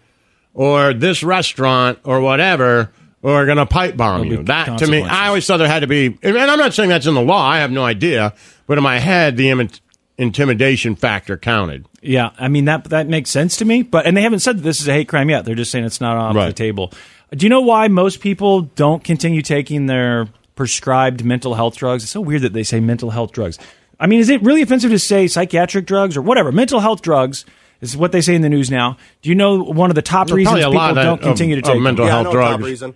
[SPEAKER 2] or this restaurant or whatever, or are going to pipe bomb you. That to me, I always thought there had to be, and I'm not saying that's in the law. I have no idea, but in my head, the imi- intimidation factor counted.
[SPEAKER 1] Yeah, I mean that that makes sense to me. But and they haven't said that this is a hate crime yet. They're just saying it's not off the
[SPEAKER 2] Right.
[SPEAKER 1] table. Do you know why most people don't continue taking their prescribed mental health drugs? It's so weird that they say mental health drugs. I mean, is it really offensive to say psychiatric drugs or whatever? Mental health drugs is what they say in the news now. Do you know one of the top
[SPEAKER 2] Well,
[SPEAKER 1] reasons
[SPEAKER 2] probably a
[SPEAKER 1] people
[SPEAKER 2] lot of that-
[SPEAKER 1] don't continue
[SPEAKER 2] of-
[SPEAKER 1] to take
[SPEAKER 2] of mental
[SPEAKER 1] them?
[SPEAKER 2] Yeah, I health know top drugs. reason.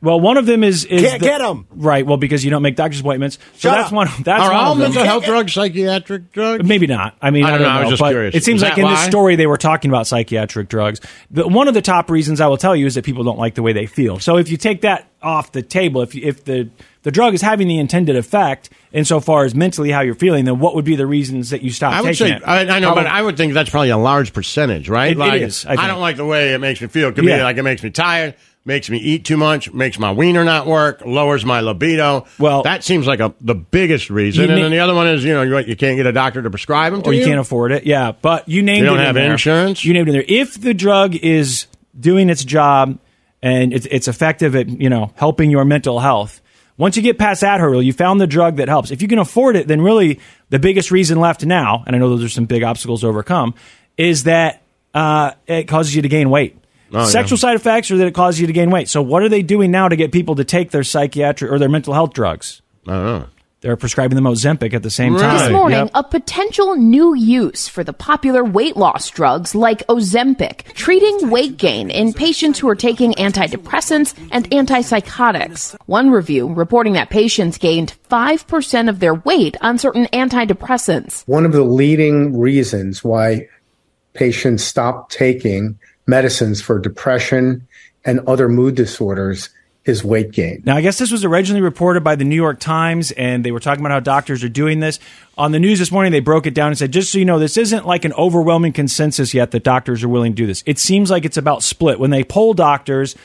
[SPEAKER 1] Well, one of them is, is
[SPEAKER 2] Can't get 'em.
[SPEAKER 1] right. Well, because you don't make doctor's appointments. So
[SPEAKER 2] Shut
[SPEAKER 1] that's
[SPEAKER 2] up.
[SPEAKER 1] one. That's
[SPEAKER 2] Are
[SPEAKER 1] one
[SPEAKER 2] all
[SPEAKER 1] of them.
[SPEAKER 2] mental health drugs psychiatric drugs?
[SPEAKER 1] Maybe not. I mean, I don't, know.
[SPEAKER 2] I was just
[SPEAKER 1] but
[SPEAKER 2] curious.
[SPEAKER 1] It seems
[SPEAKER 2] Is
[SPEAKER 1] like
[SPEAKER 2] that
[SPEAKER 1] in this
[SPEAKER 2] why?
[SPEAKER 1] story they were talking about psychiatric drugs. The, one of the top reasons I will tell you is that people don't like the way they feel. So if you take that off the table, if you, if the the drug is having the intended effect insofar as mentally how you're feeling, then what would be the reasons that you stop?
[SPEAKER 2] I would
[SPEAKER 1] taking
[SPEAKER 2] say
[SPEAKER 1] it?
[SPEAKER 2] I, I know,
[SPEAKER 1] Probably-
[SPEAKER 2] but I would think that's probably a large percentage, right?
[SPEAKER 1] It- it
[SPEAKER 2] like,
[SPEAKER 1] is, I
[SPEAKER 2] I,
[SPEAKER 1] think.
[SPEAKER 2] don't like the way it makes me feel. It could be
[SPEAKER 1] Yeah.
[SPEAKER 2] like it makes me tired, makes me eat too much, makes my wiener not work, lowers my libido. Well, that seems like a the biggest reason.
[SPEAKER 1] You
[SPEAKER 2] And
[SPEAKER 1] may-
[SPEAKER 2] then the other one is you know you, you can't get a doctor to prescribe them, to
[SPEAKER 1] or you, can't afford it. Yeah, but you named
[SPEAKER 2] You don't
[SPEAKER 1] it in
[SPEAKER 2] have
[SPEAKER 1] there.
[SPEAKER 2] insurance?
[SPEAKER 1] You named it in there. If the drug is doing its job and it's, it's effective at you know helping your mental health, once you get past that hurdle, you found the drug that helps. If you can afford it, then really the biggest reason left now, and I know those are some big obstacles to overcome, is that uh, it causes you to gain weight.
[SPEAKER 2] Oh, yeah.
[SPEAKER 1] Sexual side effects, or that it causes you to gain weight. So, what are they doing now to get people to take their psychiatric or their mental health drugs?
[SPEAKER 2] I don't know.
[SPEAKER 1] They're prescribing them Ozempic at the same time.
[SPEAKER 14] This morning,
[SPEAKER 1] Yep.
[SPEAKER 14] a potential new use for the popular weight loss drugs like Ozempic, treating weight gain in patients who are taking antidepressants and antipsychotics. One review reporting that patients gained 5% of their weight on certain antidepressants.
[SPEAKER 15] One of the leading reasons why patients stop taking medicines for depression and other mood disorders his weight gain.
[SPEAKER 1] Now, I guess this was originally reported by the New York Times, and they were talking about how doctors are doing this. On the news this morning, they broke it down and said, just so you know, this isn't like an overwhelming consensus yet that doctors are willing to do this. It seems like it's about split. When they poll doctors,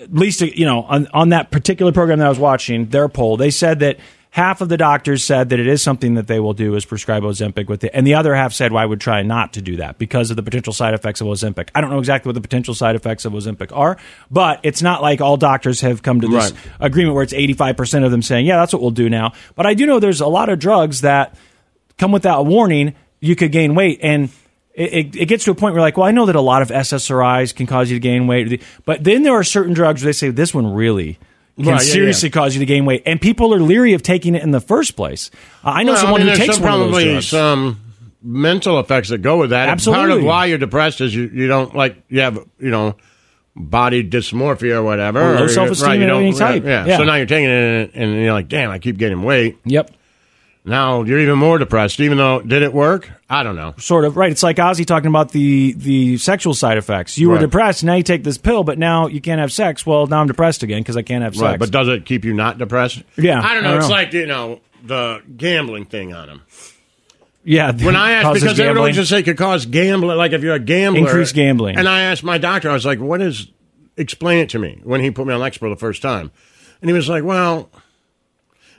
[SPEAKER 1] at least, you know, on, on that particular program that I was watching, their poll, they said that half of the doctors said that it is something that they will do is prescribe Ozempic with it. And the other half said, why would try not to do that because of the potential side effects of Ozempic. I don't know exactly what the potential side effects of Ozempic are, but it's not like all doctors have come to this
[SPEAKER 16] Right.
[SPEAKER 1] agreement where it's 85% of them saying, yeah, that's what we'll do now. But I do know there's a lot of drugs that come without warning, you could gain weight. And it, it, it gets to a point where, like, well, I know that a lot of SSRIs can cause you to gain weight, but then there are certain drugs where they say this one really can
[SPEAKER 2] Right, yeah,
[SPEAKER 1] seriously cause you to gain weight. And people are leery of taking it in the first place. I know
[SPEAKER 2] Well,
[SPEAKER 1] someone
[SPEAKER 2] mean,
[SPEAKER 1] who
[SPEAKER 2] there's
[SPEAKER 1] takes
[SPEAKER 2] some,
[SPEAKER 1] one of those
[SPEAKER 2] probably
[SPEAKER 1] drugs.
[SPEAKER 2] some mental effects that go with that. And Part
[SPEAKER 1] Absolutely.
[SPEAKER 2] of why you're depressed is you, you don't like you have you know body dysmorphia or whatever,
[SPEAKER 1] Or low
[SPEAKER 2] you-
[SPEAKER 1] self-esteem
[SPEAKER 2] you
[SPEAKER 1] of
[SPEAKER 2] don't-
[SPEAKER 1] any type.
[SPEAKER 2] Yeah,
[SPEAKER 1] Yeah.
[SPEAKER 2] So now you're taking it and, and you're like, damn, I keep gaining weight.
[SPEAKER 1] Yep.
[SPEAKER 2] Now you're even more depressed, even though did it work? I don't know.
[SPEAKER 1] Sort of right. It's like Ozzy talking about the the sexual side effects. You were
[SPEAKER 2] Right.
[SPEAKER 1] depressed, now you take this pill, but now you can't have sex. Well, now I'm depressed again because I can't have sex.
[SPEAKER 2] Right, but does it keep you not depressed?
[SPEAKER 1] Yeah,
[SPEAKER 2] I don't know.
[SPEAKER 1] I don't
[SPEAKER 2] it's
[SPEAKER 1] know.
[SPEAKER 2] like you know the gambling thing on him.
[SPEAKER 1] yeah,
[SPEAKER 2] When I asked,
[SPEAKER 1] causes
[SPEAKER 2] because everyone
[SPEAKER 1] gambling.
[SPEAKER 2] just say it could cause gambling, like if you're a gambler,
[SPEAKER 1] Increased gambling.
[SPEAKER 2] And I asked my doctor, I was like, "What is? Explain it to me." When he put me on Lexapro the first time, and he was like, "Well,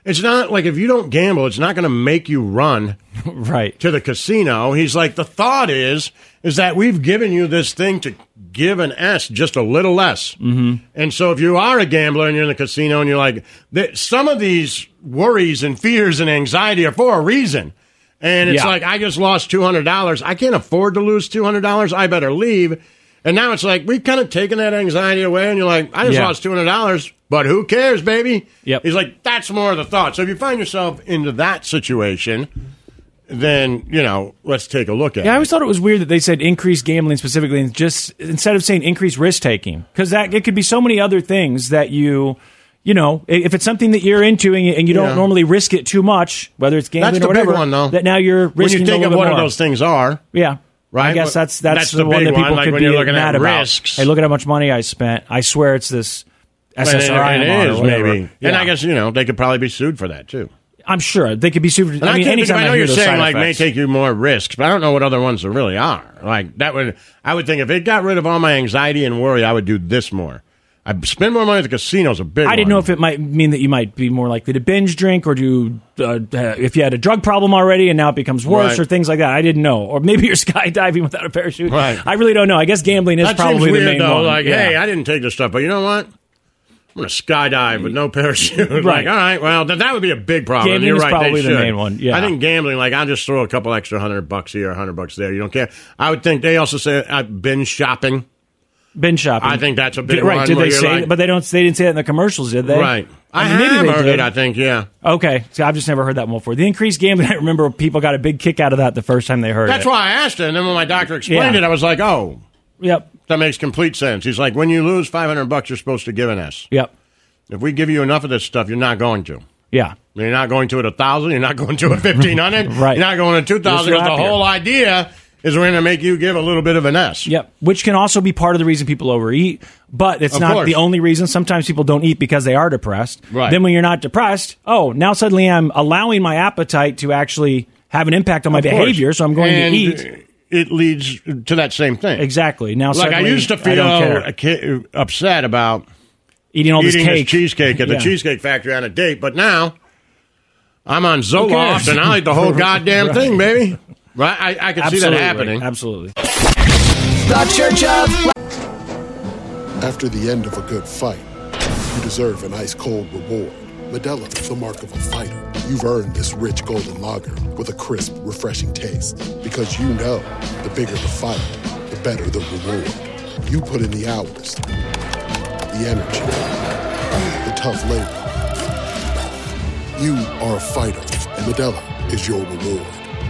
[SPEAKER 2] it's not like if you don't gamble, it's not going to make you run
[SPEAKER 1] right
[SPEAKER 2] to the casino." He's like, "The thought is, is that we've given you this thing to give an S just a little less."
[SPEAKER 7] Mm-hmm.
[SPEAKER 2] And so, if you are a gambler and you're in the casino and you're like, th- some of these worries and fears and anxiety are for a reason. And it's
[SPEAKER 7] Yeah.
[SPEAKER 2] like, I just lost $200. I can't afford to lose $200. I better leave. And now it's like, we've kind of taken that anxiety away. And you're like, I just
[SPEAKER 7] Yeah.
[SPEAKER 2] lost $200, but who cares, baby?
[SPEAKER 7] Yep.
[SPEAKER 2] He's like, that's more of the thought. So, if you find yourself into that situation, then, you know, let's take a look at
[SPEAKER 1] Yeah, I
[SPEAKER 2] it.
[SPEAKER 1] always thought it was weird that they said increased gambling specifically, and just instead of saying increased risk taking, because that it could be so many other things that you, you know, i- if it's something that you're into and you, and you
[SPEAKER 2] Yeah.
[SPEAKER 1] don't normally risk it too much, whether it's gambling
[SPEAKER 2] That's the
[SPEAKER 1] or whatever,
[SPEAKER 2] big one, though.
[SPEAKER 1] that now you're
[SPEAKER 2] when
[SPEAKER 1] risking
[SPEAKER 2] you think
[SPEAKER 1] a
[SPEAKER 2] of
[SPEAKER 1] little
[SPEAKER 2] what
[SPEAKER 1] bit
[SPEAKER 2] of
[SPEAKER 1] more.
[SPEAKER 2] those things are.
[SPEAKER 1] Yeah.
[SPEAKER 2] Right?
[SPEAKER 1] I guess that's that's,
[SPEAKER 2] That's
[SPEAKER 1] the,
[SPEAKER 2] the
[SPEAKER 1] one
[SPEAKER 2] big
[SPEAKER 1] that people
[SPEAKER 2] one, like
[SPEAKER 1] could
[SPEAKER 2] when
[SPEAKER 1] be
[SPEAKER 2] you're looking
[SPEAKER 1] mad
[SPEAKER 2] at
[SPEAKER 1] about.
[SPEAKER 2] risks.
[SPEAKER 1] Hey, look at how much money I spent. I swear it's this SSRI.
[SPEAKER 2] And it-
[SPEAKER 1] I'm on
[SPEAKER 2] it
[SPEAKER 1] or
[SPEAKER 2] is,
[SPEAKER 1] whatever.
[SPEAKER 2] maybe. And
[SPEAKER 1] Yeah.
[SPEAKER 2] I guess, you know, they could probably be sued for that, too.
[SPEAKER 1] I'm sure they could be super.
[SPEAKER 2] And
[SPEAKER 1] I mean,
[SPEAKER 2] can't think of-
[SPEAKER 1] anytime
[SPEAKER 2] I know
[SPEAKER 1] hear
[SPEAKER 2] you're
[SPEAKER 1] those
[SPEAKER 2] saying
[SPEAKER 1] side
[SPEAKER 2] like
[SPEAKER 1] effects.
[SPEAKER 2] may take you more risks, but I don't know what other ones there really are. Like that would I would think if it got rid of all my anxiety and worry, I would do this more. I spend more money at the casinos. A big.
[SPEAKER 1] I didn't know if it might mean that you might be more likely to binge drink or do uh, if you had a drug problem already and now it becomes worse
[SPEAKER 2] Right.
[SPEAKER 1] or things like that. I didn't know, or maybe you're skydiving without a parachute.
[SPEAKER 2] Right.
[SPEAKER 1] I really don't know. I guess gambling is
[SPEAKER 2] that
[SPEAKER 1] probably
[SPEAKER 2] seems weird
[SPEAKER 1] the main
[SPEAKER 2] though.
[SPEAKER 1] one.
[SPEAKER 2] Like,
[SPEAKER 1] Yeah.
[SPEAKER 2] hey, I didn't take this stuff, but you know what? I'm gonna skydive with no parachute. like,
[SPEAKER 1] Right.
[SPEAKER 2] all right, well, th- that would be a big problem.
[SPEAKER 1] Gambling
[SPEAKER 2] You're
[SPEAKER 1] is
[SPEAKER 2] right.
[SPEAKER 1] probably
[SPEAKER 2] they
[SPEAKER 1] the
[SPEAKER 2] should.
[SPEAKER 1] main one, yeah.
[SPEAKER 2] I think gambling. Like, I'll just throw a couple extra hundred bucks here, hundred bucks there. You don't care. I would think they also say uh, binge shopping.
[SPEAKER 1] Binge shopping.
[SPEAKER 2] I think that's a big
[SPEAKER 1] Did- right?
[SPEAKER 2] one
[SPEAKER 1] Did
[SPEAKER 2] where
[SPEAKER 1] they
[SPEAKER 2] you're
[SPEAKER 1] say?
[SPEAKER 2] like-
[SPEAKER 1] that- but they don't. They didn't say that in the commercials, did they?
[SPEAKER 2] Right. I,
[SPEAKER 1] mean, maybe
[SPEAKER 2] have
[SPEAKER 1] they
[SPEAKER 2] heard
[SPEAKER 1] did.
[SPEAKER 2] it. I think. Yeah.
[SPEAKER 1] Okay, so I've just never heard that one before. The increased gambling. I remember people got a big kick out of that the first time they heard
[SPEAKER 2] That's
[SPEAKER 1] it.
[SPEAKER 2] why I asked it, and then when my doctor explained
[SPEAKER 1] Yeah.
[SPEAKER 2] it, I was like, "Oh,
[SPEAKER 1] yep,
[SPEAKER 2] that makes complete sense." He's like, "When you lose five hundred bucks, you're supposed to give an S.
[SPEAKER 1] Yep.
[SPEAKER 2] If we give you enough of this stuff, you're not going to.
[SPEAKER 1] Yeah.
[SPEAKER 2] You're not going to at a thousand. You're not going to at fifteen hundred.
[SPEAKER 1] Right.
[SPEAKER 2] You're not going to two thousand.
[SPEAKER 1] You're
[SPEAKER 2] Because the
[SPEAKER 1] happier.
[SPEAKER 2] whole idea is we're going to make you give a little bit of an S.
[SPEAKER 1] Yep. Which can also be part of the reason people overeat, but it's
[SPEAKER 2] Of
[SPEAKER 1] not
[SPEAKER 2] course.
[SPEAKER 1] the only reason. Sometimes people don't eat because they are depressed.
[SPEAKER 2] Right.
[SPEAKER 1] Then when you're not depressed, oh, now suddenly I'm allowing my appetite to actually have an impact on my
[SPEAKER 2] Of course.
[SPEAKER 1] behavior, so I'm going
[SPEAKER 2] And
[SPEAKER 1] to eat.
[SPEAKER 2] It leads to that same thing.
[SPEAKER 1] Exactly. Now,
[SPEAKER 2] like I
[SPEAKER 1] suddenly
[SPEAKER 2] used to feel
[SPEAKER 1] don't care.
[SPEAKER 2] a ki- upset about
[SPEAKER 1] eating all this cake.
[SPEAKER 2] cheesecake at
[SPEAKER 1] Yeah.
[SPEAKER 2] the cheesecake factory on a date, but now I'm on Zoloft
[SPEAKER 1] cares?
[SPEAKER 2] and I eat the whole goddamn
[SPEAKER 1] Right.
[SPEAKER 2] thing, baby. Right? I, I can see that
[SPEAKER 1] Absolutely.
[SPEAKER 2] happening.
[SPEAKER 1] Absolutely.
[SPEAKER 17] The Church of. After the end of a good fight, you deserve an ice cold reward. Medella is the mark of a fighter. You've earned this rich golden lager with a crisp, refreshing taste. Because you know the bigger the fight, the better the reward. You put in the hours, the energy, the tough labor. You are a fighter, and Medella is your reward.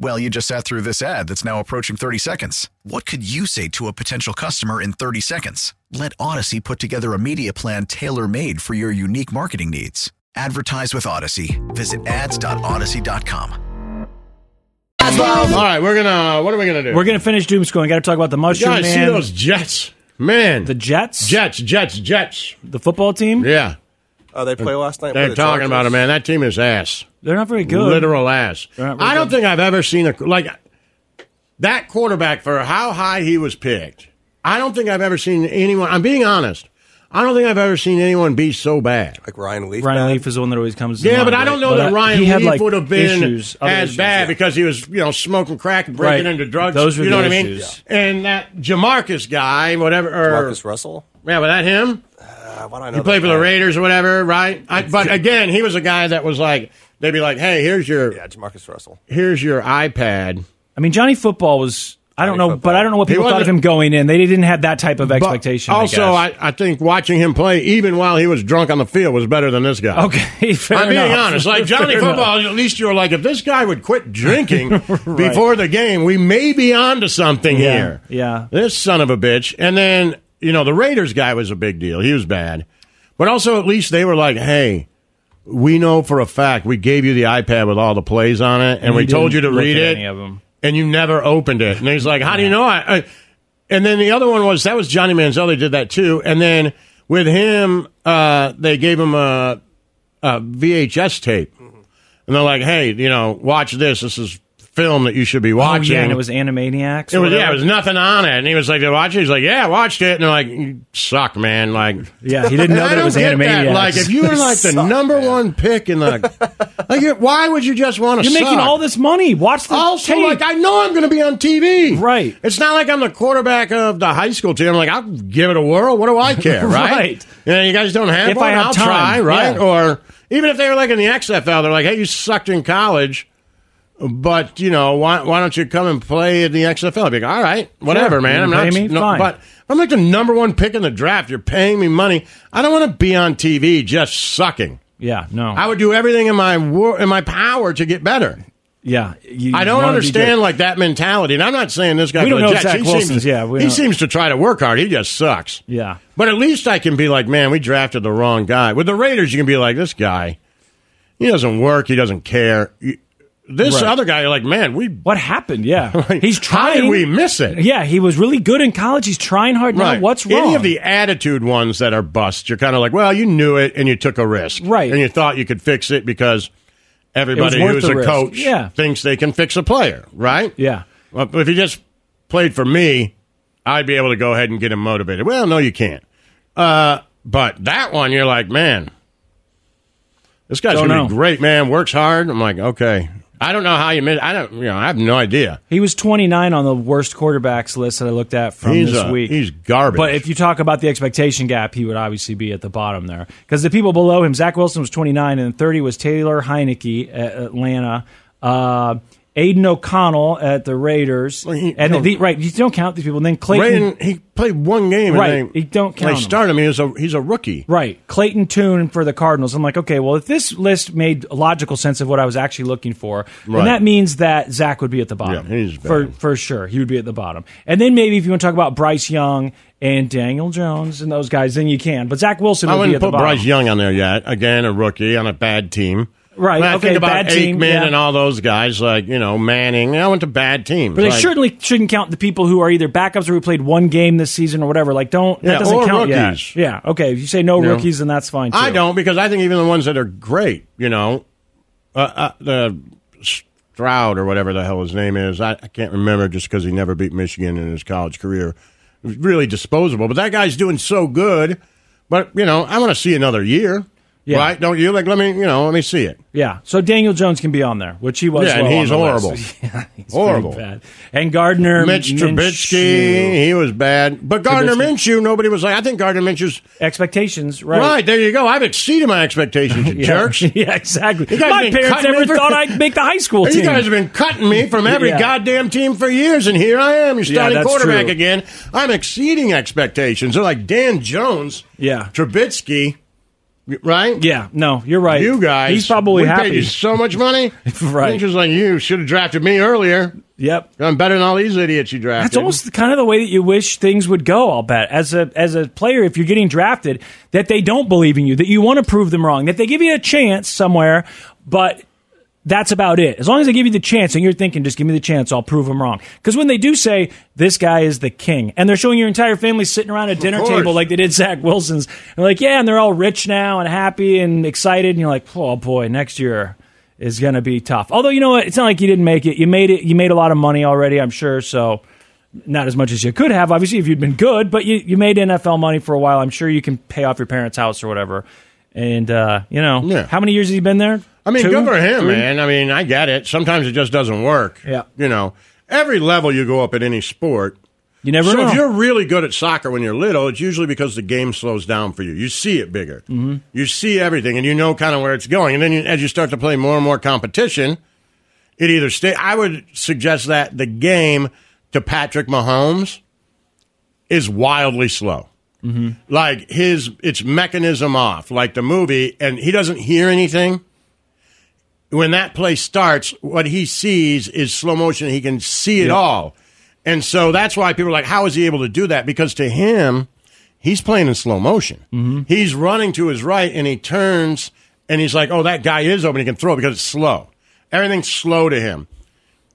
[SPEAKER 18] Well, you just sat through this ad that's now approaching 30 seconds. What could you say to a potential customer in 30 seconds? Let Odyssey put together a media plan tailor made for your unique marketing needs. Advertise with Odyssey. Visit ads.odyssey.com.
[SPEAKER 2] All right, we're gonna. uh, What are we gonna do?
[SPEAKER 7] We're going to finish Doom Scrolling. Got to talk about the Mushroom
[SPEAKER 2] Guys, see
[SPEAKER 7] Man.
[SPEAKER 2] those Jets, man. The
[SPEAKER 7] Jets,
[SPEAKER 2] Jets, Jets, Jets.
[SPEAKER 7] The football team.
[SPEAKER 2] Yeah,
[SPEAKER 6] Uh,
[SPEAKER 4] Oh, they play last night.
[SPEAKER 2] they're
[SPEAKER 4] with the
[SPEAKER 2] talking about it,
[SPEAKER 4] Chargers?
[SPEAKER 2] man. That team is ass.
[SPEAKER 7] They're not very good.
[SPEAKER 2] Literal ass.
[SPEAKER 7] not very
[SPEAKER 2] I don't think I've ever seen a like that quarterback for how high he was picked. I don't think I've ever seen anyone. I'm being honest. I don't think I've ever seen anyone be so bad.
[SPEAKER 4] Like Ryan Leaf.
[SPEAKER 7] Ryan Leaf is the one that always comes. to
[SPEAKER 2] Yeah,
[SPEAKER 7] mind,
[SPEAKER 2] but I
[SPEAKER 7] right?
[SPEAKER 2] don't know
[SPEAKER 7] But,
[SPEAKER 2] that
[SPEAKER 7] uh,
[SPEAKER 2] Ryan
[SPEAKER 7] he had,
[SPEAKER 2] Leaf
[SPEAKER 7] like,
[SPEAKER 2] would have been
[SPEAKER 7] issues, other
[SPEAKER 2] as
[SPEAKER 7] issues.
[SPEAKER 2] bad because he was, you know, smoking crack, and breaking
[SPEAKER 7] Right.
[SPEAKER 2] into drugs.
[SPEAKER 7] Those were
[SPEAKER 2] you
[SPEAKER 7] the
[SPEAKER 2] know what
[SPEAKER 7] issues.
[SPEAKER 2] I mean? And that Jamarcus guy, whatever, or
[SPEAKER 4] Marcus Russell.
[SPEAKER 2] yeah, was that him?
[SPEAKER 4] Uh, why do I know
[SPEAKER 2] He
[SPEAKER 4] that
[SPEAKER 2] played for the
[SPEAKER 4] guy?
[SPEAKER 2] Raiders or whatever, right? I, but again, he was a guy that was like, they'd be like, "Hey, here's your
[SPEAKER 4] Yeah, Jamarcus Russell.
[SPEAKER 2] here's your iPad."
[SPEAKER 7] I mean, Johnny Football was. I don't know, but I don't know what
[SPEAKER 2] He
[SPEAKER 7] people thought of
[SPEAKER 2] wasn't-
[SPEAKER 7] him going in. They didn't have that type of expectation.
[SPEAKER 2] Also,
[SPEAKER 7] I,
[SPEAKER 2] I, I, think watching him play, even while he was drunk on the field, was better than this guy.
[SPEAKER 7] Okay, fair
[SPEAKER 2] I'm being
[SPEAKER 7] enough.
[SPEAKER 2] honest. Like Johnny
[SPEAKER 7] Fair
[SPEAKER 2] Football, at least you're like, if this guy would quit drinking before the game, we may be onto something
[SPEAKER 7] Yeah,
[SPEAKER 2] here.
[SPEAKER 7] yeah.
[SPEAKER 2] this son of a bitch. And then you know the Raiders guy was a big deal. He was bad, but also at least they were like, hey. We know for a fact we gave you the iPad with all the plays on it, and,
[SPEAKER 7] And
[SPEAKER 2] we
[SPEAKER 7] you
[SPEAKER 2] told you
[SPEAKER 7] didn't
[SPEAKER 2] to
[SPEAKER 7] look
[SPEAKER 2] read
[SPEAKER 7] at
[SPEAKER 2] it,
[SPEAKER 7] any of 'em.
[SPEAKER 2] and you never opened it. And he's like, "How do you know?" I, I and then the other one was that was Johnny Manziel. They did that too. And then with him, uh, they gave him a, a VHS tape,
[SPEAKER 7] Mm-hmm.
[SPEAKER 2] and they're like, "Hey, you know, watch this. This is film that you should be
[SPEAKER 7] oh,
[SPEAKER 2] watching."
[SPEAKER 7] yeah, and it was Animaniacs.
[SPEAKER 2] It
[SPEAKER 7] or
[SPEAKER 2] was, yeah,
[SPEAKER 7] whatever.
[SPEAKER 2] it was nothing on it, and he was like, "They watch it." He's like, "Yeah, I watched it," and they're like, "You suck, man!" Like,
[SPEAKER 7] Yeah, he didn't know
[SPEAKER 2] And I
[SPEAKER 7] that it
[SPEAKER 2] don't
[SPEAKER 7] was
[SPEAKER 2] get
[SPEAKER 7] Animaniacs.
[SPEAKER 2] That. Like, if you were like the
[SPEAKER 7] Suck,
[SPEAKER 2] number one pick in the, like, you- why would you just want to?
[SPEAKER 7] You're making all this money. Watch the
[SPEAKER 2] Also,
[SPEAKER 7] tape.
[SPEAKER 2] like, I know I'm going to be on TV.
[SPEAKER 7] Right.
[SPEAKER 2] It's not like I'm the quarterback of the high school team. Like, I'll give it a whirl. What do I care, right?
[SPEAKER 7] Right.
[SPEAKER 2] You, know, you guys don't have
[SPEAKER 7] If
[SPEAKER 2] one.
[SPEAKER 7] I have
[SPEAKER 2] will
[SPEAKER 7] time,
[SPEAKER 2] try, right?
[SPEAKER 7] yeah.
[SPEAKER 2] Or even if they were like in the XFL, they're like, hey, you sucked in college. But you know why? Why don't you come and play in the XFL? I'd be like, all right, whatever,
[SPEAKER 7] Sure.
[SPEAKER 2] man. I'm
[SPEAKER 7] You
[SPEAKER 2] not.
[SPEAKER 7] pay me?
[SPEAKER 2] no,
[SPEAKER 7] Fine.
[SPEAKER 2] But if I'm like the number one pick in the draft. You're paying me money. I don't want to be on TV just sucking.
[SPEAKER 7] yeah, no,
[SPEAKER 2] I would do everything in my wor- in my power to get better.
[SPEAKER 7] yeah. You-
[SPEAKER 2] I
[SPEAKER 7] you
[SPEAKER 2] don't
[SPEAKER 7] wanna be good.
[SPEAKER 2] understand like that mentality, and I'm not saying this guy.
[SPEAKER 7] We
[SPEAKER 2] for
[SPEAKER 7] don't
[SPEAKER 2] the
[SPEAKER 7] know
[SPEAKER 2] Jets.
[SPEAKER 7] Zach
[SPEAKER 2] he
[SPEAKER 7] Wilson's,
[SPEAKER 2] Seems,
[SPEAKER 7] yeah, we
[SPEAKER 2] he
[SPEAKER 7] don't-
[SPEAKER 2] seems to try to work hard. He just sucks.
[SPEAKER 7] Yeah,
[SPEAKER 2] But at least I can be like, man, we drafted the wrong guy. With the Raiders, you can be like, this guy, he doesn't work. He doesn't care. You- This
[SPEAKER 7] Right.
[SPEAKER 2] other guy, you're like, man, we.
[SPEAKER 7] what happened? Yeah,
[SPEAKER 2] Like,
[SPEAKER 7] he's
[SPEAKER 2] How
[SPEAKER 7] trying.
[SPEAKER 2] did we miss it?
[SPEAKER 7] Yeah, he was really good in college. He's trying hard now. What's wrong?
[SPEAKER 2] Any of the attitude ones that are bust, you're kind of like, well, you knew it and you took a risk,
[SPEAKER 7] Right.
[SPEAKER 2] And you thought you could fix it because everybody
[SPEAKER 7] worth
[SPEAKER 2] who's
[SPEAKER 7] the
[SPEAKER 2] a
[SPEAKER 7] risk.
[SPEAKER 2] coach
[SPEAKER 7] Yeah.
[SPEAKER 2] thinks they can fix a player, right?
[SPEAKER 7] yeah,
[SPEAKER 2] Well, if he just played for me, I'd be able to go ahead and get him motivated. Well, no, you can't. Uh, but that one, you're like, man, this guy's
[SPEAKER 7] Don't
[SPEAKER 2] gonna be
[SPEAKER 7] know.
[SPEAKER 2] great, man. Works hard. I'm like, okay. I don't know how you made. I don't. You know, I have no idea.
[SPEAKER 7] he was 29 on the worst quarterbacks list that I looked at from
[SPEAKER 2] he's
[SPEAKER 7] this
[SPEAKER 2] a-
[SPEAKER 7] week.
[SPEAKER 2] He's garbage.
[SPEAKER 7] But if you talk about the expectation gap, he would obviously be at the bottom there because the people below him, Zach Wilson was 29, and 30 was Taylor Heineke at Atlanta, uh, Aiden O'Connell at the Raiders,
[SPEAKER 2] he-
[SPEAKER 7] and
[SPEAKER 2] no.
[SPEAKER 7] the, right, you don't count these people. And then Clayton,
[SPEAKER 2] Raiden, he played one game.
[SPEAKER 7] Right,
[SPEAKER 2] And they,
[SPEAKER 7] he don't
[SPEAKER 2] They
[SPEAKER 7] count him.
[SPEAKER 2] started him. He was a, he's a rookie.
[SPEAKER 7] right, Clayton Toon for the Cardinals. I'm like, okay, well, if this list made logical sense of what I was actually looking for,
[SPEAKER 2] Right.
[SPEAKER 7] then that means that Zach would be at the bottom
[SPEAKER 2] Yeah, he's bad.
[SPEAKER 7] for for sure. He would be at the bottom. And then maybe if you want to talk about Bryce Young. And Daniel Jones and those guys, then you can. But Zach Wilson
[SPEAKER 2] I
[SPEAKER 7] would be
[SPEAKER 2] wouldn't
[SPEAKER 7] at the
[SPEAKER 2] put
[SPEAKER 7] bottom.
[SPEAKER 2] Bryce Young on there yet. Again, a rookie on a bad team.
[SPEAKER 7] Right,
[SPEAKER 2] When I
[SPEAKER 7] okay,
[SPEAKER 2] think about
[SPEAKER 7] bad team,
[SPEAKER 2] Aikman
[SPEAKER 7] yeah.
[SPEAKER 2] and all those guys, like you know Manning. I went to bad teams.
[SPEAKER 7] But they
[SPEAKER 2] like,
[SPEAKER 7] certainly shouldn't count the people who are either backups or who played one game this season or whatever. Like, don't
[SPEAKER 2] Yeah,
[SPEAKER 7] that doesn't
[SPEAKER 2] or
[SPEAKER 7] count yet.
[SPEAKER 2] rookies.
[SPEAKER 7] Yeah, okay. If you say no
[SPEAKER 2] You know?
[SPEAKER 7] rookies, then that's fine. Too.
[SPEAKER 2] I don't because I think even the ones that are great, you know, uh, uh, the Stroud or whatever the hell his name is, I, I can't remember just because he never beat Michigan in his college career. It was really disposable, but that guy's doing so good. But you know, I want to see another year,
[SPEAKER 7] Yeah.
[SPEAKER 2] right? Don't you? Like, let me, you know, let me see it.
[SPEAKER 7] Yeah. So Daniel Jones can be on there, which he was.
[SPEAKER 2] Yeah, and
[SPEAKER 7] low on
[SPEAKER 2] he's
[SPEAKER 7] the list.
[SPEAKER 2] horrible.
[SPEAKER 7] yeah, he's
[SPEAKER 2] Horrible.
[SPEAKER 7] pretty Bad. And Gardner,
[SPEAKER 2] Mitch
[SPEAKER 7] Minshew.
[SPEAKER 2] Trubisky, he was bad. But Gardner
[SPEAKER 7] Trubisky.
[SPEAKER 2] Minshew, nobody was like, I think Gardner Minshew's
[SPEAKER 7] Expectations,
[SPEAKER 2] right.
[SPEAKER 7] right?
[SPEAKER 2] There you go. I've exceeded my expectations, you
[SPEAKER 7] Yeah.
[SPEAKER 2] jerks.
[SPEAKER 7] yeah, exactly.
[SPEAKER 2] You guys
[SPEAKER 7] My
[SPEAKER 2] been
[SPEAKER 7] parents
[SPEAKER 2] cutting
[SPEAKER 7] never
[SPEAKER 2] me for-
[SPEAKER 7] thought I'd make the high school team.
[SPEAKER 2] You guys have been cutting me from every
[SPEAKER 7] Yeah.
[SPEAKER 2] goddamn team for years, and here I am. You
[SPEAKER 7] Yeah,
[SPEAKER 2] starting
[SPEAKER 7] that's
[SPEAKER 2] quarterback
[SPEAKER 7] true.
[SPEAKER 2] again. I'm exceeding expectations. They're like Dan Jones,
[SPEAKER 7] Yeah.
[SPEAKER 2] Trubisky. right?
[SPEAKER 1] Yeah, no, you're right.
[SPEAKER 2] You guys,
[SPEAKER 1] He's probably
[SPEAKER 2] we
[SPEAKER 1] happy.
[SPEAKER 2] paid you so much money,
[SPEAKER 1] Right.
[SPEAKER 2] He's just like you should have drafted me earlier.
[SPEAKER 1] Yep,
[SPEAKER 2] I'm better than all these idiots you drafted.
[SPEAKER 1] That's almost the- kind of the way that you wish things would go. I'll bet as a as a player, if you're getting drafted, that they don't believe in you, that you want to prove them wrong, that they give you a chance somewhere, but that's about it. As long as they give you the chance, and you're thinking, just give me the chance, I'll prove them wrong. Because when they do say this guy is the king, and they're showing your entire family sitting around a dinner
[SPEAKER 2] course.
[SPEAKER 1] table like they did Zach Wilson's, and like yeah, and they're all rich now and happy and excited, and you're like, oh boy, next year is going to be tough. Although you know what, it's not like you didn't make it. You made it. You made a lot of money already, I'm sure. So not as much as you could have, obviously, if you'd been good. But you you made NFL money for a while. I'm sure you can pay off your parents' house or whatever. And uh, you know, how many years has he been there?
[SPEAKER 2] I mean,
[SPEAKER 1] Two?
[SPEAKER 2] good for him,
[SPEAKER 1] Three?
[SPEAKER 2] man. I mean, I get it. Sometimes it just doesn't work.
[SPEAKER 1] Yeah.
[SPEAKER 2] You know, every level you go up in any sport.
[SPEAKER 1] You never
[SPEAKER 2] so
[SPEAKER 1] know.
[SPEAKER 2] if you're really good at soccer when you're little, it's usually because the game slows down for you. You see it bigger.
[SPEAKER 1] Mhm.
[SPEAKER 2] You see everything and you know kind of where it's going. And then you, as you start to play more and more competition, it either stay I would suggest that the game to Patrick Mahomes is wildly slow.
[SPEAKER 17] Mm-hmm.
[SPEAKER 2] Like his it's mechanism off, like the movie, and he doesn't hear anything. When that play starts, what he sees is slow motion. He can see it
[SPEAKER 17] Yeah.
[SPEAKER 2] all. And so that's why people are like, how is he able to do that? Because to him, he's playing in slow motion. He's running to his right and he turns and he's like, oh, that guy is open. He can throw it because it's slow. Everything's slow to him.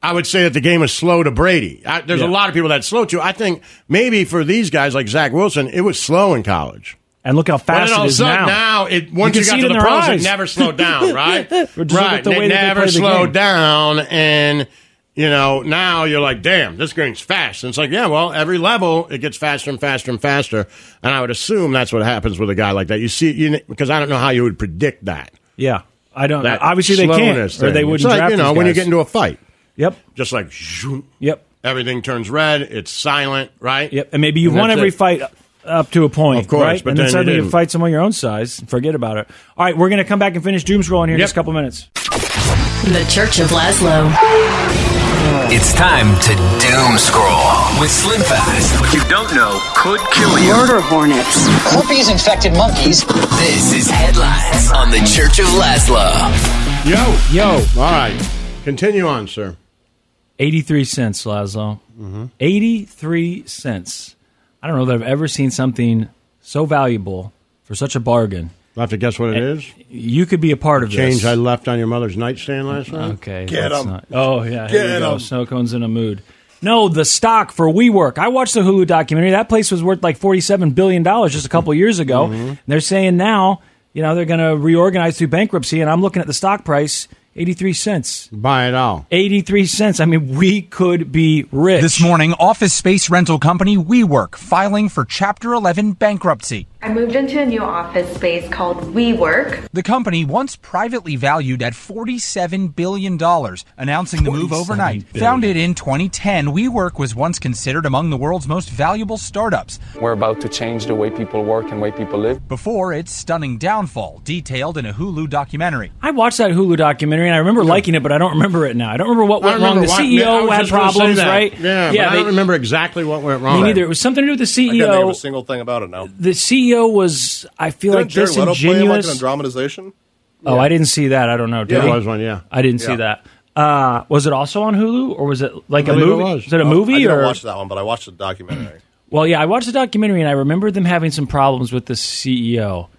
[SPEAKER 2] I would say that the game is slow to Brady. I, there's a lot of people that slow to. I think maybe for these guys like Zach Wilson, it was slow in college.
[SPEAKER 1] And look how
[SPEAKER 2] But
[SPEAKER 1] fast
[SPEAKER 2] then
[SPEAKER 1] it
[SPEAKER 2] all of a
[SPEAKER 1] is now.
[SPEAKER 2] sudden now, it, once
[SPEAKER 1] can
[SPEAKER 2] you,
[SPEAKER 1] see
[SPEAKER 2] got
[SPEAKER 1] it
[SPEAKER 2] to
[SPEAKER 1] in
[SPEAKER 2] the
[SPEAKER 1] their
[SPEAKER 2] pros,
[SPEAKER 1] eyes.
[SPEAKER 2] it never slowed down, right?
[SPEAKER 1] Just look at
[SPEAKER 2] right.
[SPEAKER 1] the way that
[SPEAKER 2] it
[SPEAKER 1] they
[SPEAKER 2] never
[SPEAKER 1] play the
[SPEAKER 2] slowed
[SPEAKER 1] game.
[SPEAKER 2] down, and you know now you're like, damn, this game's fast. And it's like, yeah, well, every level it gets faster and faster and faster. And I would assume that's what happens with a guy like that. You see, you because I don't know how you would predict that.
[SPEAKER 1] Yeah, I don't.
[SPEAKER 2] That
[SPEAKER 1] obviously, they can't,
[SPEAKER 2] slowness
[SPEAKER 1] or
[SPEAKER 2] thing.
[SPEAKER 1] they wouldn't
[SPEAKER 2] It's like,
[SPEAKER 1] draft
[SPEAKER 2] you know
[SPEAKER 1] these
[SPEAKER 2] when you
[SPEAKER 1] guys.
[SPEAKER 2] get into a fight.
[SPEAKER 1] Yep.
[SPEAKER 2] Just like zoom.
[SPEAKER 1] Yep.
[SPEAKER 2] Everything turns red. It's silent, right? Yep.
[SPEAKER 1] And maybe you've won every fight up to a point,
[SPEAKER 2] Of course,
[SPEAKER 1] right?
[SPEAKER 2] but
[SPEAKER 1] and
[SPEAKER 2] then you
[SPEAKER 1] suddenly
[SPEAKER 2] didn't.
[SPEAKER 1] fight someone your own size. Forget about it. All right, we're going to come back and finish Doomscroll in here in just a couple minutes.
[SPEAKER 19] The Church of Laszlo.
[SPEAKER 8] It's time to doom scroll with Slim Fast. What you don't know could kill you.
[SPEAKER 9] Murder hornets. Herpes infected monkeys.
[SPEAKER 8] This is Headlines on the Church of Laszlo.
[SPEAKER 2] Yo, yo. All right. Continue on, sir.
[SPEAKER 1] 83 cents, Laszlo.
[SPEAKER 2] Mm-hmm.
[SPEAKER 1] 83 cents. I don't know that I've ever seen something so valuable for such a bargain.
[SPEAKER 2] I have to guess what it is.
[SPEAKER 1] You could be a part of
[SPEAKER 2] Change
[SPEAKER 1] this.
[SPEAKER 2] I left on your mother's nightstand last night.
[SPEAKER 1] Okay.
[SPEAKER 2] Get
[SPEAKER 1] let's
[SPEAKER 2] him.
[SPEAKER 1] not- Oh, yeah.
[SPEAKER 2] Get
[SPEAKER 1] Here we go.
[SPEAKER 2] 'em.
[SPEAKER 1] Snow cones in a mood. No, the stock for WeWork. I watched the Hulu documentary. That place was worth like $47 billion just a
[SPEAKER 2] Mm-hmm.
[SPEAKER 1] couple years ago. And they're saying now, you know, they're going to reorganize through bankruptcy. And I'm looking at the stock price 83 cents.
[SPEAKER 2] Buy it all.
[SPEAKER 1] 83 cents. I mean, we could be rich.
[SPEAKER 3] This morning, office space rental company WeWork filing for Chapter 11 bankruptcy.
[SPEAKER 20] I moved into a new office space called WeWork.
[SPEAKER 3] The company, once privately valued at $47 billion, announcing the move
[SPEAKER 20] $47
[SPEAKER 3] overnight.
[SPEAKER 20] billion.
[SPEAKER 3] Founded in 2010, WeWork was once considered among the world's most valuable startups.
[SPEAKER 21] We're about to change the way people work and way people live.
[SPEAKER 3] Before its stunning downfall, detailed in a Hulu documentary.
[SPEAKER 1] I watched that Hulu documentary and I remember liking it, but I don't remember it now. I don't remember what
[SPEAKER 2] I
[SPEAKER 1] went wrong.
[SPEAKER 2] remember
[SPEAKER 1] The
[SPEAKER 2] why- I
[SPEAKER 1] CEO
[SPEAKER 2] was
[SPEAKER 1] had
[SPEAKER 2] just gonna say
[SPEAKER 1] problems,
[SPEAKER 2] that.
[SPEAKER 1] right?
[SPEAKER 2] Yeah, but I
[SPEAKER 1] they-
[SPEAKER 2] don't remember exactly what went wrong.
[SPEAKER 1] Me neither. It was something to do with the
[SPEAKER 6] I can't think of a
[SPEAKER 1] CEO.
[SPEAKER 6] single thing about it now.
[SPEAKER 1] The CEO was, I feel
[SPEAKER 6] Didn't
[SPEAKER 1] like,
[SPEAKER 6] Jared Leto play him, like
[SPEAKER 1] disingenuous.
[SPEAKER 6] an dramatization?
[SPEAKER 1] Oh, I didn't see that. I don't know. Did
[SPEAKER 6] Yeah,
[SPEAKER 1] he?
[SPEAKER 6] there was one,
[SPEAKER 2] yeah.
[SPEAKER 1] E I didn't
[SPEAKER 6] Yeah.
[SPEAKER 1] see that. Uh, was it also on Hulu or was it like a
[SPEAKER 6] I believe
[SPEAKER 1] movie? Was it a
[SPEAKER 6] Oh, I
[SPEAKER 1] movie
[SPEAKER 6] didn't
[SPEAKER 1] or?
[SPEAKER 6] watch that one, but I watched the documentary.
[SPEAKER 1] Well, yeah, I watched the documentary and I remember them having some problems with the CEO.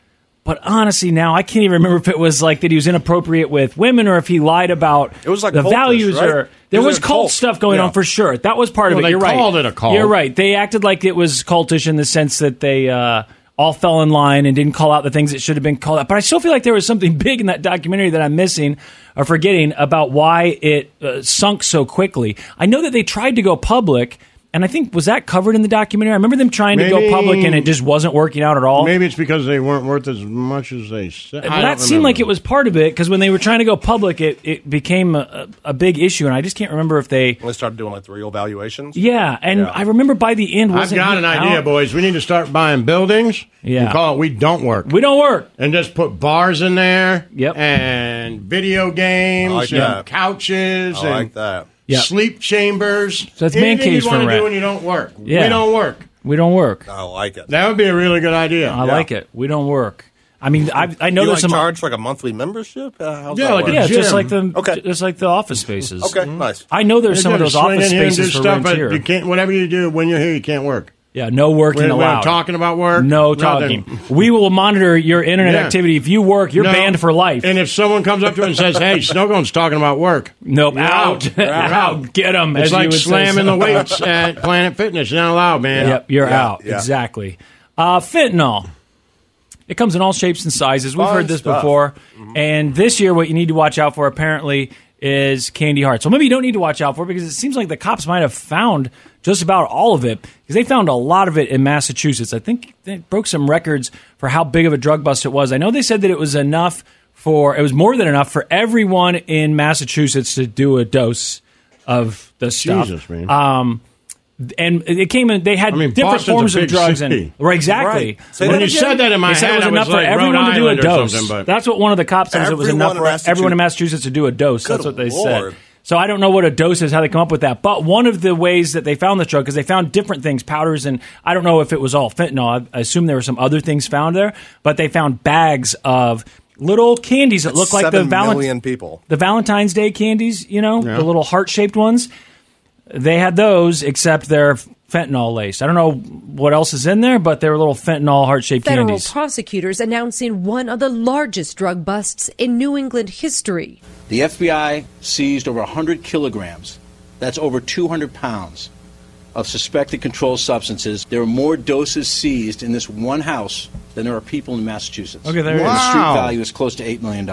[SPEAKER 1] But honestly, now I can't even remember if it was like that he was inappropriate with women or if he lied about it was
[SPEAKER 7] like
[SPEAKER 1] the
[SPEAKER 7] cultish,
[SPEAKER 1] values
[SPEAKER 7] right?
[SPEAKER 1] or
[SPEAKER 7] He
[SPEAKER 1] there
[SPEAKER 7] was
[SPEAKER 1] was
[SPEAKER 7] in a
[SPEAKER 1] cult,
[SPEAKER 7] cult.
[SPEAKER 1] stuff going
[SPEAKER 7] Yeah.
[SPEAKER 1] on for sure. That was part
[SPEAKER 7] Well,
[SPEAKER 1] of it.
[SPEAKER 7] they
[SPEAKER 1] You're right.
[SPEAKER 7] called it a cult.
[SPEAKER 1] You're right. They acted like it was cultish in the sense that they uh, all fell in line and didn't call out the things that should have been called out. But I still feel like there was something big in that documentary that I'm missing or forgetting about why it uh, sunk so quickly. I know that they tried to go public. And I think was that covered in the documentary? I remember them trying to go
[SPEAKER 2] Maybe-
[SPEAKER 1] public and it just wasn't working out at all.
[SPEAKER 2] Maybe it's because they weren't worth as much as they said.
[SPEAKER 1] Well, that seemed like it was part of it because when they were trying to go public, it, it became a, a a big issue, and I just can't remember if they.
[SPEAKER 6] When they started doing like the real valuations.
[SPEAKER 1] Yeah, and I remember by the end,
[SPEAKER 2] I've
[SPEAKER 1] wasn't
[SPEAKER 2] got
[SPEAKER 1] he
[SPEAKER 2] an idea,
[SPEAKER 1] out?
[SPEAKER 2] boys. We need to start buying buildings.
[SPEAKER 1] Yeah.
[SPEAKER 2] And call it We Don't Work.
[SPEAKER 1] We Don't Work.
[SPEAKER 2] And just put bars in there. Yep. And video games
[SPEAKER 6] I like
[SPEAKER 2] and
[SPEAKER 6] that.
[SPEAKER 2] couches
[SPEAKER 6] I
[SPEAKER 2] and
[SPEAKER 6] like that.
[SPEAKER 1] Yeah.
[SPEAKER 2] sleep chambers.
[SPEAKER 1] So that's man
[SPEAKER 2] Anything
[SPEAKER 1] caves
[SPEAKER 2] you
[SPEAKER 1] for
[SPEAKER 2] wanna
[SPEAKER 1] rent.
[SPEAKER 2] do when you don't work.
[SPEAKER 1] Yeah.
[SPEAKER 2] We don't work.
[SPEAKER 1] We don't work.
[SPEAKER 6] I like it.
[SPEAKER 2] That would be a really good idea.
[SPEAKER 1] I like it. We don't work. I mean, I, I know
[SPEAKER 6] you,
[SPEAKER 1] there's some
[SPEAKER 6] like, charge like a monthly membership. Uh, how's
[SPEAKER 1] yeah,
[SPEAKER 6] that
[SPEAKER 1] like
[SPEAKER 6] work?
[SPEAKER 1] yeah, just like the okay. just like the office spaces.
[SPEAKER 6] Okay, nice.
[SPEAKER 1] mm. I know there's
[SPEAKER 7] You're
[SPEAKER 1] some of
[SPEAKER 7] gonna
[SPEAKER 1] those
[SPEAKER 7] swing
[SPEAKER 1] office
[SPEAKER 7] in here and
[SPEAKER 1] spaces
[SPEAKER 7] do
[SPEAKER 1] for
[SPEAKER 7] stuff,
[SPEAKER 1] rent
[SPEAKER 7] but
[SPEAKER 1] here.
[SPEAKER 7] You can't. Whatever you do when you're here, you can't work.
[SPEAKER 1] Yeah, no working
[SPEAKER 7] We're- we're
[SPEAKER 1] allowed.
[SPEAKER 7] talking about work.
[SPEAKER 1] No
[SPEAKER 7] nothing.
[SPEAKER 1] talking. we will monitor your internet
[SPEAKER 7] Yeah.
[SPEAKER 1] activity. If you work, you're
[SPEAKER 7] No.
[SPEAKER 1] banned for life.
[SPEAKER 7] And if someone comes up to him and says, "Hey, Snowgone's talking about work,"
[SPEAKER 1] nope,
[SPEAKER 7] You're
[SPEAKER 1] out, out,
[SPEAKER 7] You're out.
[SPEAKER 1] get them.
[SPEAKER 7] It's like slamming the weights at Planet Fitness. Not allowed, man.
[SPEAKER 1] Yep, you're
[SPEAKER 7] Yeah,
[SPEAKER 1] out.
[SPEAKER 7] yeah.
[SPEAKER 1] Exactly. Uh, fentanyl. It comes in all shapes and sizes. We've
[SPEAKER 7] Fun
[SPEAKER 1] heard this
[SPEAKER 7] stuff.
[SPEAKER 1] before. And this year, what you need to watch out for apparently is candy hearts. So maybe you don't need to watch out for it because it seems like the cops might have found just about all of it because they found a lot of it in Massachusetts. I think they broke some records for how big of a drug bust it was. I know they said that it was enough for, it was more than enough for everyone in Massachusetts to do a dose of the stuff.
[SPEAKER 7] Jesus, man.
[SPEAKER 1] Um, and it came in. They had
[SPEAKER 7] I mean,
[SPEAKER 1] different
[SPEAKER 7] Boston's
[SPEAKER 1] forms
[SPEAKER 7] a
[SPEAKER 1] of
[SPEAKER 7] big
[SPEAKER 1] drugs
[SPEAKER 7] city.
[SPEAKER 1] in. Right, exactly.
[SPEAKER 7] Right. Say that again.
[SPEAKER 1] they said it was enough for everyone to do a dose. That's what one of the cops said. was It was
[SPEAKER 7] Everyone
[SPEAKER 1] enough
[SPEAKER 7] in
[SPEAKER 1] for
[SPEAKER 7] Massachusetts-
[SPEAKER 1] everyone in Massachusetts to do a dose. That's what they
[SPEAKER 7] Lord.
[SPEAKER 1] said. So I don't know what a dose is, how they come up with that. But one of the ways that they found this drug, because they found different things, powders, and I don't know if it was all fentanyl. I, I assume there were some other things found there, but they found bags of little candies that look like the
[SPEAKER 6] Seven
[SPEAKER 1] Valentine
[SPEAKER 6] million people.
[SPEAKER 1] the Valentine's Day candies, you know,
[SPEAKER 6] Yeah.
[SPEAKER 1] the little heart shaped ones. They had those, except they're fentanyl laced. I don't know what else is in there, but they're little fentanyl heart shaped
[SPEAKER 20] Federal
[SPEAKER 1] candies.
[SPEAKER 20] prosecutors announcing one of the largest drug busts in New England history.
[SPEAKER 4] The FBI seized over 100 kilograms, that's over 200 pounds, of suspected controlled substances. There were more doses seized in this one house than there are people in Massachusetts.
[SPEAKER 1] Okay, there
[SPEAKER 4] And
[SPEAKER 1] it
[SPEAKER 4] The
[SPEAKER 1] is.
[SPEAKER 4] street
[SPEAKER 1] Wow.
[SPEAKER 4] value is close to $8 million.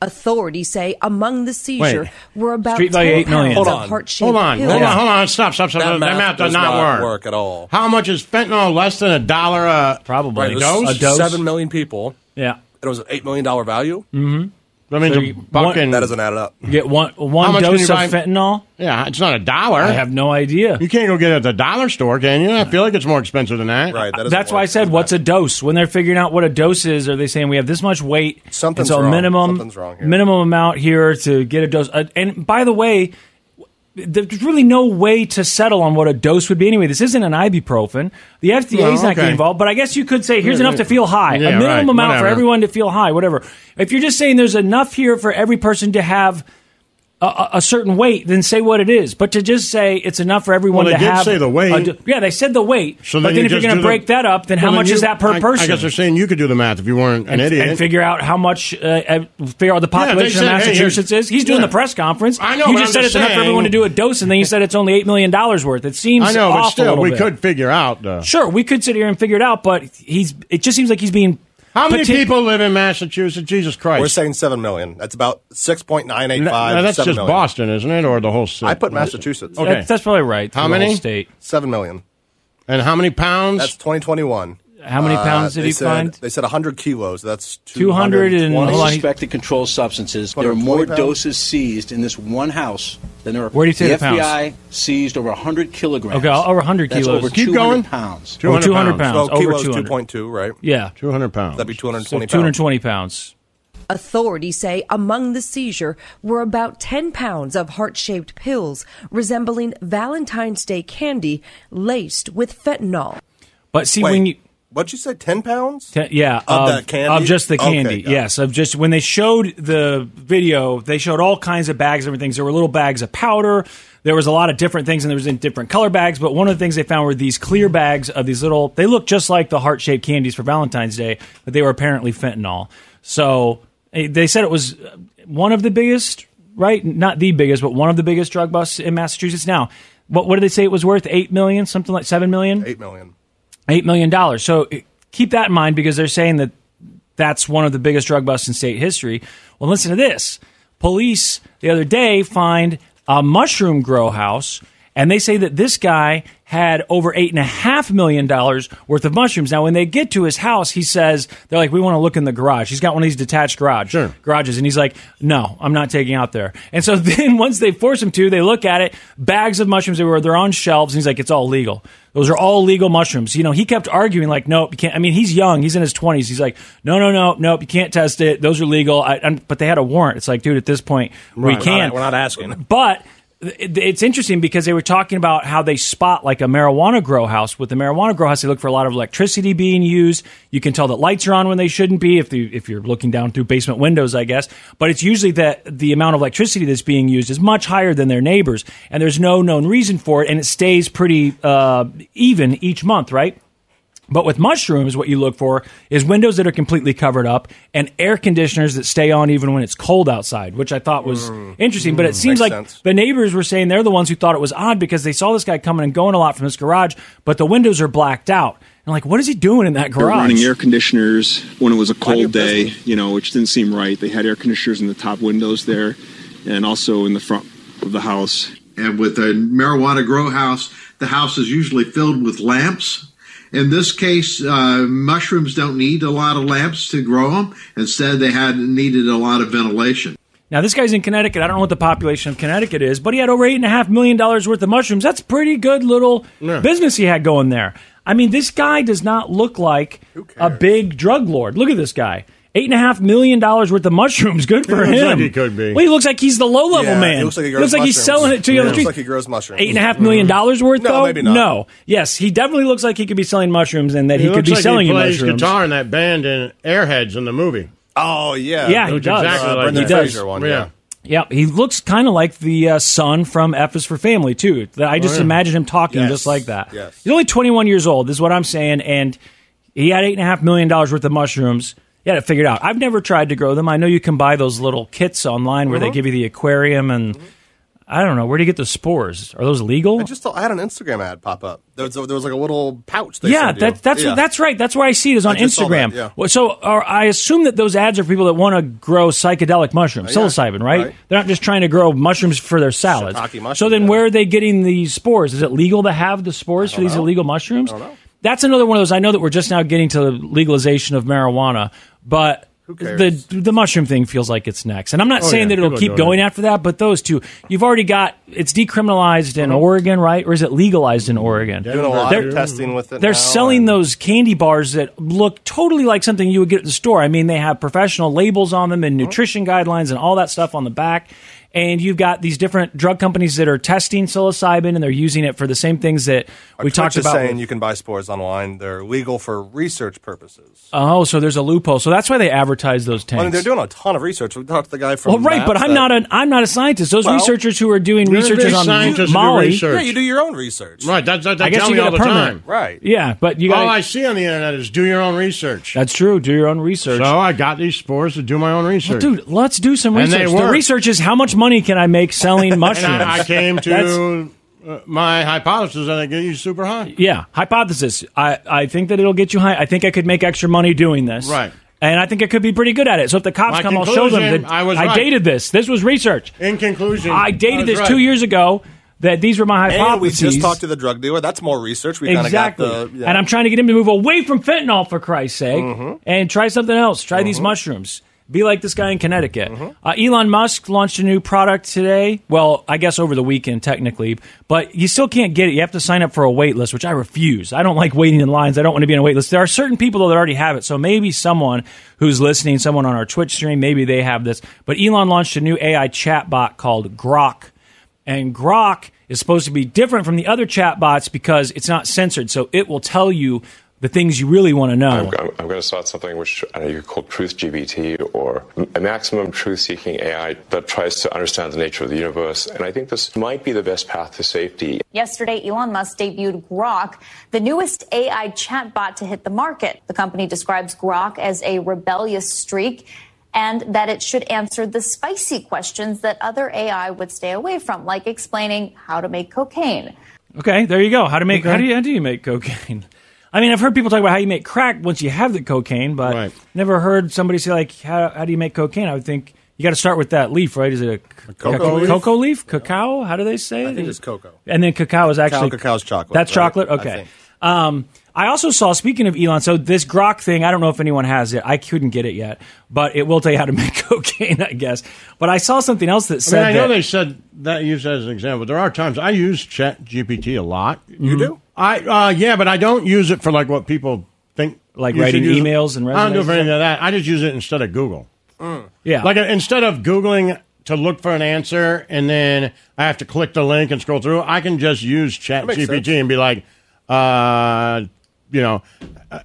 [SPEAKER 20] Authorities say among the seizure
[SPEAKER 4] Wait.
[SPEAKER 20] were about
[SPEAKER 4] Street value
[SPEAKER 20] 12
[SPEAKER 4] eight million.
[SPEAKER 20] pounds
[SPEAKER 4] Hold
[SPEAKER 20] of
[SPEAKER 4] on.
[SPEAKER 20] heart-shaped
[SPEAKER 7] Hold on,
[SPEAKER 20] pills.
[SPEAKER 7] hold on, hold on. Stop, stop, stop.
[SPEAKER 6] That
[SPEAKER 7] That
[SPEAKER 6] math
[SPEAKER 7] math, does
[SPEAKER 6] does
[SPEAKER 7] not,
[SPEAKER 6] not
[SPEAKER 7] work.
[SPEAKER 6] work at all.
[SPEAKER 7] How much is fentanyl? Less than a dollar a
[SPEAKER 1] probably
[SPEAKER 6] Right, it was
[SPEAKER 7] dose.
[SPEAKER 6] Seven million people.
[SPEAKER 1] Yeah,
[SPEAKER 6] it was an eight million dollar value.
[SPEAKER 7] Mm-hmm. That means
[SPEAKER 6] So
[SPEAKER 7] a
[SPEAKER 6] you-
[SPEAKER 7] bucking.
[SPEAKER 6] that doesn't add up.
[SPEAKER 1] You Get one one
[SPEAKER 7] How much can
[SPEAKER 1] dose of
[SPEAKER 7] you buy-
[SPEAKER 1] fentanyl.
[SPEAKER 7] Yeah, it's not a dollar.
[SPEAKER 1] I have no idea.
[SPEAKER 7] You can't go get it at the dollar store, can you? I feel like it's more expensive than that. Right.
[SPEAKER 1] That's why I said, "What's a dose?" When they're figuring out what a dose is, are they saying we have this much weight?
[SPEAKER 6] Something's
[SPEAKER 1] and so
[SPEAKER 6] wrong.
[SPEAKER 1] Minimum
[SPEAKER 6] Something's wrong here.
[SPEAKER 1] minimum amount here to get a dose. Uh, and by the way, there's really no way to settle on what a dose would be anyway. This isn't an ibuprofen. The FDA's
[SPEAKER 7] Well,
[SPEAKER 1] not getting
[SPEAKER 7] okay.
[SPEAKER 1] involved, but I guess you could say here's
[SPEAKER 7] Yeah,
[SPEAKER 1] enough to
[SPEAKER 7] yeah.
[SPEAKER 1] feel high,
[SPEAKER 7] Yeah,
[SPEAKER 1] a minimum
[SPEAKER 7] right,
[SPEAKER 1] amount
[SPEAKER 7] whatever.
[SPEAKER 1] for everyone to feel high, whatever. If you're just saying there's enough here for every person to have. A, a- a certain weight, then say what it is. But to just say it's enough for everyone
[SPEAKER 7] Well,
[SPEAKER 1] to
[SPEAKER 7] they did
[SPEAKER 1] have
[SPEAKER 7] say the weight.
[SPEAKER 1] a do- yeah, they said the weight.
[SPEAKER 7] So
[SPEAKER 1] but then
[SPEAKER 7] then you
[SPEAKER 1] if you're
[SPEAKER 7] just
[SPEAKER 1] going to
[SPEAKER 7] do the-
[SPEAKER 1] break that up, then how
[SPEAKER 7] Well,
[SPEAKER 1] much
[SPEAKER 7] you-
[SPEAKER 1] is that per
[SPEAKER 7] I-
[SPEAKER 1] person?
[SPEAKER 7] I guess they're saying you could do the math if you weren't an
[SPEAKER 1] and,
[SPEAKER 7] idiot.
[SPEAKER 1] and figure out how much uh, uh, figure out the
[SPEAKER 7] Yeah, they
[SPEAKER 1] population
[SPEAKER 7] said, hey,
[SPEAKER 1] of Massachusetts
[SPEAKER 7] here's-
[SPEAKER 1] is. He's doing
[SPEAKER 7] yeah.
[SPEAKER 1] the press conference.
[SPEAKER 7] I know,
[SPEAKER 1] You
[SPEAKER 7] but
[SPEAKER 1] just
[SPEAKER 7] I'm
[SPEAKER 1] said
[SPEAKER 7] just
[SPEAKER 1] it's enough
[SPEAKER 7] saying-
[SPEAKER 1] for everyone to do a dose, and then you said it's only eight million dollars worth. It seems
[SPEAKER 7] I know, but
[SPEAKER 1] off a
[SPEAKER 7] still,
[SPEAKER 1] little
[SPEAKER 7] we
[SPEAKER 1] bit.
[SPEAKER 7] could figure out. Uh,
[SPEAKER 1] Sure, we could sit here and figure it out, but he's. It just seems like he's being.
[SPEAKER 7] How many
[SPEAKER 1] partic-
[SPEAKER 7] people live in Massachusetts? Jesus Christ.
[SPEAKER 6] We're saying seven million. That's about six point nine eight five.
[SPEAKER 7] No, that's just Boston, isn't it, or the whole city?
[SPEAKER 6] I put Massachusetts.
[SPEAKER 7] Okay,
[SPEAKER 1] That's, that's probably right.
[SPEAKER 7] How
[SPEAKER 1] for the
[SPEAKER 7] many?
[SPEAKER 1] whole state?
[SPEAKER 6] Seven million.
[SPEAKER 7] and how many pounds?
[SPEAKER 6] That's twenty twenty one.
[SPEAKER 1] How many pounds did
[SPEAKER 6] they
[SPEAKER 1] he
[SPEAKER 6] said,
[SPEAKER 1] find?
[SPEAKER 6] They said hundred kilos. That's
[SPEAKER 1] 200 and-
[SPEAKER 6] one.
[SPEAKER 1] hold on, he-
[SPEAKER 4] Suspected controlled substances. There are
[SPEAKER 6] 220
[SPEAKER 4] more
[SPEAKER 6] pounds?
[SPEAKER 4] doses seized in this one house than there are.
[SPEAKER 1] Where do you say
[SPEAKER 4] the
[SPEAKER 1] the pounds?
[SPEAKER 4] FBI seized over 100 kilograms.
[SPEAKER 1] Okay, over 100
[SPEAKER 4] That's
[SPEAKER 1] kilos.
[SPEAKER 4] Over
[SPEAKER 1] Keep
[SPEAKER 4] 200
[SPEAKER 1] going.
[SPEAKER 4] Pounds.
[SPEAKER 1] Over 200 200 pounds. pounds.
[SPEAKER 6] So
[SPEAKER 1] Over
[SPEAKER 6] kilos
[SPEAKER 1] 200.
[SPEAKER 6] two point two, right?
[SPEAKER 1] Yeah,
[SPEAKER 7] two hundred pounds.
[SPEAKER 6] That'd be two hundred
[SPEAKER 1] So
[SPEAKER 6] twenty.
[SPEAKER 1] 220 pounds.
[SPEAKER 20] Authorities say among the seizure were about 10 pounds of heart shaped pills resembling Valentine's Day candy laced with fentanyl.
[SPEAKER 1] But see,
[SPEAKER 6] Wait,
[SPEAKER 1] when you
[SPEAKER 6] What you said? Ten pounds?
[SPEAKER 1] Ten, yeah,
[SPEAKER 6] Of
[SPEAKER 1] of,
[SPEAKER 6] the candy?
[SPEAKER 1] of just the
[SPEAKER 6] Okay,
[SPEAKER 1] candy.
[SPEAKER 6] got it.
[SPEAKER 1] yes, of just when they showed the video, they showed all kinds of bags, and everything. There were little bags of powder. There was a lot of different things, and there was in different color bags. But one of the things they found were these clear bags of these little. They looked just like the heart shaped candies for Valentine's Day, but they were apparently fentanyl. So eh, they said it was uh, one of the biggest, right? Not the biggest, but one of the biggest drug busts in Massachusetts. Now, what what did they say it was worth? Eight million, something like seven million.
[SPEAKER 6] Eight million.
[SPEAKER 1] Eight million dollars. So eh, keep that in mind because they're saying that that's one of the biggest drug busts in state history. Well, listen to this. Police the other day find a mushroom grow house, and they say that this guy had over eight and a half million dollars worth of mushrooms. Now, when they get to his house, he says they're like, "We want to look in the garage." He's got one of these detached garage garages, and he's like, "No, I'm not taking out there." And so then, once they force him to, they look at it, bags of mushrooms. They were they're on shelves, and he's like, "It's all legal." Those are all legal mushrooms. You know, he kept arguing like, nope, you can't. I mean, he's young. He's in his 20s. He's like, no, no, no, nope, you can't test it. Those are legal. I, i but they had a warrant. It's like, dude, at this point, we
[SPEAKER 22] Right.
[SPEAKER 1] can.
[SPEAKER 22] We're not asking.
[SPEAKER 1] But it- it's interesting because they were talking about how they spot like a marijuana grow house. With the marijuana grow house, they look for a lot of electricity being used. You can tell that lights are on when they shouldn't be if the, if you're looking down through basement windows, I guess. But it's usually that the amount of electricity that's being used is much higher than their neighbors, and there's no known reason for it, and it stays pretty uh, even each month, right? But with mushrooms, what you look for is windows that are completely covered up and air conditioners that stay on even when it's cold outside, which I thought was interesting. But it seems
[SPEAKER 6] Mm. Makes
[SPEAKER 1] like
[SPEAKER 6] sense.
[SPEAKER 1] the neighbors were saying they're the ones who thought it was odd because they saw this guy coming and going a lot from his garage, but the windows are blacked out. And like, what is he doing in that
[SPEAKER 23] They were running
[SPEAKER 1] garage?
[SPEAKER 23] air conditioners when it was a cold day, you know, which didn't seem right. They had air conditioners in the top windows there and also in the front of the house.
[SPEAKER 24] And with a marijuana grow house, the house is usually filled with lamps. In this case, uh, mushrooms don't need a lot of lamps to grow them. Instead, they had needed a lot of ventilation.
[SPEAKER 1] Now, this guy's in Connecticut. I don't know what the population of Connecticut is, but he had over $8.5 million worth of mushrooms. That's pretty good little business he had going there. I mean, this guy does not look like a big drug lord. Look at this guy. $8.5 million worth of mushrooms. Good for
[SPEAKER 2] Looks
[SPEAKER 1] him.
[SPEAKER 2] like he could be.
[SPEAKER 1] Well, he looks like he's the low level
[SPEAKER 2] Yeah,
[SPEAKER 1] man.
[SPEAKER 2] he looks like he grows
[SPEAKER 1] looks like he's
[SPEAKER 2] mushrooms.
[SPEAKER 1] selling it to you
[SPEAKER 2] Yeah. Mm-hmm.
[SPEAKER 1] on the
[SPEAKER 2] Looks
[SPEAKER 1] street.
[SPEAKER 2] like he grows mushrooms.
[SPEAKER 1] Eight and a half million dollars worth,
[SPEAKER 2] No,
[SPEAKER 1] though?
[SPEAKER 2] maybe not.
[SPEAKER 1] No. Yes, he definitely looks like he could be selling mushrooms and that he, could
[SPEAKER 2] looks
[SPEAKER 1] be
[SPEAKER 2] like
[SPEAKER 1] selling
[SPEAKER 2] he
[SPEAKER 1] you
[SPEAKER 2] plays
[SPEAKER 1] mushrooms.
[SPEAKER 2] guitar in that band in Airheads in the movie.
[SPEAKER 6] Oh yeah,
[SPEAKER 1] Yeah, he does.
[SPEAKER 2] Exactly like
[SPEAKER 1] he
[SPEAKER 2] that.
[SPEAKER 1] does.
[SPEAKER 6] Uh, one,
[SPEAKER 2] yeah.
[SPEAKER 1] Yep, he looks kind of like the uh, son from F is for Family too. That I just
[SPEAKER 6] Oh, yeah.
[SPEAKER 1] imagine him talking
[SPEAKER 6] Yes.
[SPEAKER 1] just like that.
[SPEAKER 6] Yes.
[SPEAKER 1] He's only 21 years old. Is what I'm saying, and he had eight and a half million dollars worth of mushrooms. He had it figured out. I've never tried to grow them. I know you can buy those little kits online where they
[SPEAKER 6] Mhm.
[SPEAKER 1] give you the aquarium and I don't know where do you get the spores? Are those legal?
[SPEAKER 6] I just saw, I had an Instagram ad pop up. There was, there was like a little pouch. They
[SPEAKER 1] yeah,
[SPEAKER 6] send you.
[SPEAKER 1] that, that's
[SPEAKER 6] Yeah.
[SPEAKER 1] that's right. That's where I see it is on
[SPEAKER 6] I just saw
[SPEAKER 1] Instagram.
[SPEAKER 6] that, yeah.
[SPEAKER 1] Well, So are, I assume that those ads are for people that want to grow psychedelic mushrooms,
[SPEAKER 6] Uh, yeah,
[SPEAKER 1] psilocybin, right?
[SPEAKER 6] right.
[SPEAKER 1] They're not just trying to grow mushrooms for their salads. so then, where are they getting the spores? Is it legal to have the spores for these illegal mushrooms? That's another one of those. I know that we're just now getting to legalization of marijuana, but. The the mushroom thing feels like it's next, and I'm not
[SPEAKER 6] Oh,
[SPEAKER 1] saying
[SPEAKER 6] yeah.
[SPEAKER 1] that it'll
[SPEAKER 6] People are
[SPEAKER 1] keep
[SPEAKER 6] doing
[SPEAKER 1] going
[SPEAKER 6] it.
[SPEAKER 1] after that, but those two, you've already got it's decriminalized in
[SPEAKER 6] Uh-huh.
[SPEAKER 1] Oregon, right, or is it legalized in Oregon?
[SPEAKER 6] doing a lot
[SPEAKER 1] They're-
[SPEAKER 6] of testing with it.
[SPEAKER 1] they're
[SPEAKER 6] now.
[SPEAKER 1] selling those candy bars that look totally like something you would get at the store. I mean, they have professional labels on them and
[SPEAKER 6] Oh.
[SPEAKER 1] nutrition guidelines and all that stuff on the back. And you've got these different drug companies that are testing psilocybin and they're using it for the same things that
[SPEAKER 6] Our
[SPEAKER 1] we
[SPEAKER 6] Twitch
[SPEAKER 1] talked
[SPEAKER 6] is
[SPEAKER 1] about.
[SPEAKER 6] saying you can buy spores online. They're legal for research purposes.
[SPEAKER 1] oh, so there's a loophole. So that's why they advertise those tanks.
[SPEAKER 6] I mean, they're doing a ton of research. We talked to the guy from.
[SPEAKER 1] well, right, but
[SPEAKER 6] Maps
[SPEAKER 1] I'm
[SPEAKER 6] that-
[SPEAKER 1] not an I'm not a scientist. Those
[SPEAKER 6] Well,
[SPEAKER 1] researchers who are doing
[SPEAKER 6] you're
[SPEAKER 1] researches
[SPEAKER 6] the
[SPEAKER 1] on
[SPEAKER 6] scientists who do
[SPEAKER 1] Molly,
[SPEAKER 6] research. Yeah, you do your own research.
[SPEAKER 2] Right, that's that, that
[SPEAKER 1] I guess
[SPEAKER 2] tell
[SPEAKER 1] you
[SPEAKER 2] me
[SPEAKER 1] get
[SPEAKER 2] all
[SPEAKER 1] a
[SPEAKER 2] the
[SPEAKER 1] permanent.
[SPEAKER 2] time.
[SPEAKER 6] Right.
[SPEAKER 1] Yeah, but you
[SPEAKER 2] all
[SPEAKER 1] gotta-
[SPEAKER 2] I see on the internet is do your own research.
[SPEAKER 1] That's true. Do your own research.
[SPEAKER 2] So I got these spores to do my own research.
[SPEAKER 1] Well, dude, let's do some
[SPEAKER 2] And they
[SPEAKER 1] research. The
[SPEAKER 2] work.
[SPEAKER 1] research is how much money can I make selling mushrooms?
[SPEAKER 2] And I, I came
[SPEAKER 1] That's-
[SPEAKER 2] to uh, my hypothesis that I get you super high.
[SPEAKER 1] yeah, hypothesis. I, I think that it'll get you high. I think I could make extra money doing this.
[SPEAKER 2] Right.
[SPEAKER 1] And I think I could be pretty good at it. So if the cops
[SPEAKER 2] My
[SPEAKER 1] come, I'll show them
[SPEAKER 2] conclusion,
[SPEAKER 1] that
[SPEAKER 2] I was right.
[SPEAKER 1] dated this. This was research.
[SPEAKER 2] In conclusion,
[SPEAKER 1] I dated
[SPEAKER 2] was
[SPEAKER 1] this
[SPEAKER 2] right.
[SPEAKER 1] two years ago. That these were my
[SPEAKER 6] And we
[SPEAKER 1] hypotheses.
[SPEAKER 6] just talked to the drug dealer. That's more research. We kind of
[SPEAKER 1] exactly.
[SPEAKER 6] got the. yeah. Mm-hmm.
[SPEAKER 1] And I'm trying to get him to move away from fentanyl for Christ's sake and try something else. Try these mushrooms. Be like this guy in Connecticut.
[SPEAKER 6] Mm-hmm.
[SPEAKER 1] Uh, Elon Musk launched a new product today. Well, I guess over the weekend, technically, but you still can't get it. You have to sign up for a wait list, which I refuse. I don't like waiting in lines. I don't want to be on a wait list. There are certain people, though, that already have it. So maybe someone who's listening, someone on our Twitch stream, maybe they have this. But Elon launched a new AI chatbot called Grok and Grok is supposed to be different from the other chatbots because it's not censored, so it will tell you the things you really want to
[SPEAKER 25] I'm,
[SPEAKER 1] know.
[SPEAKER 25] I'm, I'm going to start something which I don't know, you could call Truth GBT or a maximum truth seeking AI that tries to understand the nature of the universe. And I think this might be the best path to safety.
[SPEAKER 5] Yesterday, Elon Musk debuted Grok, the newest AI chatbot to hit the market. The company describes Grok as a rebellious streak and that it should answer the spicy questions that other AI would stay away from, like explaining how to make cocaine.
[SPEAKER 1] Okay, there you go. How to make
[SPEAKER 5] Okay.
[SPEAKER 1] how do you how do you make cocaine? I mean, I've heard people talk about how you make crack once you have the cocaine, but never heard somebody say like how how do you make cocaine? I would think you got to start with that leaf, right? Is it a, c-
[SPEAKER 6] cocoa
[SPEAKER 1] c-
[SPEAKER 6] leaf?
[SPEAKER 1] cocoa leaf? Cacao? How do they say it?
[SPEAKER 6] I think it's cocoa.
[SPEAKER 1] And then cacao is actually
[SPEAKER 6] cacao's chocolate,
[SPEAKER 1] That's
[SPEAKER 6] right?
[SPEAKER 1] chocolate.
[SPEAKER 6] I
[SPEAKER 1] Okay.
[SPEAKER 6] think.
[SPEAKER 1] Um, I also saw. Speaking of Elon, so this Grok thing, I don't know if anyone has it. I couldn't get it yet, but it will tell you how to make cocaine, I guess. But I saw something else that
[SPEAKER 2] I mean,
[SPEAKER 1] said
[SPEAKER 2] I know
[SPEAKER 1] that-
[SPEAKER 2] they said that used as an example. There are times I use Chat GPT a lot. You
[SPEAKER 1] do?
[SPEAKER 2] I uh, yeah, but I don't use it for like what people think,
[SPEAKER 1] Like
[SPEAKER 2] you should
[SPEAKER 1] writing
[SPEAKER 2] use it.
[SPEAKER 1] emails and Oh.
[SPEAKER 2] I don't do
[SPEAKER 1] resumes
[SPEAKER 2] for
[SPEAKER 1] and
[SPEAKER 2] any of that. I just use it instead of Google.
[SPEAKER 1] yeah,
[SPEAKER 2] Like uh, instead of googling to look for an answer and then I have to click the link and scroll through, I can just use Chat
[SPEAKER 6] makes sense.
[SPEAKER 2] GPT and be like, uh, you know, uh,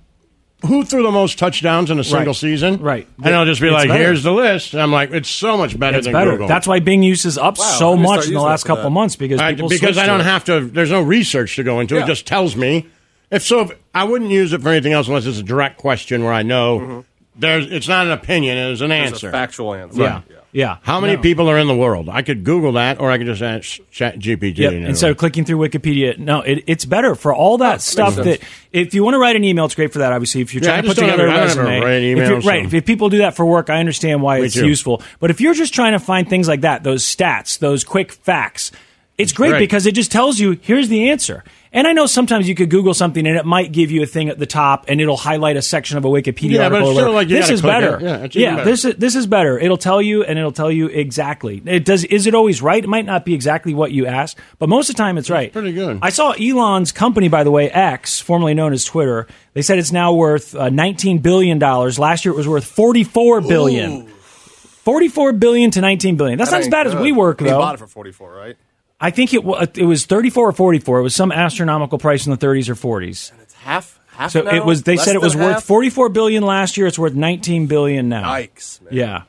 [SPEAKER 2] who threw the most touchdowns in a single
[SPEAKER 1] Right.
[SPEAKER 2] season? Right. And
[SPEAKER 1] Yeah.
[SPEAKER 2] I'll just be
[SPEAKER 1] It's
[SPEAKER 2] like,
[SPEAKER 1] better.
[SPEAKER 2] here's the list. And I'm like, it's so much better
[SPEAKER 1] It's
[SPEAKER 2] than
[SPEAKER 1] better.
[SPEAKER 2] Google.
[SPEAKER 1] That's why Bing uses up so
[SPEAKER 2] let me start
[SPEAKER 1] much in the
[SPEAKER 2] using
[SPEAKER 1] last
[SPEAKER 2] it for
[SPEAKER 1] couple
[SPEAKER 2] that.
[SPEAKER 1] months because
[SPEAKER 2] I,
[SPEAKER 1] people
[SPEAKER 2] because
[SPEAKER 1] switched
[SPEAKER 2] I
[SPEAKER 1] to
[SPEAKER 2] don't
[SPEAKER 1] it.
[SPEAKER 2] have to. There's no research to go into.
[SPEAKER 1] Yeah.
[SPEAKER 2] It just tells me. If so, if, I wouldn't use it for anything else unless it's a direct question where I know
[SPEAKER 1] Mm-hmm.
[SPEAKER 2] there's. It's not an opinion. It's an
[SPEAKER 6] There's a
[SPEAKER 2] answer.
[SPEAKER 6] factual answer.
[SPEAKER 2] Yeah.
[SPEAKER 6] Yeah.
[SPEAKER 2] How many
[SPEAKER 6] No.
[SPEAKER 2] people are in the world? I could Google that, or I could just ask Chat GPT.
[SPEAKER 1] Yep. Instead of clicking through Wikipedia, no, it, it's better for all that stuff.
[SPEAKER 2] sense.
[SPEAKER 1] That if you want to write an email, it's great for that. Obviously, if you're
[SPEAKER 2] Yeah, I
[SPEAKER 1] trying to put
[SPEAKER 2] just don't
[SPEAKER 1] together
[SPEAKER 2] ever-
[SPEAKER 1] a
[SPEAKER 2] I don't ever
[SPEAKER 1] resume,
[SPEAKER 2] write
[SPEAKER 1] if you're-
[SPEAKER 2] emails, so-
[SPEAKER 1] right? If, if people do that for work, I understand why
[SPEAKER 2] Me
[SPEAKER 1] it's
[SPEAKER 2] too.
[SPEAKER 1] useful. But if you're just trying to find things like that, those stats, those quick facts, it's great,
[SPEAKER 2] great.
[SPEAKER 1] because it just tells you here's the answer. And I know sometimes you could Google something and it might give you a thing at the top and it'll highlight a section of a Wikipedia
[SPEAKER 2] Yeah, but
[SPEAKER 1] article. or
[SPEAKER 2] it's
[SPEAKER 1] whatever.
[SPEAKER 2] still like you
[SPEAKER 1] this
[SPEAKER 2] gotta
[SPEAKER 1] is
[SPEAKER 2] click
[SPEAKER 1] better.
[SPEAKER 2] it. Yeah, it's even better.
[SPEAKER 1] this is this is better. It'll tell you and it'll tell you exactly. It does is it always right? It might not be exactly what you asked, but most of the time it's right. pretty good. I saw Elon's company by the way, X, formerly known as Twitter. They said it's now worth uh, 19 billion dollars. Last year it was worth 44 billion. 44 billion to 19 billion. That's
[SPEAKER 6] That
[SPEAKER 1] not as
[SPEAKER 6] ain't
[SPEAKER 1] bad as
[SPEAKER 6] good.
[SPEAKER 1] we work
[SPEAKER 6] He
[SPEAKER 1] though.
[SPEAKER 6] bought it for 44, right?
[SPEAKER 1] I think it wa- it was 34 or 44. It was some astronomical price in the 30s or 40s.
[SPEAKER 6] Half, half
[SPEAKER 1] So
[SPEAKER 6] now?
[SPEAKER 1] it was. They
[SPEAKER 6] Less
[SPEAKER 1] said it
[SPEAKER 6] than
[SPEAKER 1] was worth
[SPEAKER 6] half?
[SPEAKER 1] 44 billion last year. It's worth 19 billion now.
[SPEAKER 6] Yikes, man.
[SPEAKER 1] Yeah,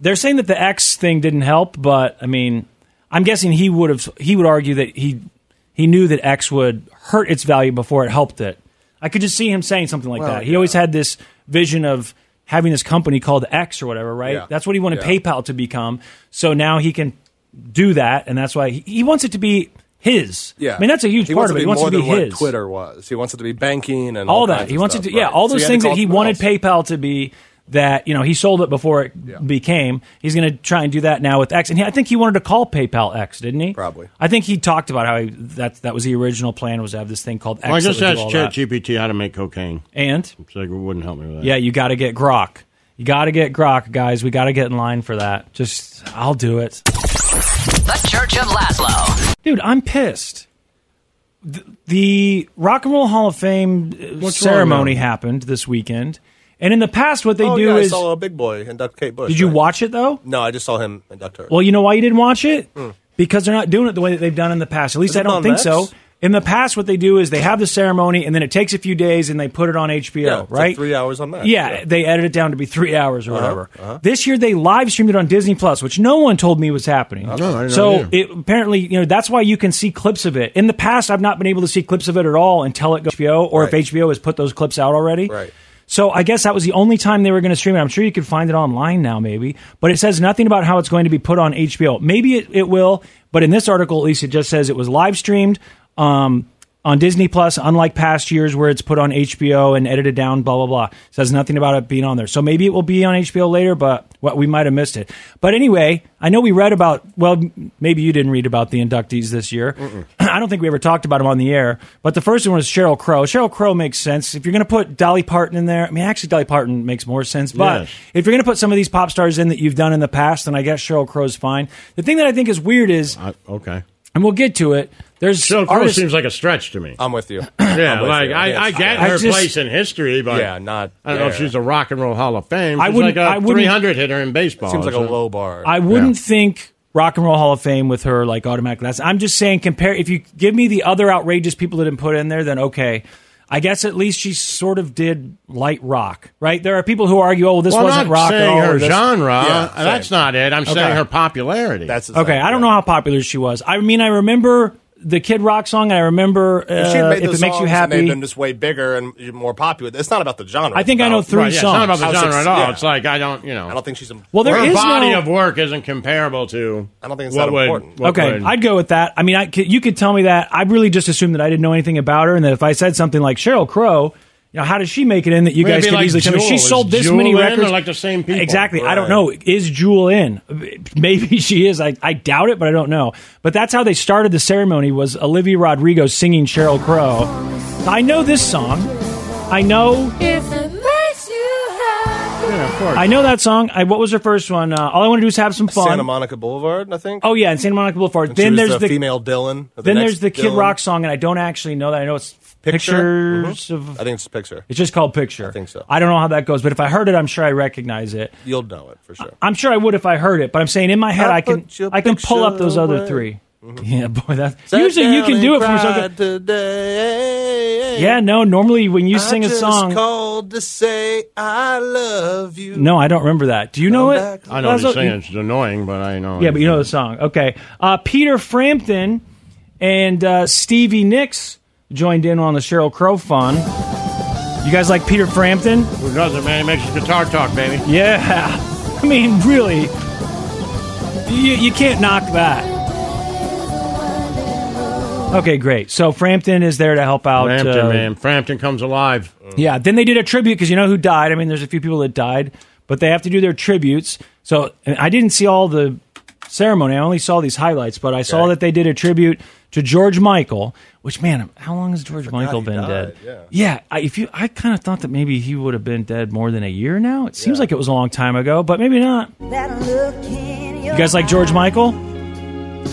[SPEAKER 1] they're saying that the X thing didn't help, but I mean, I'm guessing he would have. He would argue that he he knew that X would hurt its value before it helped it. I could just see him saying something like
[SPEAKER 7] Well,
[SPEAKER 1] that. He always had this vision of having this company called X or whatever, right?
[SPEAKER 7] Yeah.
[SPEAKER 1] That's what he wanted
[SPEAKER 7] Yeah.
[SPEAKER 1] PayPal to become. So now he can do that, and that's why he, he wants it to be his.
[SPEAKER 6] Yeah.
[SPEAKER 1] I mean, that's a huge
[SPEAKER 6] he
[SPEAKER 1] part
[SPEAKER 6] wants
[SPEAKER 1] of it.
[SPEAKER 6] It
[SPEAKER 1] He wants
[SPEAKER 6] more
[SPEAKER 1] it to be
[SPEAKER 6] than
[SPEAKER 1] his
[SPEAKER 6] What Twitter was. He wants it to be banking and all,
[SPEAKER 1] all, that.
[SPEAKER 6] kinds
[SPEAKER 1] He
[SPEAKER 6] of
[SPEAKER 1] wants
[SPEAKER 6] stuff,
[SPEAKER 1] it to, yeah,
[SPEAKER 6] right.
[SPEAKER 1] all
[SPEAKER 6] So
[SPEAKER 1] those
[SPEAKER 6] had to
[SPEAKER 1] things that
[SPEAKER 6] call
[SPEAKER 1] he
[SPEAKER 6] someone
[SPEAKER 1] wanted
[SPEAKER 6] else.
[SPEAKER 1] PayPal to be that, you know, he sold it before it became. He's going to try and do that now with X. And he, I think he wanted to call PayPal X, didn't he? Probably. I think he talked about how he, that, that was the original plan was to have this thing called X.
[SPEAKER 2] Well, I
[SPEAKER 1] that
[SPEAKER 2] just
[SPEAKER 1] would do
[SPEAKER 2] asked
[SPEAKER 1] all
[SPEAKER 2] Chat
[SPEAKER 1] that.
[SPEAKER 2] GPT how to make cocaine,
[SPEAKER 1] and
[SPEAKER 2] so it wouldn't help me with that.
[SPEAKER 1] Yeah, you got to get Grok. You got to get Grok, guys. We got to get in line for that. Just, I'll do it.
[SPEAKER 9] The Church of Laszlo.
[SPEAKER 1] Dude, I'm pissed. Th- The Rock and Roll Hall of Fame uh
[SPEAKER 6] wrong
[SPEAKER 1] ceremony
[SPEAKER 6] now?
[SPEAKER 1] happened this weekend. And in the past, what they
[SPEAKER 6] oh,
[SPEAKER 1] do
[SPEAKER 6] yeah,
[SPEAKER 1] is.
[SPEAKER 6] I saw a big boy induct Kate Bush.
[SPEAKER 1] Did you
[SPEAKER 6] right?
[SPEAKER 1] watch it though?
[SPEAKER 6] No, I just saw him induct her.
[SPEAKER 1] Well, you know why you didn't watch it?
[SPEAKER 6] Hmm.
[SPEAKER 1] Because they're not doing it the way that they've done in the past. At least
[SPEAKER 6] Is it
[SPEAKER 1] I don't
[SPEAKER 6] on
[SPEAKER 1] think
[SPEAKER 6] Max?
[SPEAKER 1] so. In the past, what they do is they have the ceremony and then it takes a few days and they put it on HBO,
[SPEAKER 6] yeah, it's like
[SPEAKER 1] right?
[SPEAKER 6] three hours on that.
[SPEAKER 1] yeah, they edit it down to be three hours or
[SPEAKER 6] Uh-huh,
[SPEAKER 1] whatever.
[SPEAKER 6] uh-huh.
[SPEAKER 1] This year they live streamed it on Disney Plus, which no one told me was happening.
[SPEAKER 6] didn't know
[SPEAKER 1] so
[SPEAKER 6] either.
[SPEAKER 1] it, apparently, you know, that's why you can see clips of it. In the past, I've not been able to see clips of it at all until it goes to HBO or
[SPEAKER 6] Right.
[SPEAKER 1] if HBO has put those clips out already.
[SPEAKER 6] Right.
[SPEAKER 1] So I guess that was the only time they were going to stream it. I'm sure you could find it online now, maybe. But it says nothing about how it's going to be put on HBO. Maybe it, it will, but in this article, at least, it just says it was live streamed um, on Disney Plus, unlike past years where it's put on HBO and edited down. Blah blah blah. It says nothing about it being on there. So maybe it will be on HBO later, but well, we might have missed it. But anyway, I know we read about. Well, m- maybe you didn't read about the inductees this year. I don't think we ever talked about him on the air, but the first one was Cheryl Crow. Cheryl Crow makes sense. If you're going to put Dolly Parton in there, I mean, actually, Dolly Parton makes more sense, but
[SPEAKER 2] Yes.
[SPEAKER 1] if you're going to put some of these pop stars in that you've done in the past, then I guess Cheryl Crow's fine. The thing that I think is weird is,
[SPEAKER 2] okay,
[SPEAKER 1] and we'll get to it, there's
[SPEAKER 2] Cheryl Crow
[SPEAKER 1] artists.
[SPEAKER 2] seems like a stretch to me.
[SPEAKER 6] I'm with you.
[SPEAKER 2] yeah,
[SPEAKER 6] I'm with
[SPEAKER 2] like
[SPEAKER 6] you.
[SPEAKER 2] I,
[SPEAKER 6] Yeah,
[SPEAKER 2] I get
[SPEAKER 6] I
[SPEAKER 2] her
[SPEAKER 6] just-
[SPEAKER 2] place in history, but
[SPEAKER 6] Yeah, not
[SPEAKER 2] I don't know if
[SPEAKER 6] there.
[SPEAKER 2] she's a Rock and Roll Hall of Fame.
[SPEAKER 1] I
[SPEAKER 2] She's
[SPEAKER 1] wouldn't-
[SPEAKER 2] Like a
[SPEAKER 1] I wouldn't-
[SPEAKER 2] 300 hitter in baseball.
[SPEAKER 6] Seems like a
[SPEAKER 2] so-
[SPEAKER 6] low bar.
[SPEAKER 1] I wouldn't think Rock and Roll Hall of Fame with her like automatically. That's, I'm just saying, compare. If you give me the other outrageous people that have put in there, then okay. I guess at least she sort of did light rock, right? There are people who argue, oh, well, this
[SPEAKER 2] Well, I'm
[SPEAKER 1] wasn't
[SPEAKER 2] not
[SPEAKER 1] rock. at
[SPEAKER 2] saying
[SPEAKER 1] all,
[SPEAKER 2] her
[SPEAKER 1] or this-
[SPEAKER 2] genre. that's not it. I'm saying
[SPEAKER 1] Okay.
[SPEAKER 2] her popularity. That's
[SPEAKER 1] okay, I don't know how popular she was. I mean, I remember the Kid Rock song, and I remember uh,
[SPEAKER 6] If she had made
[SPEAKER 1] if
[SPEAKER 6] those
[SPEAKER 1] it makes you
[SPEAKER 6] songs and they've
[SPEAKER 1] happy.
[SPEAKER 6] been just way bigger and more popular. It's not about the genre.
[SPEAKER 1] I
[SPEAKER 6] It's
[SPEAKER 1] think I know
[SPEAKER 6] about-
[SPEAKER 1] three
[SPEAKER 6] Right, yeah,
[SPEAKER 1] songs.
[SPEAKER 6] It's not about the genre at all. It's
[SPEAKER 2] like I don't, you know.
[SPEAKER 6] I don't think she's. A,
[SPEAKER 1] Well, there
[SPEAKER 2] her
[SPEAKER 1] is
[SPEAKER 2] body
[SPEAKER 1] no-
[SPEAKER 2] of work isn't comparable to.
[SPEAKER 6] I don't think it's
[SPEAKER 2] what
[SPEAKER 6] that
[SPEAKER 2] would-
[SPEAKER 6] important.
[SPEAKER 2] what
[SPEAKER 1] okay,
[SPEAKER 2] would-
[SPEAKER 1] I'd go with that. I mean, I, could- you could tell me that. I really just assumed that I didn't know anything about her, and that if I said something like Cheryl Crow, you know, how does she make it in that you
[SPEAKER 2] It'd
[SPEAKER 1] guys
[SPEAKER 2] be
[SPEAKER 1] could
[SPEAKER 2] like
[SPEAKER 1] easily tell me
[SPEAKER 2] Jewel.
[SPEAKER 1] she
[SPEAKER 2] Is
[SPEAKER 1] sold this
[SPEAKER 2] Jewel
[SPEAKER 1] many
[SPEAKER 2] in?
[SPEAKER 1] records?
[SPEAKER 2] They're like the same people.
[SPEAKER 1] Exactly. I don't
[SPEAKER 2] Right.
[SPEAKER 1] know. Is Jewel in? Maybe she is. I, I doubt it, but I don't know. But that's how they started the ceremony. Was Olivia Rodrigo singing Cheryl Crow? I know this song. I know
[SPEAKER 9] If it makes you happy.
[SPEAKER 2] Yeah, of course.
[SPEAKER 1] I know that song. I, what was her first one? Uh, all I want to do is have some fun.
[SPEAKER 6] Santa Monica Boulevard, I think.
[SPEAKER 1] Oh yeah, and Santa Monica Boulevard.
[SPEAKER 6] she
[SPEAKER 1] then
[SPEAKER 6] was
[SPEAKER 1] there's
[SPEAKER 6] the
[SPEAKER 1] the
[SPEAKER 6] female Dylan. or
[SPEAKER 1] then
[SPEAKER 6] next
[SPEAKER 1] there's the Kid
[SPEAKER 6] Dylan.
[SPEAKER 1] Rock song, and I don't actually know that. I know it's
[SPEAKER 4] Picture?
[SPEAKER 1] pictures of.
[SPEAKER 4] I think it's picture.
[SPEAKER 1] It's just called picture. I
[SPEAKER 4] think so.
[SPEAKER 1] I don't know how that goes, but if I heard it, I'm sure I recognize it.
[SPEAKER 4] You'll know it for sure.
[SPEAKER 1] I'm sure I would if I heard it, but I'm saying in my head
[SPEAKER 4] I
[SPEAKER 1] I, can
[SPEAKER 4] put your
[SPEAKER 1] I can pull up
[SPEAKER 4] picture
[SPEAKER 1] those other
[SPEAKER 4] away.
[SPEAKER 1] 3 Yeah, boy, that usually you
[SPEAKER 4] Sat down
[SPEAKER 1] can do it
[SPEAKER 4] and
[SPEAKER 1] from
[SPEAKER 4] cried
[SPEAKER 1] something.
[SPEAKER 4] today.
[SPEAKER 1] Yeah, no, normally when you
[SPEAKER 4] I
[SPEAKER 1] sing a
[SPEAKER 4] just
[SPEAKER 1] song,
[SPEAKER 4] called to say I love you.
[SPEAKER 1] no, I don't remember that. Do you know it?
[SPEAKER 2] I know what you're
[SPEAKER 1] Lazo?
[SPEAKER 2] saying. It's annoying, but I know.
[SPEAKER 1] Yeah, but you know the song. Okay. Uh, Peter Frampton and uh, Stevie Nicks joined in on the Cheryl Crow fun. You guys like Peter Frampton?
[SPEAKER 2] Who doesn't, man? He makes his guitar talk, baby.
[SPEAKER 1] Yeah. I mean, really, you, you can't knock that. Okay, great. So Frampton is there to help out.
[SPEAKER 2] Frampton,
[SPEAKER 1] uh,
[SPEAKER 2] man. Frampton comes alive.
[SPEAKER 1] Yeah. Then they did a tribute because you know who died. I mean, there's a few people that died, but they have to do their tributes. So and I didn't see all the ceremony. I only saw these highlights, but I saw that they did a tribute to George Michael. Which man, how long has George Michael been dead? Yeah. I, if you, I kind of thought that maybe he would have been dead more than a year now. It seems like it was a long time ago, but maybe not. You guys like George Michael?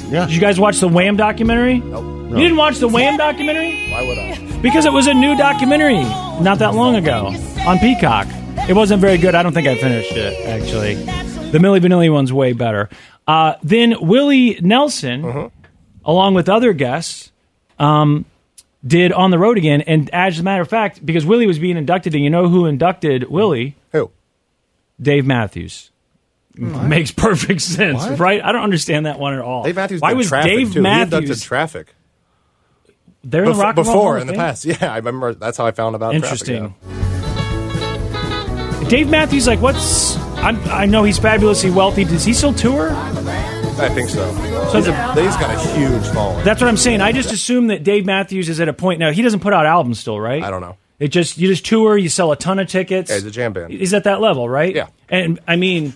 [SPEAKER 1] Yeah. Did you guys watch the Wham documentary? Nope. You didn't watch the Wham documentary?
[SPEAKER 4] Why would I?
[SPEAKER 1] Because it was a new documentary not that long ago on Peacock. It wasn't very good. I don't think I finished it, actually. The Millie Vanilli one's way better. Uh, then Willie Nelson,
[SPEAKER 4] Uh-huh.
[SPEAKER 1] along with other guests, um, did On the Road Again. And as a matter of fact, because Willie was being inducted, and you know who inducted Willie?
[SPEAKER 4] Who?
[SPEAKER 1] Dave Matthews. Makes perfect sense,
[SPEAKER 4] Hmm. What?
[SPEAKER 1] right? I don't understand that one at all.
[SPEAKER 4] Dave Matthews.
[SPEAKER 1] Why
[SPEAKER 4] did
[SPEAKER 1] was
[SPEAKER 4] traffic
[SPEAKER 1] Dave
[SPEAKER 4] too. He inducted
[SPEAKER 1] Matthews?
[SPEAKER 4] traffic.
[SPEAKER 1] They're in the
[SPEAKER 4] Bef-
[SPEAKER 1] Rock and Roll Hall
[SPEAKER 4] before
[SPEAKER 1] of
[SPEAKER 4] in the
[SPEAKER 1] Fame?
[SPEAKER 4] past. Yeah, I remember. That's how I found about. traffic,
[SPEAKER 1] Interesting.
[SPEAKER 4] yeah.
[SPEAKER 1] Dave Matthews, like, what's? I'm, I know he's fabulously wealthy. Does he still tour?
[SPEAKER 4] I think so.
[SPEAKER 1] So
[SPEAKER 4] he's,
[SPEAKER 1] the-
[SPEAKER 4] a, he's got a huge following.
[SPEAKER 1] That's what I'm saying. I just assume that Dave Matthews is at a point now. He doesn't put out albums still, right? I don't know. It just you just tour, you sell a ton of tickets.
[SPEAKER 4] Yeah, he's a jam band.
[SPEAKER 1] He's at that level, right? Yeah. And I mean,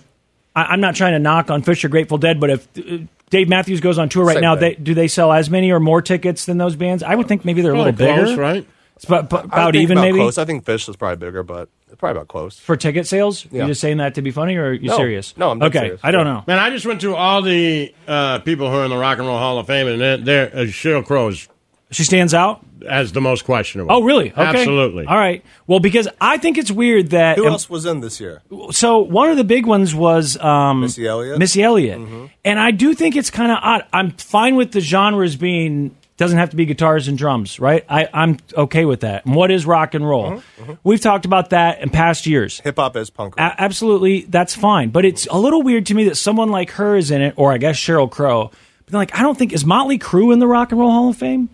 [SPEAKER 1] I, I'm not trying to knock on Fisher Grateful Dead, but if uh, Dave Matthews goes on tour right
[SPEAKER 2] Same
[SPEAKER 1] now, they,
[SPEAKER 2] thing.
[SPEAKER 1] do they sell as many or more tickets than those bands? I would think maybe they're a little
[SPEAKER 2] Probably
[SPEAKER 1] bigger,
[SPEAKER 2] close, right?
[SPEAKER 1] It's about,
[SPEAKER 4] I would
[SPEAKER 1] Uh, about
[SPEAKER 4] think
[SPEAKER 1] even
[SPEAKER 4] about
[SPEAKER 1] maybe
[SPEAKER 4] Close. I think Fish is probably bigger, but it's probably about close.
[SPEAKER 1] for ticket sales.
[SPEAKER 4] Yeah.
[SPEAKER 1] You just saying that to be funny, or are you
[SPEAKER 4] No.
[SPEAKER 1] serious?
[SPEAKER 4] No, I'm dead
[SPEAKER 1] okay.
[SPEAKER 4] serious.
[SPEAKER 1] I don't
[SPEAKER 4] Yeah.
[SPEAKER 1] know.
[SPEAKER 2] Man, I just went through all the uh, people who are in the Rock and Roll Hall of Fame, and they're, they're, uh, Sheryl Crow's.
[SPEAKER 1] She stands out
[SPEAKER 2] as the most questionable.
[SPEAKER 1] Oh, really? Okay.
[SPEAKER 2] Absolutely.
[SPEAKER 1] All right. Well, because I think it's weird that.
[SPEAKER 4] Who
[SPEAKER 1] and-
[SPEAKER 4] else was in this year?
[SPEAKER 1] So one of the big ones was um, Missy
[SPEAKER 4] Elliott.
[SPEAKER 1] Missy Elliott,
[SPEAKER 4] Mm-hmm.
[SPEAKER 1] and I do think it's kind of odd. I'm fine with the genres being doesn't have to be guitars and drums, right? I, I'm okay with that. And what is rock and roll?
[SPEAKER 4] Mm-hmm.
[SPEAKER 1] We've talked about that in past years.
[SPEAKER 4] Hip hop is punk.
[SPEAKER 1] A- absolutely, that's fine. But it's a little weird to me that someone like her is in it, or I guess Cheryl Crow. But then, like, I don't think is Motley Crue in the Rock and Roll Hall of Fame.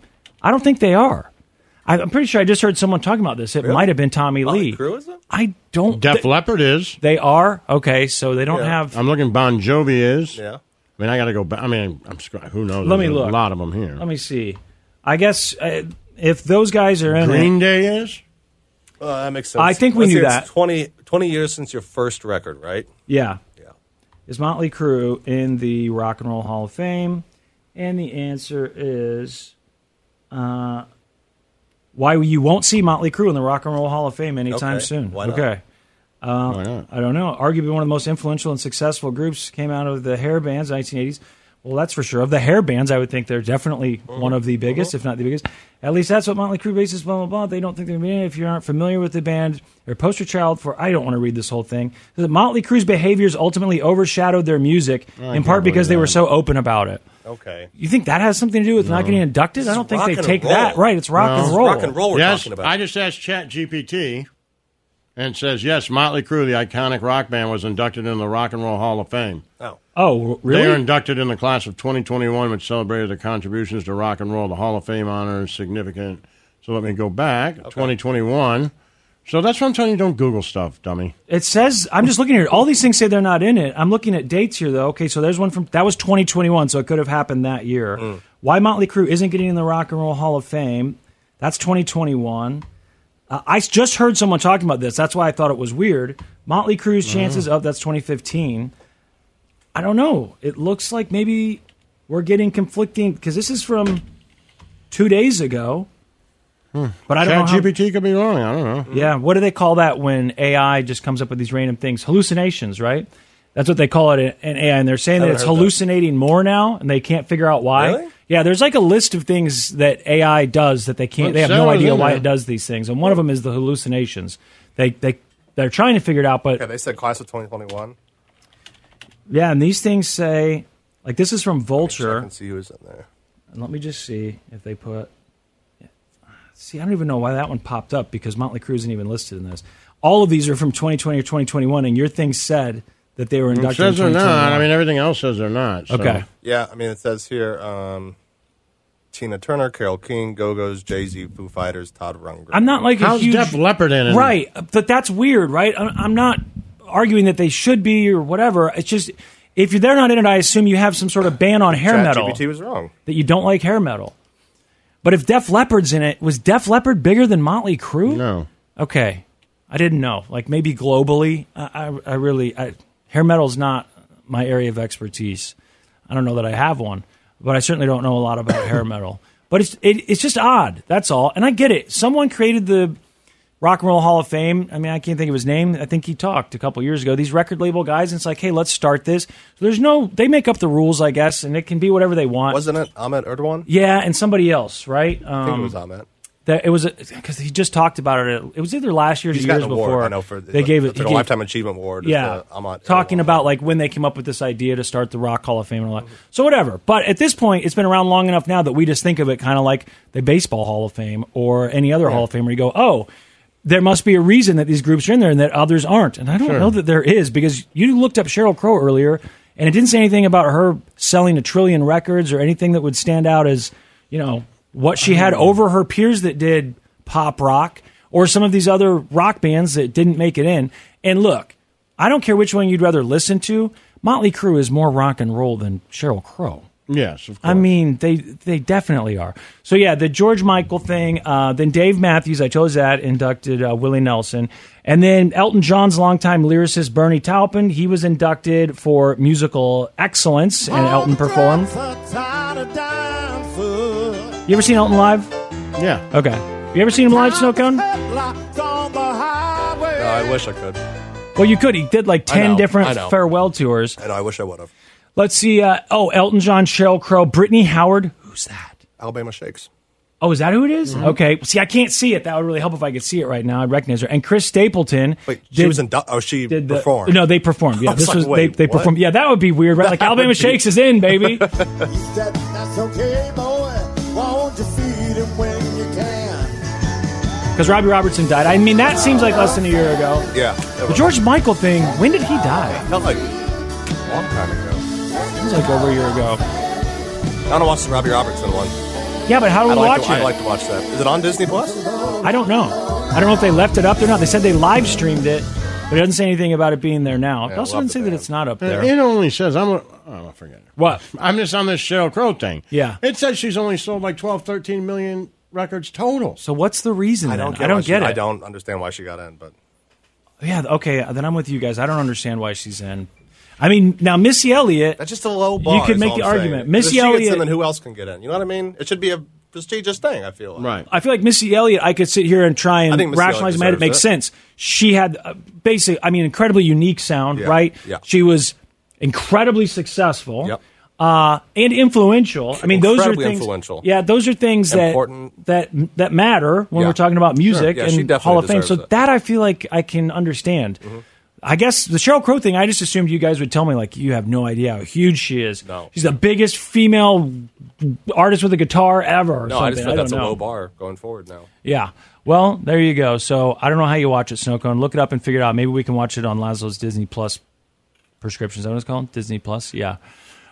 [SPEAKER 1] I don't think they are. I, I'm pretty sure I just heard someone talking about this. It might have been Tommy Lee. Crue is it? I don't.
[SPEAKER 2] Def Leppard is.
[SPEAKER 1] They are okay, so they don't have.
[SPEAKER 2] I'm looking. Bon Jovi is.
[SPEAKER 1] Yeah.
[SPEAKER 2] I mean, I got to go. Back. I mean, I'm. scr- Who knows?
[SPEAKER 1] Let me
[SPEAKER 2] There's
[SPEAKER 1] look.
[SPEAKER 2] A lot of them here.
[SPEAKER 1] Let me see. I guess uh, if those guys are in
[SPEAKER 2] Green
[SPEAKER 1] it,
[SPEAKER 2] Day is.
[SPEAKER 4] Well, that makes sense.
[SPEAKER 1] I think we
[SPEAKER 4] Let's
[SPEAKER 1] knew
[SPEAKER 4] see, it's
[SPEAKER 1] that.
[SPEAKER 4] 20, 20 years since your first record, right?
[SPEAKER 1] yeah, yeah. Is Motley Crue in the Rock and Roll Hall of Fame? And the answer is, uh, why you won't see Motley Crue in the Rock and Roll Hall of Fame anytime
[SPEAKER 4] Okay.
[SPEAKER 1] soon.
[SPEAKER 4] Why not?
[SPEAKER 1] Okay. Um, I don't know. Arguably one of the most influential and successful groups came out of the hair bands, 1980s. Well, that's for sure. Of the hair bands, I would think they're definitely one of the biggest, if not the biggest. At least that's what Motley Crue bassist blah blah blah. They don't think they're being. If you aren't familiar with the band, they're poster child for. I don't want to read this whole thing. The Motley Crue's behaviors ultimately overshadowed their music,
[SPEAKER 4] I
[SPEAKER 1] in
[SPEAKER 4] can't
[SPEAKER 1] part because
[SPEAKER 4] believe
[SPEAKER 1] they were
[SPEAKER 4] that.
[SPEAKER 1] so open about it.
[SPEAKER 4] Okay.
[SPEAKER 1] You think that has something to do with not getting inducted? I don't think
[SPEAKER 4] rock
[SPEAKER 1] they
[SPEAKER 4] and
[SPEAKER 1] take
[SPEAKER 4] roll.
[SPEAKER 1] that right. It's rock
[SPEAKER 2] No.
[SPEAKER 1] and roll.
[SPEAKER 2] yes, I just asked Chat GPT and it says yes. Motley Crue, the iconic rock band, was inducted in the Rock and Roll Hall of Fame.
[SPEAKER 4] Oh.
[SPEAKER 1] Oh, really?
[SPEAKER 2] They are inducted in the class of 2021, which celebrated their contributions to rock and roll. The Hall of Fame honor is significant. So let me go back. 2021. So that's what I'm telling you. Don't Google stuff, dummy.
[SPEAKER 1] It says I'm just looking here. All these things say they're not in it. I'm looking at dates here though. Okay, so there's one from that was 2021, so it could have happened that year. Why Motley Crue isn't getting in the Rock and Roll Hall of Fame? That's 2021. Uh, I s- just heard someone talking about this. That's why I thought it was weird. Motley Crue's chances of that's 2015. I don't know. It looks like maybe we're getting conflicting because this is from two days ago. But I don't know. how-
[SPEAKER 2] GPT could be wrong. I don't know.
[SPEAKER 1] yeah, what do they call that when AI just comes up with these random things? Hallucinations, right? That's what they call it in in AI, and they're saying that
[SPEAKER 2] Haven't
[SPEAKER 1] it's
[SPEAKER 2] heard that.
[SPEAKER 1] hallucinating more now, and they can't figure out why.
[SPEAKER 2] Really?
[SPEAKER 1] Yeah, there's like a list of things that AI does that they can't.
[SPEAKER 7] Well,
[SPEAKER 1] they have
[SPEAKER 7] Sarah
[SPEAKER 1] no
[SPEAKER 7] was
[SPEAKER 1] idea
[SPEAKER 7] in
[SPEAKER 1] why
[SPEAKER 7] there.
[SPEAKER 1] it does these things, and one of them is the hallucinations. They they they're trying to figure it out, but
[SPEAKER 6] Yeah, they said class of 2021.
[SPEAKER 1] yeah, and these things say like this is from Vulture.
[SPEAKER 6] I can see who's in there.
[SPEAKER 1] And let me just see if they put. See, I don't even know why that one popped up because Motley Crue isn't even listed in this. All of these are from 2020 or 2021, and your thing said that they were
[SPEAKER 2] It
[SPEAKER 1] inducted.
[SPEAKER 2] says
[SPEAKER 1] in
[SPEAKER 2] they're not. I
[SPEAKER 1] 2021.
[SPEAKER 2] mean, everything else says they're not. so-
[SPEAKER 1] Okay.
[SPEAKER 6] Yeah, I mean, it says here um, Tina Turner, Carol King, Go Go's, Jay Z, Foo Fighters, Todd Rundgren.
[SPEAKER 1] I'm not like
[SPEAKER 6] How's
[SPEAKER 1] a huge
[SPEAKER 6] Def Leppard in it?
[SPEAKER 1] right? But that's weird, right? I'm, I'm not arguing that they should be or whatever. It's just if you're they're not in it, I assume you have some sort of ban on hair metal.
[SPEAKER 6] GPT was wrong.
[SPEAKER 1] that you don't like hair metal. But if Def Leppard's in it, was Def Leppard bigger than Motley Crue?
[SPEAKER 2] No.
[SPEAKER 1] Okay, I didn't know. Like maybe globally, I, I, I really I, hair metal's not my area of expertise. I don't know that I have one, but I certainly don't know a lot about hair metal. But it's it, it's just odd. That's all. And I get it. Someone created the Rock and Roll Hall of Fame. I mean, I can't think of his name. I think he talked a couple years ago. These record label guys, and it's like, hey, let's start this. So there's no, they make up the rules, I guess, and it can be whatever they want.
[SPEAKER 6] Wasn't it Ahmet Erdogan?
[SPEAKER 1] Yeah, and somebody else, right? Um,
[SPEAKER 6] I think it was Ahmet.
[SPEAKER 1] That it was because he just talked about it. It was either last year or the
[SPEAKER 6] He's
[SPEAKER 1] years
[SPEAKER 6] got an award.
[SPEAKER 1] before.
[SPEAKER 6] I know for
[SPEAKER 1] they gave it
[SPEAKER 6] for the
[SPEAKER 1] he gave-
[SPEAKER 6] lifetime achievement award.
[SPEAKER 1] Yeah,
[SPEAKER 6] I'm uh, not
[SPEAKER 1] talking about like when they came up with this idea to start the Rock Hall of Fame and all that. So whatever. But at this point, it's been around long enough now that we just think of it kind of like the Baseball Hall of Fame or any other Hall of Fame, where you go, oh. There must be a reason that these groups are in there and that others aren't. And I don't
[SPEAKER 7] Sure.
[SPEAKER 1] know that there is because you looked up Cheryl Crow earlier and it didn't say anything about her selling a trillion records or anything that would stand out as, you know, what she had
[SPEAKER 6] Oh.
[SPEAKER 1] over her peers that did pop rock or some of these other rock bands that didn't make it in. And look, I don't care which one you'd rather listen to. Motley Crue is more rock and roll than Cheryl Crow.
[SPEAKER 2] Yes, of course.
[SPEAKER 1] I mean, they they definitely are. So yeah, the George Michael thing. Uh, then Dave Matthews, I chose that. Inducted uh, Willie Nelson, and then Elton John's longtime lyricist Bernie Taupin. He was inducted for musical excellence,
[SPEAKER 6] Oh,
[SPEAKER 1] and Elton performed. You ever seen Elton live?
[SPEAKER 2] Yeah.
[SPEAKER 1] Okay. You ever seen him live, Snow Cone?
[SPEAKER 6] No, I wish I could.
[SPEAKER 1] Well, you could. He did like
[SPEAKER 6] I know,
[SPEAKER 1] ten
[SPEAKER 6] I
[SPEAKER 1] different
[SPEAKER 6] know.
[SPEAKER 1] farewell tours.
[SPEAKER 6] I know. I wish I would have.
[SPEAKER 1] Let's see. Uh, oh, Elton John, Cheryl Crow, Brittany Howard. Who's that?
[SPEAKER 6] Alabama Shakes.
[SPEAKER 1] Oh, is that who it is?
[SPEAKER 6] Mhm.
[SPEAKER 1] Okay. See, I can't see it. That would really help if I could see it right now. I'd recognize her. And Chris Stapleton. Wait,
[SPEAKER 6] she was in. Oh, she
[SPEAKER 1] the-
[SPEAKER 6] performed.
[SPEAKER 1] No, they performed. Yeah,
[SPEAKER 6] I was
[SPEAKER 1] this
[SPEAKER 6] like,
[SPEAKER 1] was
[SPEAKER 6] wait,
[SPEAKER 1] they, they
[SPEAKER 6] what?
[SPEAKER 1] performed. Yeah, that would be weird, right? Like
[SPEAKER 6] That
[SPEAKER 1] Alabama
[SPEAKER 6] would be-
[SPEAKER 1] Shakes is in, baby.
[SPEAKER 11] That's okay, boy. Won't you feed him when you can?
[SPEAKER 1] Because Robbie Robertson died. I mean, that seems like less than a year ago.
[SPEAKER 6] Yeah.
[SPEAKER 1] The George Michael thing. When did he die?
[SPEAKER 6] Felt like a long time ago.
[SPEAKER 1] It was like over a year ago.
[SPEAKER 6] I want to watch the Robbie Robertson one.
[SPEAKER 1] Yeah, but how do
[SPEAKER 6] I'd
[SPEAKER 1] we
[SPEAKER 6] like
[SPEAKER 1] watch
[SPEAKER 6] to, I'd
[SPEAKER 1] it?
[SPEAKER 6] like to watch that. Is it on Disney Plus?
[SPEAKER 1] I don't know. I don't know if they left it up there or not. They said they live streamed it, but it doesn't say anything about it being there now. it also doesn't say that it's not up there.
[SPEAKER 2] It it only says I'm. A, oh, I forget.
[SPEAKER 1] What?
[SPEAKER 2] I'm just on this Cheryl Crow thing.
[SPEAKER 1] Yeah.
[SPEAKER 2] It says she's only sold like 12, 13 million records total.
[SPEAKER 1] So what's the reason?
[SPEAKER 6] I
[SPEAKER 1] then?
[SPEAKER 6] don't. Get
[SPEAKER 1] I don't
[SPEAKER 6] why she-
[SPEAKER 1] get it.
[SPEAKER 6] I don't understand why she got in, but
[SPEAKER 1] Yeah, okay, then I'm with you guys. I don't understand why she's in. I mean, now Missy Elliott. That's
[SPEAKER 6] just a low bar.
[SPEAKER 1] You could
[SPEAKER 6] is
[SPEAKER 1] make
[SPEAKER 6] all
[SPEAKER 1] the
[SPEAKER 6] I'm saying.
[SPEAKER 1] argument.
[SPEAKER 6] If
[SPEAKER 1] Missy
[SPEAKER 6] she gets in,
[SPEAKER 1] Elliott.
[SPEAKER 6] then who else can get in? You know what I mean? It should be a prestigious thing. I feel like. right.
[SPEAKER 1] I feel like Missy Elliott. I could sit here and try
[SPEAKER 6] I think
[SPEAKER 1] and
[SPEAKER 6] Missy Elliott
[SPEAKER 1] rationalize. Made it
[SPEAKER 6] deserves
[SPEAKER 1] make
[SPEAKER 6] it.
[SPEAKER 1] sense. She had a basic. I mean, incredibly unique sound,
[SPEAKER 6] Yeah,
[SPEAKER 1] right?
[SPEAKER 6] yeah.
[SPEAKER 1] She was incredibly successful. Uh, and influential. I mean, those are
[SPEAKER 6] Incredibly
[SPEAKER 1] things.
[SPEAKER 6] influential.
[SPEAKER 1] Yeah, those are things
[SPEAKER 6] Important.
[SPEAKER 1] that that that matter when
[SPEAKER 6] Yeah.
[SPEAKER 1] we're talking about
[SPEAKER 6] Sure.
[SPEAKER 1] music
[SPEAKER 6] Yeah, she
[SPEAKER 1] and
[SPEAKER 6] definitely
[SPEAKER 1] Hall of Fame. So
[SPEAKER 6] deserves it. Mm-hmm.
[SPEAKER 1] that I feel like I can understand. I guess the Cheryl Crow thing. I just assumed you guys would tell me like you have no idea how huge she is. No, she's the biggest female artist with a guitar ever. or
[SPEAKER 6] No, I just
[SPEAKER 1] something.
[SPEAKER 6] feel
[SPEAKER 1] don't
[SPEAKER 6] that's a
[SPEAKER 1] know.
[SPEAKER 6] low bar going forward now.
[SPEAKER 1] Yeah. Well, there you go. So I don't know how you watch it, Snow Cone. Look it up and figure it out. Maybe we can watch it on Lazlo's Disney Plus prescription. Is that what it's called? Disney Plus? Yeah.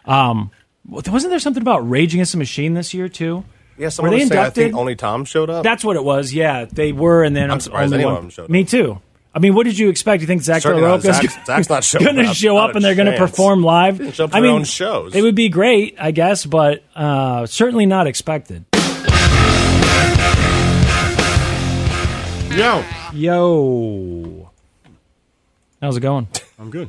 [SPEAKER 1] Um, wasn't there something about Rage Against the Machine this year, too?
[SPEAKER 6] Yeah,
[SPEAKER 1] Were
[SPEAKER 6] someone
[SPEAKER 1] they
[SPEAKER 6] was saying, I
[SPEAKER 1] inducted?
[SPEAKER 6] think only Tom showed up.
[SPEAKER 1] That's what it was. Yeah, they were. And then
[SPEAKER 6] I'm surprised
[SPEAKER 1] only
[SPEAKER 6] any of
[SPEAKER 1] one-
[SPEAKER 6] them showed up.
[SPEAKER 1] Me, too. I mean, what did you expect? You think Zach
[SPEAKER 6] Certainly not.
[SPEAKER 1] Soroka's
[SPEAKER 6] Zach's- Zach's not showing
[SPEAKER 1] going to
[SPEAKER 6] up.
[SPEAKER 1] show
[SPEAKER 6] Not
[SPEAKER 1] up
[SPEAKER 6] a
[SPEAKER 1] and they're going to
[SPEAKER 6] chance.
[SPEAKER 1] perform live?
[SPEAKER 6] They didn't show up for
[SPEAKER 1] I
[SPEAKER 6] their
[SPEAKER 1] mean,
[SPEAKER 6] own shows.
[SPEAKER 1] It would be great, I guess, but uh, certainly not expected.
[SPEAKER 2] Yo.
[SPEAKER 1] Yo. How's it going?
[SPEAKER 2] I'm good.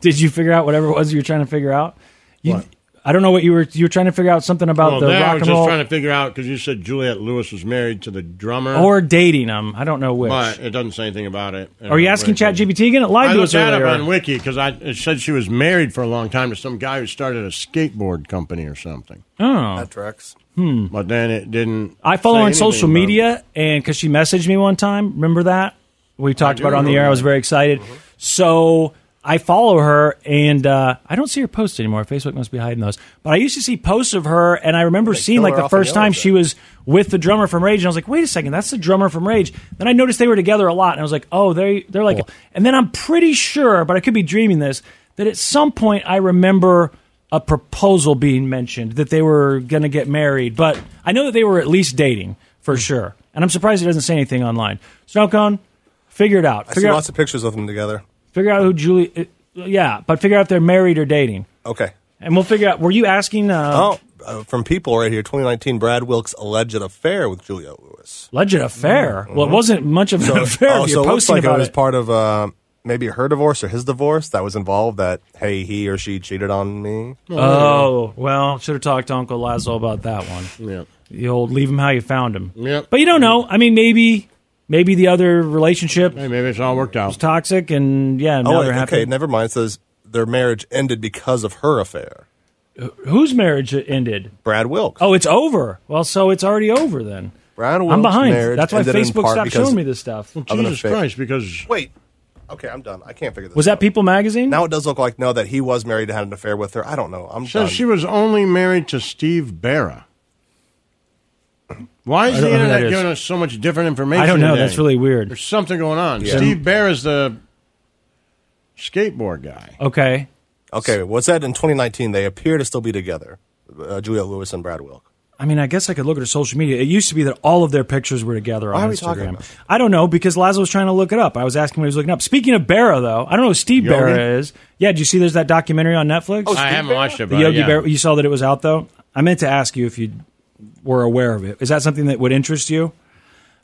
[SPEAKER 1] Did you figure out whatever it was you were trying to figure out? You, I don't know what you were you were trying to figure out something about
[SPEAKER 2] Well,
[SPEAKER 1] the
[SPEAKER 2] there I
[SPEAKER 1] rock
[SPEAKER 2] was
[SPEAKER 1] and
[SPEAKER 2] just
[SPEAKER 1] roll
[SPEAKER 2] trying to figure out because you said Juliette Lewis was married to the drummer,
[SPEAKER 1] or dating them. I don't know which.
[SPEAKER 2] but it doesn't say anything about it.
[SPEAKER 1] Are you asking ChatGPT again? It lied
[SPEAKER 2] I
[SPEAKER 1] to
[SPEAKER 2] looked
[SPEAKER 1] us
[SPEAKER 2] that up on
[SPEAKER 1] earlier.
[SPEAKER 2] Wiki because I it said she was married for a long time to some guy who started a skateboard company or something.
[SPEAKER 1] Oh. That
[SPEAKER 6] tracks.
[SPEAKER 1] Hmm.
[SPEAKER 2] But then it didn't.
[SPEAKER 1] I follow
[SPEAKER 2] say
[SPEAKER 1] her on
[SPEAKER 2] anything
[SPEAKER 1] social
[SPEAKER 2] about it.
[SPEAKER 1] media, and because she messaged me one time, remember that we talked
[SPEAKER 2] do
[SPEAKER 1] about it on the
[SPEAKER 2] remember
[SPEAKER 1] air. I was
[SPEAKER 2] that. Uh-huh.
[SPEAKER 1] very excited. So I follow her, and uh, I don't see her posts anymore. Facebook must be hiding those. But I used to see posts of her, and I remember seeing
[SPEAKER 7] kill
[SPEAKER 1] like
[SPEAKER 7] her
[SPEAKER 1] the
[SPEAKER 7] off in
[SPEAKER 1] first
[SPEAKER 7] yellow,
[SPEAKER 1] time she was with the drummer from Rage, and I was like, wait a second, that's the drummer from Rage. Then I noticed they were together a lot, and I was like, oh, they they're like. And then I'm pretty sure, but I could be dreaming this, that at some point I remember a proposal being mentioned that they were going to get married, but I know that they were at least dating for
[SPEAKER 6] Hmm.
[SPEAKER 1] sure. And I'm surprised it doesn't say anything online. Snow Cone, figure it out.
[SPEAKER 6] I see
[SPEAKER 1] Figure
[SPEAKER 6] lots
[SPEAKER 1] out,
[SPEAKER 6] of pictures of them together.
[SPEAKER 1] figure out who Julie. uh, yeah, but figure out if they're married or dating,
[SPEAKER 6] Okay.
[SPEAKER 1] and we'll figure out. Were you asking? Uh,
[SPEAKER 6] Oh, uh, from people right here, 2019, Brad Wilkes alleged affair with Julia Lewis.
[SPEAKER 1] Legend affair. Well, it wasn't much of an
[SPEAKER 6] So,
[SPEAKER 1] affair.
[SPEAKER 6] Mm-hmm. oh,
[SPEAKER 1] if
[SPEAKER 6] so
[SPEAKER 1] you're
[SPEAKER 6] it looks
[SPEAKER 1] posting
[SPEAKER 6] like it
[SPEAKER 1] about
[SPEAKER 6] was part of uh, maybe her divorce or his divorce that was involved. That hey, he or she cheated on me.
[SPEAKER 1] Oh well, should have talked to Uncle Lazo about that one.
[SPEAKER 2] Yeah,
[SPEAKER 1] the old leave him how you found him.
[SPEAKER 2] Yep.
[SPEAKER 1] But you don't know. I mean, maybe maybe the other relationship.
[SPEAKER 2] maybe it's all worked out.
[SPEAKER 1] Was toxic and yeah,
[SPEAKER 6] oh,
[SPEAKER 1] never
[SPEAKER 6] wait,
[SPEAKER 1] happened.
[SPEAKER 6] okay, never mind. It says their marriage ended because of her affair.
[SPEAKER 1] Whose marriage ended?
[SPEAKER 6] Brad Wilkes.
[SPEAKER 1] Oh, it's over. Well, so it's already over then.
[SPEAKER 6] Brad Wilkes'
[SPEAKER 1] I'm behind.
[SPEAKER 6] marriage
[SPEAKER 1] That's why
[SPEAKER 6] ended in
[SPEAKER 1] Facebook
[SPEAKER 6] part
[SPEAKER 1] stopped
[SPEAKER 6] because
[SPEAKER 1] showing me this stuff.
[SPEAKER 6] of an affair.
[SPEAKER 2] because
[SPEAKER 6] wait. Okay, I'm done. I can't figure this.
[SPEAKER 1] Was that People Magazine?
[SPEAKER 6] Now it does look like no, that he was married and had an affair with her. I don't know. I'm
[SPEAKER 2] Says
[SPEAKER 6] done.
[SPEAKER 2] she was only married to Steve Barra. Why
[SPEAKER 1] I
[SPEAKER 2] is
[SPEAKER 1] don't
[SPEAKER 2] the
[SPEAKER 1] know who that
[SPEAKER 2] internet
[SPEAKER 1] is.
[SPEAKER 2] giving us so much different information?
[SPEAKER 1] I don't know.
[SPEAKER 2] today?
[SPEAKER 1] That's really weird.
[SPEAKER 2] There's something going on.
[SPEAKER 1] Yeah.
[SPEAKER 2] Steve Barra's the skateboard guy.
[SPEAKER 1] Okay.
[SPEAKER 6] Okay. What's that? In 2019, they appear to still be together. Uh, Julia Lewis and Brad Wilk.
[SPEAKER 1] I mean, I guess I could look at her social media. It used to be that all of their pictures were together
[SPEAKER 6] Why
[SPEAKER 1] on
[SPEAKER 6] are we talking
[SPEAKER 1] Instagram.
[SPEAKER 6] about
[SPEAKER 1] I don't know because Lazo was trying to look it up. I was asking what he was looking up. Speaking of Barra, though, I don't know who Steve
[SPEAKER 2] Yogi?
[SPEAKER 1] Barra is. Yeah, did you see there's that documentary on Netflix?
[SPEAKER 6] Oh,
[SPEAKER 2] I haven't watched it,
[SPEAKER 1] The
[SPEAKER 2] but
[SPEAKER 1] Yogi
[SPEAKER 2] yeah.
[SPEAKER 1] Berra. You saw that it was out though. I meant to ask you if you were aware of it. Is that something that would interest you?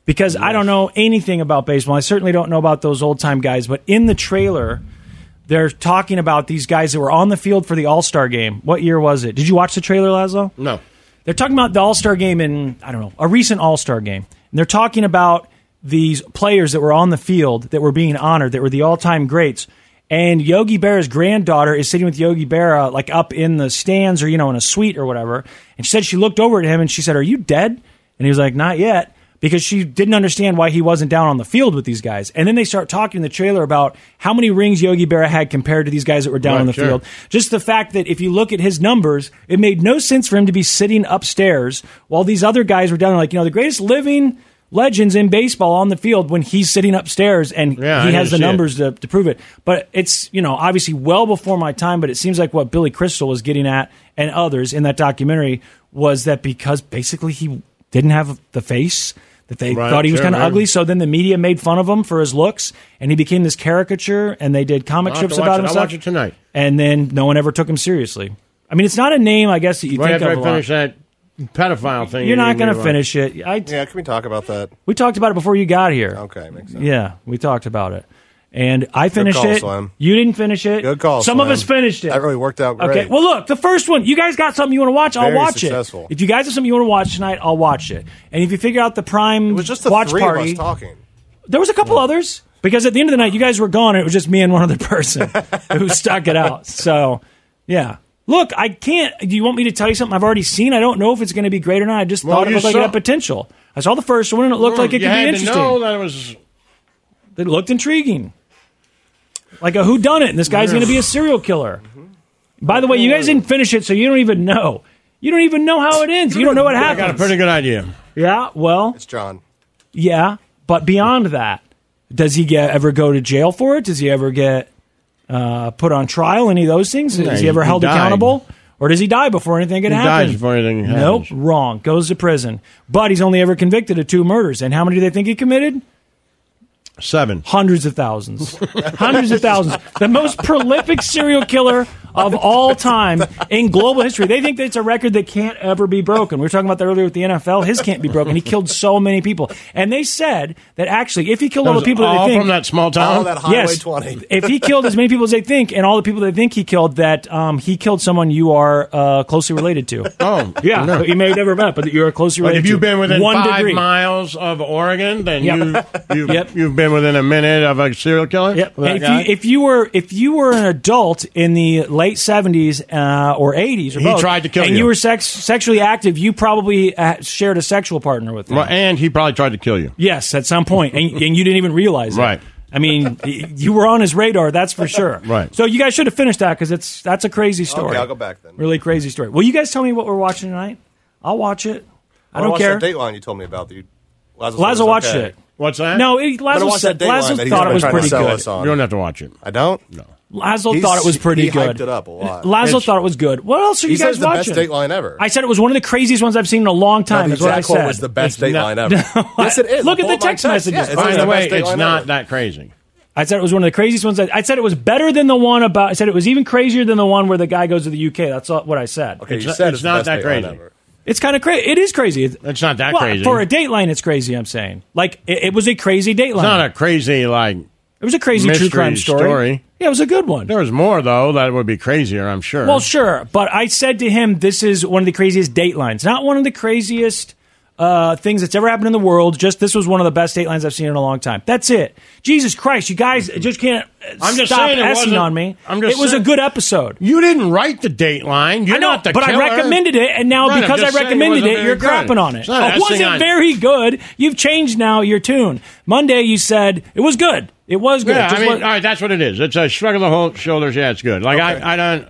[SPEAKER 1] Because I don't know anything about baseball. I certainly don't know about those old time guys. But in the trailer, they're talking about these guys that were on the field for the All Star game. What year was it? Did you watch the trailer, Laszlo?
[SPEAKER 2] No.
[SPEAKER 1] They're talking about the All Star game in I don't know a recent All Star game. And they're talking about these players that were on the field that were being honored that were the all time greats. And Yogi Berra's granddaughter is sitting with Yogi Berra like up in the stands or you know in a suite or whatever. And she said she looked over at him and she said, "Are you dead?" And he was like, "Not yet." Because she didn't understand why he wasn't down on the field with these guys. And then they start talking in the trailer about how many rings Yogi Berra had compared to these guys that were down
[SPEAKER 2] Right,
[SPEAKER 1] on the
[SPEAKER 2] sure.
[SPEAKER 1] field. Just the fact that if you look at his numbers, it made no sense for him to be sitting upstairs while these other guys were down there, like, you know, the greatest living legends in baseball on the field when he's sitting upstairs and
[SPEAKER 2] Yeah, I
[SPEAKER 1] he
[SPEAKER 2] didn't
[SPEAKER 1] has the
[SPEAKER 2] see it.
[SPEAKER 1] numbers to, to prove it. But it's, you know, obviously well before my time, but it seems like what Billy Crystal was getting at and others in that documentary was that because basically he didn't have the face that they
[SPEAKER 2] Right,
[SPEAKER 1] thought he was
[SPEAKER 2] sure,
[SPEAKER 1] kind of
[SPEAKER 2] right.
[SPEAKER 1] ugly, so then the media made fun of him for his looks, and he became this caricature, and they did comic
[SPEAKER 2] I'll have
[SPEAKER 1] strips
[SPEAKER 2] to watch
[SPEAKER 1] about
[SPEAKER 2] it.
[SPEAKER 1] him.
[SPEAKER 2] I'll
[SPEAKER 1] stuff
[SPEAKER 2] watch it tonight.
[SPEAKER 1] and then no one ever took him seriously. I mean, it's not a name, I guess, that you
[SPEAKER 2] right
[SPEAKER 1] think
[SPEAKER 2] after I
[SPEAKER 1] of a lot.
[SPEAKER 2] finish that pedophile thing,
[SPEAKER 1] You're not
[SPEAKER 2] going
[SPEAKER 1] to finish it. I,
[SPEAKER 6] yeah, can we talk about that?
[SPEAKER 1] We talked about it before you got here.
[SPEAKER 6] Okay, makes sense.
[SPEAKER 1] Yeah, we talked about it. And I finished
[SPEAKER 6] call,
[SPEAKER 1] it.
[SPEAKER 6] Slim.
[SPEAKER 1] You didn't finish it. Good
[SPEAKER 6] call,
[SPEAKER 1] Some of
[SPEAKER 6] Slim.
[SPEAKER 1] us finished it.
[SPEAKER 6] That really worked out great.
[SPEAKER 1] Okay. Well, look, the first one. You guys got something you want to watch? I'll
[SPEAKER 6] Very
[SPEAKER 1] watch
[SPEAKER 6] successful.
[SPEAKER 1] it. If you guys have something you want to watch tonight, I'll watch it. And if you figure out the prime
[SPEAKER 6] it was just the
[SPEAKER 1] watch
[SPEAKER 6] three
[SPEAKER 1] party,
[SPEAKER 6] of us talking.
[SPEAKER 1] there was a couple others because at the end of the night, you guys were gone. And it was just me and one other person who stuck it out. So, yeah. Look, I can't. Do you want me to tell you something I've already seen? I don't know if it's going to be great or not. I just
[SPEAKER 2] Well,
[SPEAKER 1] thought it
[SPEAKER 2] you
[SPEAKER 1] looked like it
[SPEAKER 2] saw-
[SPEAKER 1] had potential. I saw the first one and it looked like it
[SPEAKER 2] you
[SPEAKER 1] could
[SPEAKER 2] had
[SPEAKER 1] be
[SPEAKER 2] To know
[SPEAKER 1] interesting.
[SPEAKER 2] that it was
[SPEAKER 1] It looked intriguing, like a whodunit, and this guy's going to be a serial killer.
[SPEAKER 2] Mm-hmm.
[SPEAKER 1] By the way, you guys didn't finish it, so you don't even know. You don't even know how it ends. You don't know what
[SPEAKER 2] I
[SPEAKER 1] happens.
[SPEAKER 2] got a pretty good idea.
[SPEAKER 1] Yeah, well, it's
[SPEAKER 6] John.
[SPEAKER 1] Yeah, but beyond that, does he get ever go to jail for it? Does he ever get uh, put on trial? Any of those things?
[SPEAKER 2] Yeah,
[SPEAKER 1] is he ever
[SPEAKER 2] he
[SPEAKER 1] held
[SPEAKER 2] died.
[SPEAKER 1] accountable, or does he die before anything can
[SPEAKER 2] He
[SPEAKER 1] happen?
[SPEAKER 2] dies before anything
[SPEAKER 1] Nope,
[SPEAKER 2] happens.
[SPEAKER 1] wrong. Goes to prison, but he's only ever convicted of two murders. And how many do they think he committed?
[SPEAKER 2] Seven.
[SPEAKER 1] Hundreds of thousands. Hundreds of thousands. The most prolific serial killer of all time in global history. They think it's a record that can't ever be broken. We were talking about that earlier with the NFL. His can't be broken. He killed so many people. And they said that actually, if he killed
[SPEAKER 2] That
[SPEAKER 1] all
[SPEAKER 2] was
[SPEAKER 1] the people that
[SPEAKER 2] all
[SPEAKER 1] they think.
[SPEAKER 2] from that small
[SPEAKER 6] Oh,
[SPEAKER 2] town? All that Highway
[SPEAKER 1] yes,
[SPEAKER 2] 20.
[SPEAKER 1] if he killed as many people as they think and all the people they think he killed, that um, he killed someone you are uh, closely related to.
[SPEAKER 2] Oh,
[SPEAKER 1] yeah.
[SPEAKER 2] no.
[SPEAKER 1] You may have never met, but that you are closely
[SPEAKER 2] Like
[SPEAKER 1] related
[SPEAKER 2] if you've
[SPEAKER 1] to.
[SPEAKER 2] been within
[SPEAKER 1] One
[SPEAKER 2] five
[SPEAKER 1] degree.
[SPEAKER 2] miles of Oregon, then
[SPEAKER 1] Yep.
[SPEAKER 2] you, you've, you've been within a minute of a serial killer. Yep.
[SPEAKER 1] And if you, if you were if you were an adult in the late seventies uh, or eighties, or
[SPEAKER 2] He
[SPEAKER 1] both,
[SPEAKER 2] tried to kill
[SPEAKER 1] and
[SPEAKER 2] you.
[SPEAKER 1] you, were sex, sexually active, you probably uh, shared a sexual partner with him.
[SPEAKER 2] well, and he probably tried to kill you.
[SPEAKER 1] Yes, at some point, and, and you didn't even realize it.
[SPEAKER 2] Right.
[SPEAKER 1] I mean, y- you were on his radar, that's for sure.
[SPEAKER 2] Right.
[SPEAKER 1] So you guys should have finished that because it's that's a crazy story.
[SPEAKER 6] Okay, I'll go back then.
[SPEAKER 1] Really crazy story. Will you guys tell me what we're watching tonight? I'll watch it. I
[SPEAKER 6] wanna
[SPEAKER 1] don't
[SPEAKER 6] watch
[SPEAKER 1] care.
[SPEAKER 6] That Dateline you told me about. The Lazo,
[SPEAKER 1] Lazo
[SPEAKER 6] said
[SPEAKER 1] watched
[SPEAKER 6] okay.
[SPEAKER 1] it. What's that? No, it-
[SPEAKER 6] But I
[SPEAKER 1] Lazo
[SPEAKER 6] watched
[SPEAKER 1] said-
[SPEAKER 6] that Dateline
[SPEAKER 1] Lazo
[SPEAKER 6] that he's
[SPEAKER 1] thought
[SPEAKER 6] been
[SPEAKER 1] it was
[SPEAKER 6] trying to
[SPEAKER 1] pretty
[SPEAKER 6] sell
[SPEAKER 1] good.
[SPEAKER 6] us on.
[SPEAKER 2] You don't have to watch it.
[SPEAKER 6] I don't. No.
[SPEAKER 1] Lazo
[SPEAKER 6] He's-
[SPEAKER 1] thought it was pretty
[SPEAKER 6] he
[SPEAKER 1] good.
[SPEAKER 6] hyped it up a lot.
[SPEAKER 1] Lazo
[SPEAKER 6] It's-
[SPEAKER 1] thought it was good. What else are
[SPEAKER 6] He
[SPEAKER 1] you guys
[SPEAKER 6] says the best
[SPEAKER 1] watching?
[SPEAKER 6] Dateline ever.
[SPEAKER 1] I said it was one of the craziest ones I've seen in a long time.
[SPEAKER 6] the
[SPEAKER 1] is what I
[SPEAKER 6] exact quote
[SPEAKER 1] said.
[SPEAKER 6] was the best
[SPEAKER 1] It's
[SPEAKER 6] Dateline
[SPEAKER 1] not-
[SPEAKER 6] ever. yes, it is.
[SPEAKER 1] Look at
[SPEAKER 6] Both
[SPEAKER 1] the
[SPEAKER 6] my
[SPEAKER 1] text
[SPEAKER 6] texts,
[SPEAKER 1] messages.
[SPEAKER 6] Yeah, it's
[SPEAKER 2] By
[SPEAKER 6] the
[SPEAKER 2] the
[SPEAKER 6] best
[SPEAKER 2] way, it's
[SPEAKER 6] Dateline
[SPEAKER 2] not
[SPEAKER 6] ever.
[SPEAKER 2] that crazy.
[SPEAKER 1] I said it was one of the craziest ones. I, I said it was better than the one about. I said it was even crazier than the one where the guy goes to the UK. That's all, what I said.
[SPEAKER 6] Okay,
[SPEAKER 2] It's
[SPEAKER 6] you
[SPEAKER 2] not-
[SPEAKER 6] said
[SPEAKER 2] it's
[SPEAKER 6] it's, the
[SPEAKER 2] not that
[SPEAKER 6] best Dateline
[SPEAKER 2] crazy.
[SPEAKER 6] ever.
[SPEAKER 1] It's kind of crazy. It is crazy. It's
[SPEAKER 2] not that crazy.
[SPEAKER 1] for a Dateline. It's crazy. I'm saying like it, it was a crazy Dateline.
[SPEAKER 2] It's not a crazy like.
[SPEAKER 1] it was a crazy
[SPEAKER 2] mystery
[SPEAKER 1] true crime story. Yeah, it was a good one.
[SPEAKER 2] There was more though that would be crazier. I'm sure.
[SPEAKER 1] Well, sure, but I said to him, "This is one of the craziest datelines, not one of the craziest uh, things that's ever happened in the world. Just this was one of the best datelines I've seen in a long time. That's it. Jesus Christ, you guys just can't uh,
[SPEAKER 2] Mm-hmm. I'm just
[SPEAKER 1] stop
[SPEAKER 2] saying it
[SPEAKER 1] essing
[SPEAKER 2] wasn't-
[SPEAKER 1] on me.
[SPEAKER 2] I'm just
[SPEAKER 1] it was
[SPEAKER 2] saying-
[SPEAKER 1] a good episode.
[SPEAKER 2] you didn't write the Dateline. You're
[SPEAKER 1] I know,
[SPEAKER 2] not the
[SPEAKER 1] but
[SPEAKER 2] killer.
[SPEAKER 1] I recommended it, and now
[SPEAKER 2] Right, I'm
[SPEAKER 1] because I
[SPEAKER 2] just saying it
[SPEAKER 1] recommended
[SPEAKER 2] wasn't
[SPEAKER 1] it,
[SPEAKER 2] very
[SPEAKER 1] you're
[SPEAKER 2] good.
[SPEAKER 1] crapping on it.
[SPEAKER 2] It's not
[SPEAKER 1] it wasn't
[SPEAKER 2] essing on-
[SPEAKER 1] very good. You've changed now your tune. Monday, you said it was good. It was good.
[SPEAKER 2] Yeah,
[SPEAKER 1] Just
[SPEAKER 2] I mean,
[SPEAKER 1] what-
[SPEAKER 2] all right, that's what it is. It's a shrug of the whole shoulders. Yeah, it's good. Like I, I don't.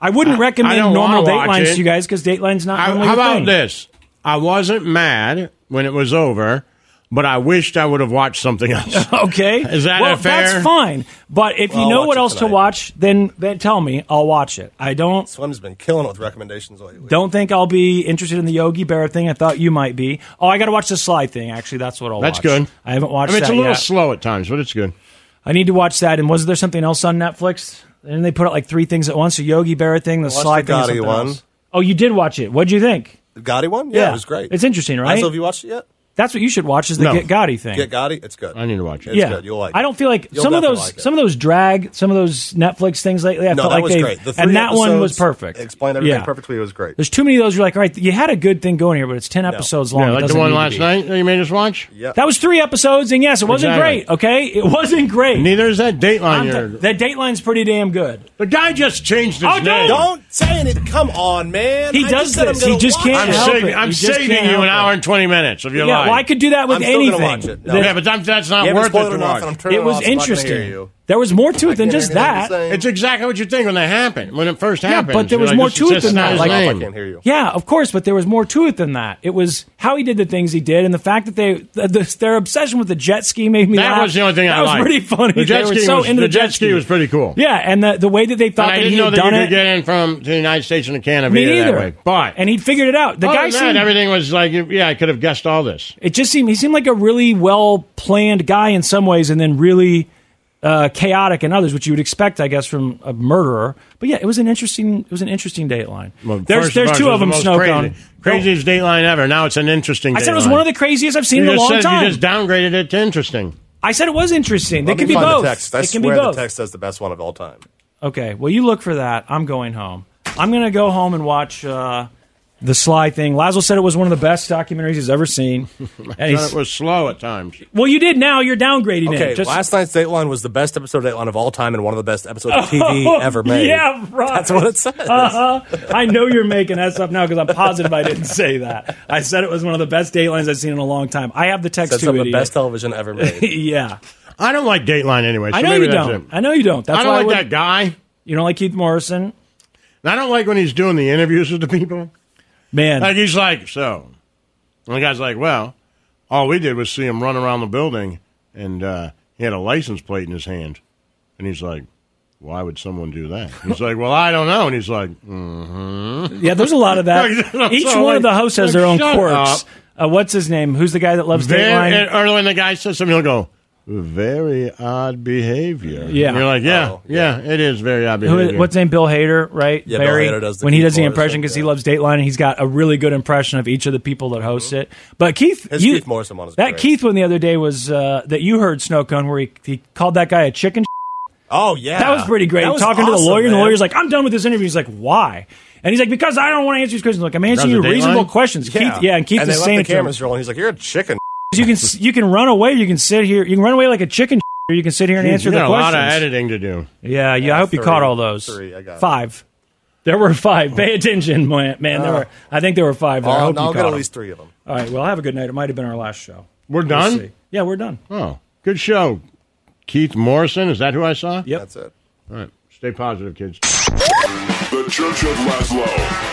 [SPEAKER 1] I wouldn't recommend
[SPEAKER 2] don't
[SPEAKER 1] normal
[SPEAKER 2] wanna watch
[SPEAKER 1] datelines
[SPEAKER 2] it.
[SPEAKER 1] to you guys because dateline's not.
[SPEAKER 2] I-
[SPEAKER 1] normally
[SPEAKER 2] how
[SPEAKER 1] your
[SPEAKER 2] about
[SPEAKER 1] thing.
[SPEAKER 2] this? I wasn't mad when it was over, but I wished I would have watched something else.
[SPEAKER 1] Okay.
[SPEAKER 2] Is that
[SPEAKER 1] well,
[SPEAKER 2] a fair?
[SPEAKER 1] That's fine. But if
[SPEAKER 6] Well,
[SPEAKER 1] you
[SPEAKER 6] I'll
[SPEAKER 1] know
[SPEAKER 6] watch
[SPEAKER 1] what
[SPEAKER 6] it
[SPEAKER 1] else to
[SPEAKER 6] tonight.
[SPEAKER 1] watch, then then tell me. I'll watch it. I don't
[SPEAKER 6] Slim's been killing it with recommendations lately.
[SPEAKER 1] don't think I'll be interested in the Yogi Berra thing. I thought you might be. Oh, I got to watch the Sly thing. Actually, that's what I'll
[SPEAKER 2] That's
[SPEAKER 1] watch.
[SPEAKER 2] good.
[SPEAKER 1] I haven't watched
[SPEAKER 2] I mean, it's
[SPEAKER 1] that
[SPEAKER 2] a little
[SPEAKER 1] yet.
[SPEAKER 2] slow at times, but it's good.
[SPEAKER 1] I need to watch that. And was there something else on Netflix? And they put out like three things at once: the Yogi Berra thing, the
[SPEAKER 6] watched
[SPEAKER 1] Sly
[SPEAKER 6] the
[SPEAKER 1] thing, and
[SPEAKER 6] Gotti
[SPEAKER 1] something
[SPEAKER 6] one.
[SPEAKER 1] else. Oh, you did watch it. What'd you think?
[SPEAKER 6] The Gotti one? Yeah,
[SPEAKER 1] Yeah.
[SPEAKER 6] it was great.
[SPEAKER 1] It's interesting, right?
[SPEAKER 6] Lazo, have you watched it yet?
[SPEAKER 1] That's what you should watch: is the
[SPEAKER 2] No.
[SPEAKER 1] Get Gotti thing.
[SPEAKER 6] Get Gotti? It's good.
[SPEAKER 2] I need to watch it.
[SPEAKER 6] It's
[SPEAKER 1] yeah,
[SPEAKER 6] good. You'll like
[SPEAKER 1] I
[SPEAKER 6] it.
[SPEAKER 1] don't feel like
[SPEAKER 6] You'll
[SPEAKER 1] some of
[SPEAKER 6] definitely
[SPEAKER 1] those
[SPEAKER 6] like it.
[SPEAKER 1] some of those drag, some of those Netflix things lately. I
[SPEAKER 6] no,
[SPEAKER 1] felt
[SPEAKER 6] that
[SPEAKER 1] like
[SPEAKER 6] was
[SPEAKER 1] they
[SPEAKER 6] great. The three
[SPEAKER 1] and that one was
[SPEAKER 6] episodes
[SPEAKER 1] perfect.
[SPEAKER 6] Explained everything
[SPEAKER 1] Yeah.
[SPEAKER 6] perfectly. It was great.
[SPEAKER 1] There's too many of those. You're like, all right, you had a good thing going here, but it's ten episodes long.
[SPEAKER 2] yeah,
[SPEAKER 1] It
[SPEAKER 2] like the
[SPEAKER 1] doesn't
[SPEAKER 2] one
[SPEAKER 1] need to
[SPEAKER 2] last
[SPEAKER 1] be.
[SPEAKER 2] night that you made us watch.
[SPEAKER 6] Yeah,
[SPEAKER 1] That was three episodes, and yes, it wasn't
[SPEAKER 2] Exactly.
[SPEAKER 1] great. Okay, it wasn't great.
[SPEAKER 2] Neither is that Dateline.
[SPEAKER 1] I'm
[SPEAKER 2] you're-
[SPEAKER 1] t- that Dateline's pretty damn good.
[SPEAKER 2] the guy just changed his
[SPEAKER 1] Oh,
[SPEAKER 2] name.
[SPEAKER 1] don't-
[SPEAKER 6] Don't saying it. Come on, man.
[SPEAKER 1] He
[SPEAKER 6] I
[SPEAKER 1] does
[SPEAKER 6] just said I'm
[SPEAKER 1] this.
[SPEAKER 6] gonna
[SPEAKER 1] He just
[SPEAKER 6] watch
[SPEAKER 1] can't
[SPEAKER 2] I'm
[SPEAKER 1] help
[SPEAKER 2] saving,
[SPEAKER 1] it.
[SPEAKER 2] I'm
[SPEAKER 1] You just
[SPEAKER 2] saving
[SPEAKER 1] can't
[SPEAKER 2] you
[SPEAKER 1] help
[SPEAKER 2] an
[SPEAKER 1] it.
[SPEAKER 2] hour and twenty minutes of your
[SPEAKER 1] yeah,
[SPEAKER 2] life.
[SPEAKER 1] well, I could do that with
[SPEAKER 6] I'm still
[SPEAKER 1] anything.
[SPEAKER 6] gonna watch it. No.
[SPEAKER 1] The-
[SPEAKER 2] Yeah, but that, that's not
[SPEAKER 6] You haven't
[SPEAKER 2] worth it
[SPEAKER 6] spoiled
[SPEAKER 2] to
[SPEAKER 6] enough, and I'm
[SPEAKER 2] watch.
[SPEAKER 6] turning
[SPEAKER 1] It was
[SPEAKER 6] off, so I'm not gonna
[SPEAKER 1] interesting.
[SPEAKER 6] hear you.
[SPEAKER 1] there was more to it than
[SPEAKER 6] can't
[SPEAKER 1] just
[SPEAKER 6] hear anything you're
[SPEAKER 1] that.
[SPEAKER 6] saying.
[SPEAKER 2] It's exactly what you think when they happen, when it first
[SPEAKER 1] Yeah,
[SPEAKER 2] happened.
[SPEAKER 1] but there was more to it than that, like-
[SPEAKER 6] I can't hear you.
[SPEAKER 1] Yeah, of course, but there was more to it than that. It was how he did the things he did, and the fact that they the, the, their obsession with the jet ski made me.
[SPEAKER 2] That
[SPEAKER 1] laugh.
[SPEAKER 2] was the only thing
[SPEAKER 1] that
[SPEAKER 2] I
[SPEAKER 1] was
[SPEAKER 2] liked.
[SPEAKER 1] pretty funny.
[SPEAKER 2] The jet
[SPEAKER 1] they were
[SPEAKER 2] ski
[SPEAKER 1] so
[SPEAKER 2] was-
[SPEAKER 1] into
[SPEAKER 2] the
[SPEAKER 1] the
[SPEAKER 2] jet ski was pretty cool.
[SPEAKER 1] Yeah, and the the way that they
[SPEAKER 2] And
[SPEAKER 1] thought
[SPEAKER 2] I
[SPEAKER 1] that
[SPEAKER 2] didn't
[SPEAKER 1] he
[SPEAKER 2] know
[SPEAKER 1] had
[SPEAKER 2] that you
[SPEAKER 1] done
[SPEAKER 2] could
[SPEAKER 1] it.
[SPEAKER 2] get in from to the United States and Canada
[SPEAKER 1] me
[SPEAKER 2] via
[SPEAKER 1] neither.
[SPEAKER 2] that way. But Oh,
[SPEAKER 1] and he'd figured it out. The
[SPEAKER 2] other
[SPEAKER 1] guy
[SPEAKER 2] than that,
[SPEAKER 1] seemed
[SPEAKER 2] everything was like, yeah, I could have guessed all this.
[SPEAKER 1] it just seemed he seemed like a really well planned guy in some ways, and then really uh, chaotic in others, which you would expect, I guess, from a murderer. But yeah, it was an interesting it was an interesting dateline.
[SPEAKER 2] Well,
[SPEAKER 1] there's
[SPEAKER 2] first
[SPEAKER 1] there's
[SPEAKER 2] all,
[SPEAKER 1] two
[SPEAKER 2] it was
[SPEAKER 1] of them.
[SPEAKER 2] the most
[SPEAKER 1] Snow
[SPEAKER 2] crazy.
[SPEAKER 1] Cone.
[SPEAKER 2] Craziest Dateline ever. Now it's an interesting.
[SPEAKER 1] I said it was
[SPEAKER 2] Dateline.
[SPEAKER 1] one of the craziest I've seen in
[SPEAKER 2] You
[SPEAKER 1] a
[SPEAKER 2] just
[SPEAKER 1] long
[SPEAKER 2] said-
[SPEAKER 1] time.
[SPEAKER 2] You just downgraded it to interesting.
[SPEAKER 1] I said it was interesting. They
[SPEAKER 6] Let me
[SPEAKER 1] can be
[SPEAKER 6] find
[SPEAKER 1] both.
[SPEAKER 6] The text. I
[SPEAKER 1] It can be
[SPEAKER 6] swear
[SPEAKER 1] both.
[SPEAKER 6] the text says the best one of all time.
[SPEAKER 1] Okay. Well, you look for that. I'm going home. I'm gonna go home and watch uh, the Sly thing. Lazo said it was one of the best documentaries he's ever seen. And
[SPEAKER 2] And it
[SPEAKER 1] he's,
[SPEAKER 2] was slow at times.
[SPEAKER 1] well, you did. Now you're downgrading
[SPEAKER 6] Okay,
[SPEAKER 1] it. Just-
[SPEAKER 6] last night's Dateline was the best episode of Dateline of all time and one of the best episodes of TV ever made.
[SPEAKER 1] Oh, Yeah, right.
[SPEAKER 6] That's what it says.
[SPEAKER 1] Uh-huh. I know you're making that stuff now because I'm positive I didn't say that. I said it was one of the best datelines I've seen in a long time. I have the text
[SPEAKER 6] Says
[SPEAKER 1] too,
[SPEAKER 6] some of the
[SPEAKER 1] idiot.
[SPEAKER 6] best television ever made.
[SPEAKER 1] yeah,
[SPEAKER 2] I don't like Dateline anyway. So
[SPEAKER 1] I know
[SPEAKER 2] maybe
[SPEAKER 1] you
[SPEAKER 2] that's
[SPEAKER 1] don't.
[SPEAKER 2] it.
[SPEAKER 1] I know you don't. That's
[SPEAKER 2] I don't
[SPEAKER 1] why
[SPEAKER 2] like
[SPEAKER 1] wouldn't-
[SPEAKER 2] that guy. And
[SPEAKER 1] You don't like Keith Morrison,
[SPEAKER 2] I don't like when he's doing the interviews with the people.
[SPEAKER 1] man.
[SPEAKER 2] Like he's like, so. And the guy's like, well, all we did was see him run around the building, and uh, he had a license plate in his hand. And he's like, why would someone do that? He's like, well, I don't know. And he's like, mm-hmm.
[SPEAKER 1] yeah, there's a lot of that. Each
[SPEAKER 2] So,
[SPEAKER 1] one
[SPEAKER 2] like-
[SPEAKER 1] of the hosts has
[SPEAKER 2] like,
[SPEAKER 1] their own
[SPEAKER 2] shut
[SPEAKER 1] quirks. Uh, what's his name? Who's the guy that loves
[SPEAKER 2] Then,
[SPEAKER 1] Dateline?
[SPEAKER 2] and, or when the guy says something, he'll go, Very odd behavior.
[SPEAKER 1] Yeah.
[SPEAKER 2] You're like, yeah,
[SPEAKER 1] Oh,
[SPEAKER 2] yeah, it is very odd
[SPEAKER 1] Who-
[SPEAKER 2] behavior.
[SPEAKER 1] what's his name? Bill Hader, right?
[SPEAKER 2] Yeah, Bill
[SPEAKER 1] Barry.
[SPEAKER 2] Hader does the
[SPEAKER 1] when he
[SPEAKER 2] Keith
[SPEAKER 1] does the
[SPEAKER 2] Morrison,
[SPEAKER 1] impression because he loves Dateline, and he's got a really good impression of each of the people that host it. But Keith,
[SPEAKER 6] His
[SPEAKER 1] you,
[SPEAKER 6] Keith Morrison one is
[SPEAKER 1] that
[SPEAKER 6] great.
[SPEAKER 1] Keith one the other day was uh, that you heard snow cone where he, he called that guy a chicken.
[SPEAKER 6] Oh yeah,
[SPEAKER 1] That was pretty great.
[SPEAKER 6] That was
[SPEAKER 1] Talking to the
[SPEAKER 6] awesome,
[SPEAKER 1] lawyer, and the
[SPEAKER 6] man.
[SPEAKER 1] lawyer's like, "I'm done with this interview." He's like, "Why?" And he's like, "Because I don't want to answer these questions." Like, I'm answering
[SPEAKER 6] That
[SPEAKER 1] you
[SPEAKER 6] was a
[SPEAKER 1] reasonable
[SPEAKER 6] Dateline?
[SPEAKER 1] questions. Keith, yeah, and Keith
[SPEAKER 6] they
[SPEAKER 1] is
[SPEAKER 6] left
[SPEAKER 1] saying
[SPEAKER 6] the
[SPEAKER 1] it to him.
[SPEAKER 6] cameras rolling. He's like, "You're a chicken."
[SPEAKER 1] You can you can run away. You can sit here. You can run away like a chicken. Or you can sit here and
[SPEAKER 2] Jeez,
[SPEAKER 1] answer
[SPEAKER 2] you
[SPEAKER 1] the
[SPEAKER 2] got a
[SPEAKER 1] questions.
[SPEAKER 2] lot of editing to do.
[SPEAKER 1] Yeah, yeah. I hope you
[SPEAKER 2] three.
[SPEAKER 1] caught all those.
[SPEAKER 2] Three, I got it. Oh.
[SPEAKER 1] five. There were five. Pay attention, man. man there
[SPEAKER 6] Uh,
[SPEAKER 1] were. I think there were five. There. I
[SPEAKER 6] I'll-
[SPEAKER 1] hope you
[SPEAKER 6] I'll get
[SPEAKER 1] caught
[SPEAKER 6] at
[SPEAKER 1] them.
[SPEAKER 6] least three of them.
[SPEAKER 1] All right. Well, have a good night. It might have been our last show.
[SPEAKER 2] We're
[SPEAKER 1] We'll
[SPEAKER 2] done?
[SPEAKER 1] see. yeah, we're done.
[SPEAKER 2] Oh, good show. Keith Morrison, is that who I saw?
[SPEAKER 1] Yep.
[SPEAKER 6] That's it.
[SPEAKER 2] All right. Stay positive, kids.
[SPEAKER 7] The Church of Laszlo.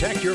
[SPEAKER 26] Protect your